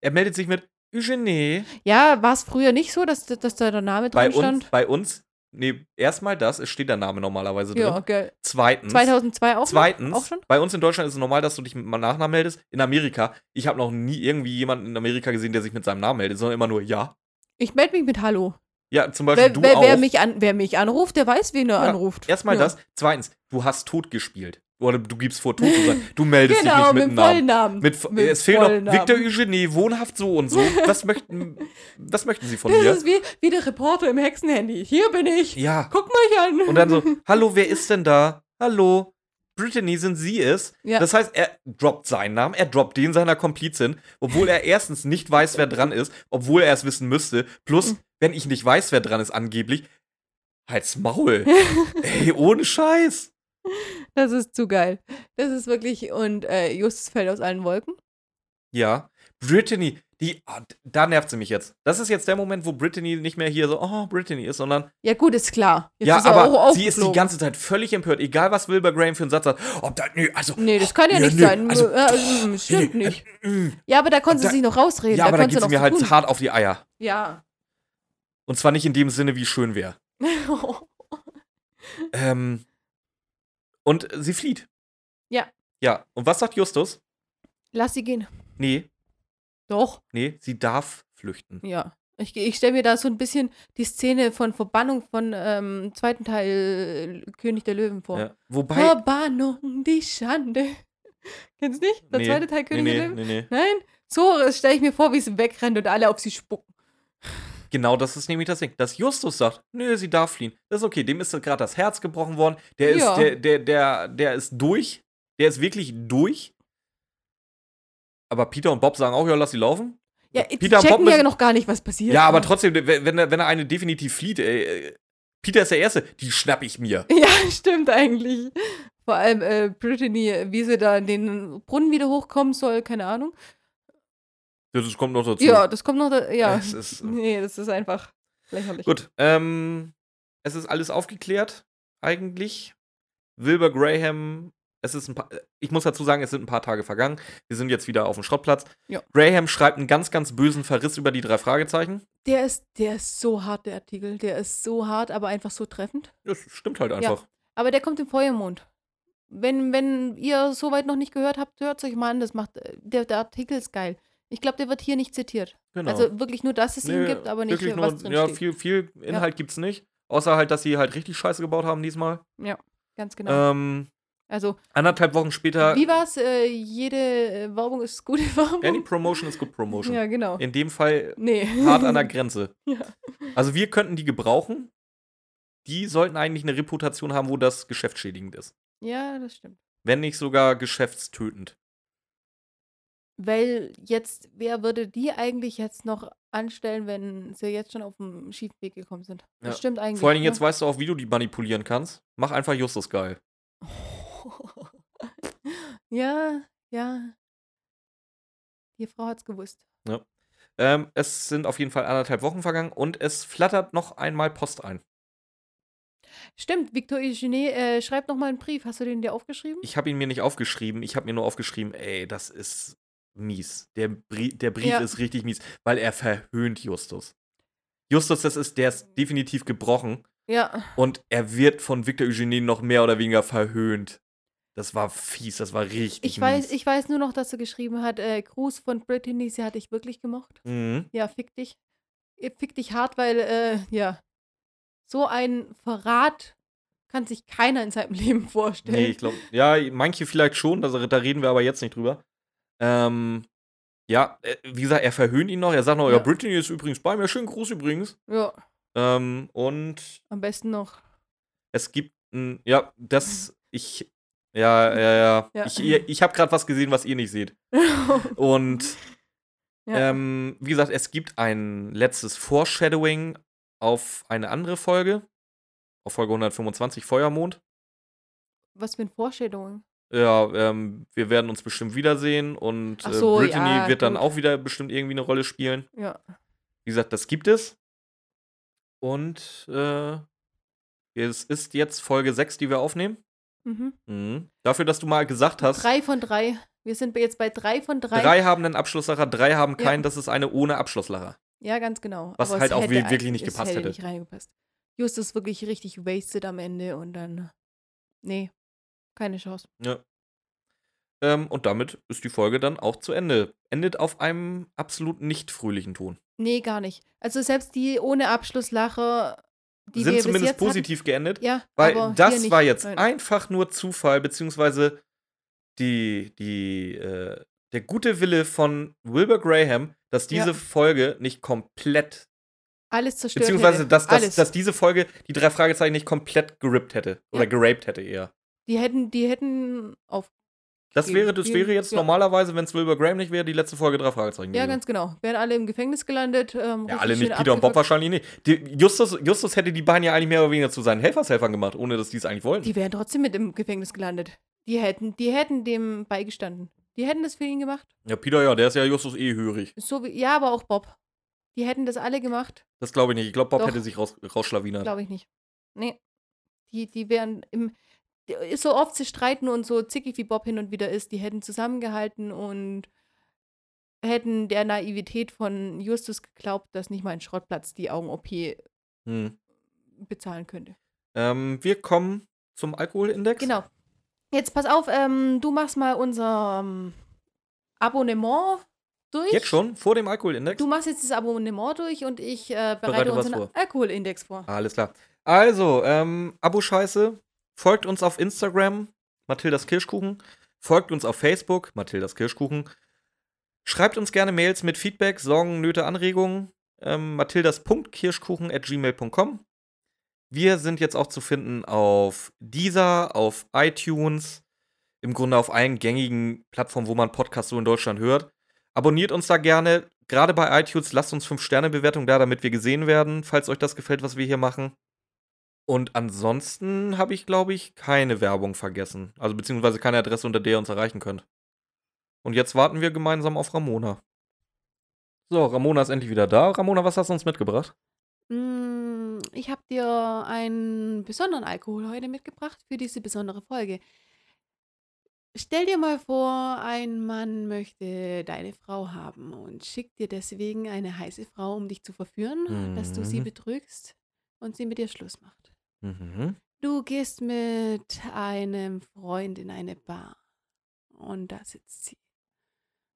S2: Er meldet sich mit Eugenie.
S3: Ja, war es früher nicht so, dass, dass da der Name
S2: Bei
S3: drin
S2: uns,
S3: stand?
S2: bei uns, nee, erstmal das, es steht der Name normalerweise drin.
S3: Ja, geil.
S2: Zweitens,
S3: 2002 auch,
S2: zweitens
S3: auch schon?
S2: bei uns in Deutschland ist es normal, dass du dich mit meinem Nachnamen meldest. In Amerika, ich habe noch nie irgendwie jemanden in Amerika gesehen, der sich mit seinem Namen meldet, sondern immer nur ja.
S3: Ich melde mich mit Hallo.
S2: Ja, zum Beispiel
S3: Wer,
S2: du
S3: wer,
S2: auch.
S3: wer, mich an, wer mich anruft, der weiß, wen er
S2: Ja,
S3: anruft.
S2: erstmal
S3: Ja.
S2: das. Zweitens, du hast tot gespielt. Oder du gibst vor, tot zu sein. Du meldest
S3: Genau,
S2: dich
S3: mit
S2: nicht mit,
S3: dem
S2: Namen.
S3: vollen Namen.
S2: Mit,
S3: Mit
S2: es fehlt noch
S3: vollen Namen.
S2: Victor Eugenie, wohnhaft so und so. Was möchten, was möchten sie von
S3: das
S2: mir?
S3: ist wie, wie der Reporter im Hexenhandy. Hier bin ich.
S2: Ja.
S3: Guck mich an.
S2: Und dann so, hallo, wer ist denn da? Hallo, Brittany sind sie es.
S3: Ja.
S2: Das heißt, er droppt seinen Namen, er droppt den seiner Komplizin, obwohl er erstens nicht weiß, wer dran ist, obwohl er es wissen müsste. Plus,
S3: Mhm.
S2: wenn ich nicht weiß, wer dran ist, angeblich, halt's Maul. Ey, ohne Scheiß.
S3: das ist zu geil. Das ist wirklich. Und äh, Justus fällt aus allen Wolken.
S2: Ja, Brittany, die, ah, d- da nervt sie mich jetzt. Das ist jetzt der Moment, wo Brittany nicht mehr hier so, oh, Brittany ist, sondern
S3: Ja, gut, ist klar. Jetzt
S2: ja,
S3: ist er auch
S2: aber sie ist die
S3: aufgeflogen.
S2: ganze Zeit völlig empört, egal was Wilbur Graham für einen Satz hat. Ob da, nö, also,
S3: Nee, das kann ja,
S2: Ja,
S3: nicht
S2: nee,
S3: sein.
S2: also-
S3: Ja, ähm, stimmt
S2: nee,
S3: nicht.
S2: mm.
S3: Ja, aber da konnte
S2: da-
S3: sie sich noch rausreden.
S2: ja, aber da
S3: konnte sie
S2: geht's
S3: noch
S2: mir
S3: so
S2: halt
S3: tun.
S2: hart auf die Eier.
S3: Ja.
S2: Und zwar nicht in dem Sinne, wie schön wäre. Ähm, und sie flieht.
S3: Ja.
S2: Ja. Und was sagt Justus?
S3: Lass sie gehen.
S2: Nee,
S3: Doch.
S2: nee, sie darf flüchten.
S3: Ja. Ich, ich stelle mir da so ein bisschen die Szene von Verbannung von ähm, zweiten Teil äh, König der Löwen vor.
S2: Ja. Wobei.
S3: Verbannung, die Schande. Kennst du nicht? Der
S2: nee,
S3: zweite Teil König der
S2: nee,
S3: Löwen?
S2: nee, nee, nee.
S3: Nein? So stelle ich mir vor, wie sie wegrennt und alle auf sie spucken.
S2: Genau das ist nämlich das Ding. Dass Justus sagt, nö, sie darf fliehen. Das ist okay. Dem ist gerade das Herz gebrochen worden. Der ist,
S3: Ja.
S2: der, der, der, der ist durch. Der ist wirklich durch. Aber Peter und Bob sagen auch, ja, lass sie laufen.
S3: Ja, die
S2: Peter und Bob
S3: checken ja
S2: müssen-
S3: noch gar nicht, was passiert.
S2: Ja, aber trotzdem, wenn, wenn er wenn er eine definitiv flieht, ey, äh, Peter ist der Erste, die schnapp ich mir.
S3: Ja, stimmt eigentlich. Vor allem äh, Brittany, wie sie da in den Brunnen wieder hochkommen soll, keine Ahnung.
S2: Das kommt noch dazu.
S3: Ja, das kommt noch. Da, ja.
S2: Es ist, ähm,
S3: Nee, das ist einfach lächerlich.
S2: Gut, ähm, es ist alles aufgeklärt, eigentlich. Wilbur Graham, es ist ein paar, ich muss dazu sagen, es sind ein paar Tage vergangen. Wir sind jetzt wieder auf dem Schrottplatz.
S3: Ja.
S2: Graham schreibt einen ganz, ganz bösen Verriss über die drei Fragezeichen.
S3: Der ist, der ist so hart, der Artikel. Der ist so hart, aber einfach so treffend.
S2: Das stimmt halt einfach.
S3: Aber der kommt im Feuermond. Wenn, wenn ihr soweit noch nicht gehört habt, hört euch mal an. Das macht, äh, der, der Artikel ist geil. Ich glaube, der wird hier nicht zitiert.
S2: Genau.
S3: Also wirklich nur, dass es ihn
S2: Nee,
S3: gibt, aber nicht,
S2: wirklich
S3: äh, was
S2: nur,
S3: drin
S2: Ja,
S3: steht.
S2: viel, viel Inhalt gibt's nicht. Außer halt, dass sie halt richtig Scheiße gebaut haben diesmal.
S3: Ganz genau.
S2: Ähm,
S3: also,
S2: anderthalb Wochen später,
S3: wie war's? Äh, jede äh, Werbung ist gute Werbung.
S2: any promotion is good promotion.
S3: Ja, genau.
S2: In dem Fall
S3: nee.
S2: hart an der Grenze.
S3: Ja.
S2: Also wir könnten die gebrauchen. Die sollten eigentlich eine Reputation haben, wo das geschäftsschädigend ist.
S3: ja, das stimmt.
S2: Wenn nicht sogar geschäftstötend.
S3: Weil jetzt, wer würde die eigentlich jetzt noch anstellen, wenn sie jetzt schon auf dem schiefen Weg gekommen sind? Das
S2: Ja.
S3: stimmt eigentlich.
S2: Vor allen Dingen
S3: ne?
S2: jetzt weißt du auch, wie du die manipulieren kannst. Mach einfach Justus geil.
S3: ja, ja. Die Frau hat's gewusst.
S2: Ähm, es sind auf jeden Fall anderthalb Wochen vergangen und es flattert noch einmal Post ein.
S3: Stimmt, Victor Eugenie, äh, schreib noch mal einen Brief. Hast du den dir aufgeschrieben?
S2: Ich habe ihn mir nicht aufgeschrieben. Ich habe mir nur aufgeschrieben, ey, das ist mies. Der, Brie der Brief
S3: Ja.
S2: ist richtig mies, weil er verhöhnt Justus. Justus, das ist, der ist definitiv gebrochen.
S3: Ja.
S2: Und er wird von Victor Eugenie noch mehr oder weniger verhöhnt. Das war fies, das war richtig
S3: Ich weiß,
S2: mies.
S3: ich weiß nur noch, dass sie geschrieben hat, äh, Gruß von Brittany, sie hat dich wirklich gemocht.
S2: Mhm.
S3: Ja, fick dich. Äh, Fick dich hart, weil, äh, ja. So ein Verrat kann sich keiner in seinem Leben vorstellen.
S2: Nee, ich glaube, ja, manche vielleicht schon, das, da reden wir aber jetzt nicht drüber. Ähm, ja, äh, wie gesagt, er verhöhnt ihn noch. Er sagt noch, ja,
S3: Ja.
S2: Brittany ist übrigens bei mir, schönen Gruß übrigens.
S3: Ja,
S2: Ähm, und
S3: am besten noch.
S2: es gibt, ein, ja, das, ich, ja, ja, ja.
S3: Ja.
S2: Ich, ihr- ich habe gerade was gesehen, was ihr nicht seht. Und
S3: ja.
S2: Ähm, wie gesagt, es gibt ein letztes Foreshadowing auf eine andere Folge. Auf Folge 125, Feuermond.
S3: Was für eine Vorstellung.
S2: Ja, ähm, wir werden uns bestimmt wiedersehen und
S3: Ach
S2: äh,
S3: so,
S2: Brittany
S3: ja,
S2: wird dann
S3: gut.
S2: auch wieder bestimmt irgendwie eine Rolle spielen.
S3: Ja.
S2: Wie gesagt, das gibt es. Und äh, es ist jetzt Folge 6, die wir aufnehmen.
S3: Mhm.
S2: Mhm. Dafür, dass du mal gesagt hast, drei,
S3: Drei von drei. Wir sind jetzt bei drei von drei.
S2: haben einen Abschlusslacher, drei haben
S3: Ja.
S2: keinen. Das ist eine ohne Abschlusslacher.
S3: Ja, ganz genau.
S2: Was
S3: es
S2: halt auch
S3: hätte
S2: wir- wirklich nicht
S3: es
S2: gepasst
S3: hätte.
S2: hätte.
S3: Nicht reingepasst. Justus wirklich richtig wasted am Ende und dann. Nee, keine Chance.
S2: Ja. Ähm, und damit ist die Folge dann auch zu Ende. Endet auf einem absolut nicht fröhlichen Ton.
S3: Nee, gar nicht. Also selbst die ohne Abschlusslacher, die
S2: Sind
S3: wir bis
S2: zumindest
S3: jetzt
S2: positiv geendet.
S3: Hatten, ja,
S2: weil
S3: aber hier
S2: das
S3: nicht.
S2: war jetzt
S3: Nein.
S2: einfach nur Zufall, beziehungsweise die, die, äh, der gute Wille von Wilbur Graham, dass
S3: Ja.
S2: diese Folge nicht komplett,
S3: alles zerstört.
S2: beziehungsweise
S3: hätte.
S2: dass, dass,
S3: alles.
S2: dass diese Folge die drei Fragezeichen nicht komplett gerippt hätte. Oder geraped hätte eher.
S3: die hätten, die hätten auf.
S2: Das
S3: Die-
S2: wäre, das
S3: die-
S2: wäre jetzt
S3: ja.
S2: normalerweise, wenn es Wilbur Graham nicht wäre, die letzte Folge drei Fragezeichen
S3: Ja,
S2: gewesen.
S3: ganz genau. Wären alle im Gefängnis gelandet. Ähm,
S2: Ja,
S3: richtig
S2: alle
S3: schön
S2: nicht. Peter und Bob
S3: abgefuckt.
S2: wahrscheinlich nicht. Die, Justus, Justus hätte die beiden ja eigentlich mehr oder weniger zu seinen Helfershelfern gemacht, ohne dass die es eigentlich wollten.
S3: Die wären trotzdem mit im Gefängnis gelandet. Die hätten, die hätten dem beigestanden. Die hätten das für ihn gemacht.
S2: ja, Peter, ja, der ist ja Justus eh hörig.
S3: So wie, ja, aber auch Bob. Die hätten das alle gemacht.
S2: Das glaube ich nicht. Ich glaube, Bob
S3: Doch.
S2: hätte sich raus, rausschlawinert.
S3: Glaube ich nicht. Nee. Die, die wären im. die- So oft sie streiten und so zickig wie Bob hin und wieder ist, die hätten zusammengehalten und hätten der Naivität von Justus geglaubt, dass nicht mal ein Schrottplatz die Augen-OP
S2: Hm.
S3: bezahlen könnte.
S2: Ähm, wir kommen zum Alkoholindex.
S4: Genau. Jetzt pass auf, ähm, du machst mal unser ähm, Abonnement durch.
S2: Jetzt schon, vor dem Alkoholindex.
S4: Du machst jetzt das Abonnement durch und ich äh, bereite
S2: Bereite
S4: uns
S2: was
S4: einen
S2: vor.
S4: Alkoholindex vor.
S2: Alles klar. Also, ähm, Abo-Scheiße. Folgt uns auf Instagram, Mathildas Kirschkuchen. Folgt uns auf Facebook, Mathildas Kirschkuchen. Schreibt uns gerne Mails mit Feedback, Sorgen, Nöte, Anregungen. Ähm, Mathildas.kirschkuchen at gmail.com. Wir sind jetzt auch zu finden auf Deezer, auf iTunes, im Grunde auf allen gängigen Plattformen, wo man Podcasts so in Deutschland hört. Abonniert uns da gerne. Gerade bei iTunes lasst uns 5-Sterne-Bewertung da, damit wir gesehen werden, falls euch das gefällt, was wir hier machen. Und ansonsten habe ich, glaube ich, keine Werbung vergessen. Also beziehungsweise keine Adresse, unter der ihr uns erreichen könnt. Und jetzt warten wir gemeinsam auf Ramona. So, Ramona ist endlich wieder da. Ramona, was hast du uns mitgebracht?
S3: Mm, Ich habe dir einen besonderen Alkohol heute mitgebracht für diese besondere Folge. Stell dir mal vor, ein Mann möchte deine Frau haben und schickt dir deswegen eine heiße Frau, um dich zu verführen, dass du sie
S2: Mhm.
S3: betrügst und sie mit dir Schluss macht.
S2: Mhm.
S3: Du gehst mit einem Freund in eine Bar und da sitzt sie.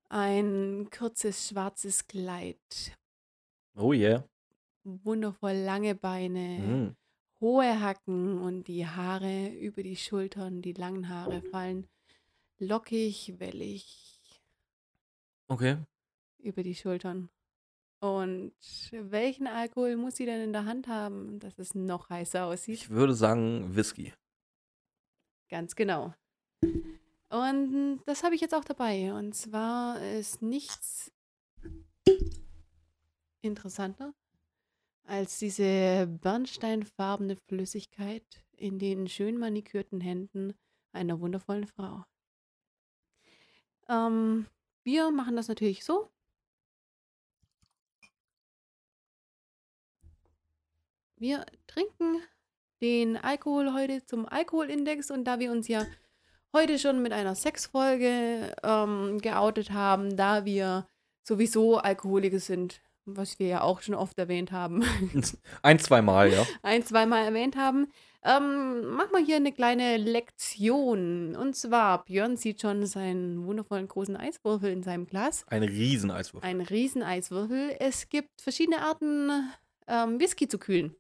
S3: Ein kurzes schwarzes Kleid,
S2: Oh yeah.
S3: wundervoll lange Beine
S2: Mhm.
S3: hohe Hacken und die Haare über die Schultern, die langen Haare fallen lockig, wellig
S2: Okay.
S3: über die Schultern. Und welchen Alkohol muss sie denn in der Hand haben, dass es noch heißer aussieht?
S2: Ich würde sagen Whisky.
S3: Ganz genau. Und das habe ich jetzt auch dabei. Und zwar ist nichts interessanter als diese bernsteinfarbene Flüssigkeit in den schön manikürten Händen einer wundervollen Frau. Ähm, wir machen das natürlich so. Wir trinken den Alkohol heute zum Alkoholindex und da wir uns ja heute schon mit einer Sexfolge ähm, geoutet haben, da wir sowieso Alkoholiker sind, was wir ja auch schon oft erwähnt haben,
S2: Ein, zweimal, ja.
S3: ein, zweimal erwähnt haben, ähm, machen wir hier eine kleine Lektion. Und zwar, Björn sieht schon seinen wundervollen großen Eiswürfel in seinem Glas.
S2: Ein Rieseneiswurf.
S3: Ein Rieseneiswürfel. Es gibt verschiedene Arten, ähm, Whisky zu kühlen.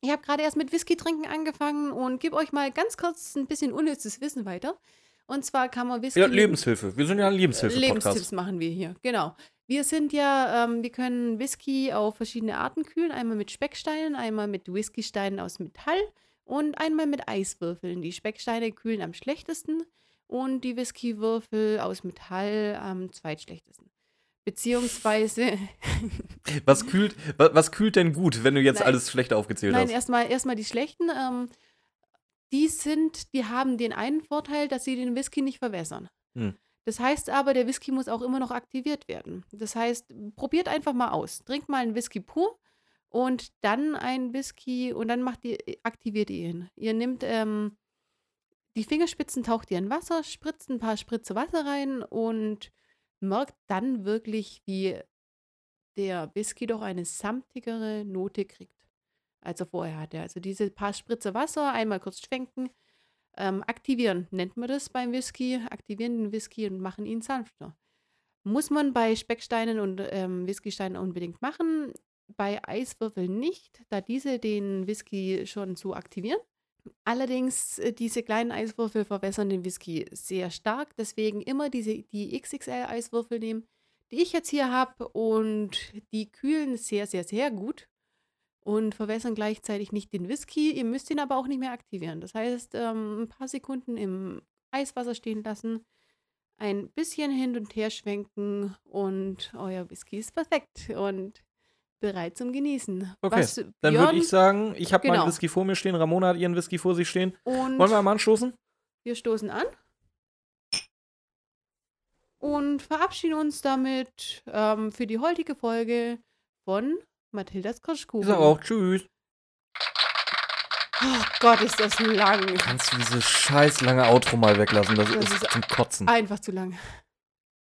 S3: Ich habe gerade erst mit Whisky trinken angefangen und gebe euch mal ganz kurz ein bisschen unnützes Wissen weiter. Und zwar kann man Whisky.
S2: Ja, Lebenshilfe. Wir sind ja ein
S3: Lebenstipps
S2: Lebenshilfe-Podcast.
S3: machen wir hier, genau. Wir sind ja, ähm, wir können Whisky auf verschiedene Arten kühlen. Einmal mit Specksteinen, einmal mit Whiskysteinen aus Metall und einmal mit Eiswürfeln. Die Specksteine kühlen am schlechtesten und die Whiskywürfel aus Metall am zweitschlechtesten. Beziehungsweise,
S2: Was kühlt, wa- was kühlt denn gut, wenn du jetzt
S3: Nein.
S2: alles schlecht aufgezählt
S3: nein,
S2: hast?
S3: erstmal erstmal die schlechten. Ähm, die sind, die haben den einen Vorteil, dass sie den Whisky nicht verwässern.
S2: Hm.
S3: Das heißt aber, der Whisky muss auch immer noch aktiviert werden. Das heißt, probiert einfach mal aus. Trinkt mal einen Whisky pur und dann einen Whisky und dann macht ihr, äh, aktiviert ihr ihn. Ihr nehmt ähm, die Fingerspitzen, taucht ihr in Wasser, spritzt ein paar Spritze Wasser rein und merkt dann wirklich, wie der Whisky doch eine samtigere Note kriegt, als er vorher hatte. Also diese paar Spritze Wasser, einmal kurz schwenken, ähm, aktivieren nennt man das beim Whisky. Aktivieren den Whisky und machen ihn sanfter. Muss man bei Specksteinen und ähm, Whiskysteinen unbedingt machen. Bei Eiswürfeln nicht, da diese den Whisky schon so aktivieren. Allerdings, äh, diese kleinen Eiswürfel verwässern den Whisky sehr stark. Deswegen immer diese, die XXL-Eiswürfel nehmen, die ich jetzt hier habe. Und die kühlen sehr, sehr, sehr gut und verwässern gleichzeitig nicht den Whisky. Ihr müsst ihn aber auch nicht mehr aktivieren. Das heißt, ähm, ein paar Sekunden im Eiswasser stehen lassen, ein bisschen hin und her schwenken und euer Whisky ist perfekt und bereit zum Genießen.
S2: Okay,
S3: Was
S2: Dann
S3: Björn
S2: würde ich sagen, ich habe
S3: Genau.
S2: meinen Whisky vor mir stehen, Ramona hat ihren Whisky vor sich stehen.
S3: und
S2: Wollen wir mal anstoßen?
S3: wir stoßen an und verabschieden uns damit ähm, für die heutige Folge von Mathildas
S2: Ich
S3: Kirschkuchen.
S2: sag auch tschüss.
S3: Oh Gott, ist das lang.
S2: Kannst du dieses scheiß lange Outro mal weglassen? Das,
S3: Das
S2: ist,
S3: ist-
S2: zum Kotzen.
S3: Einfach zu lang.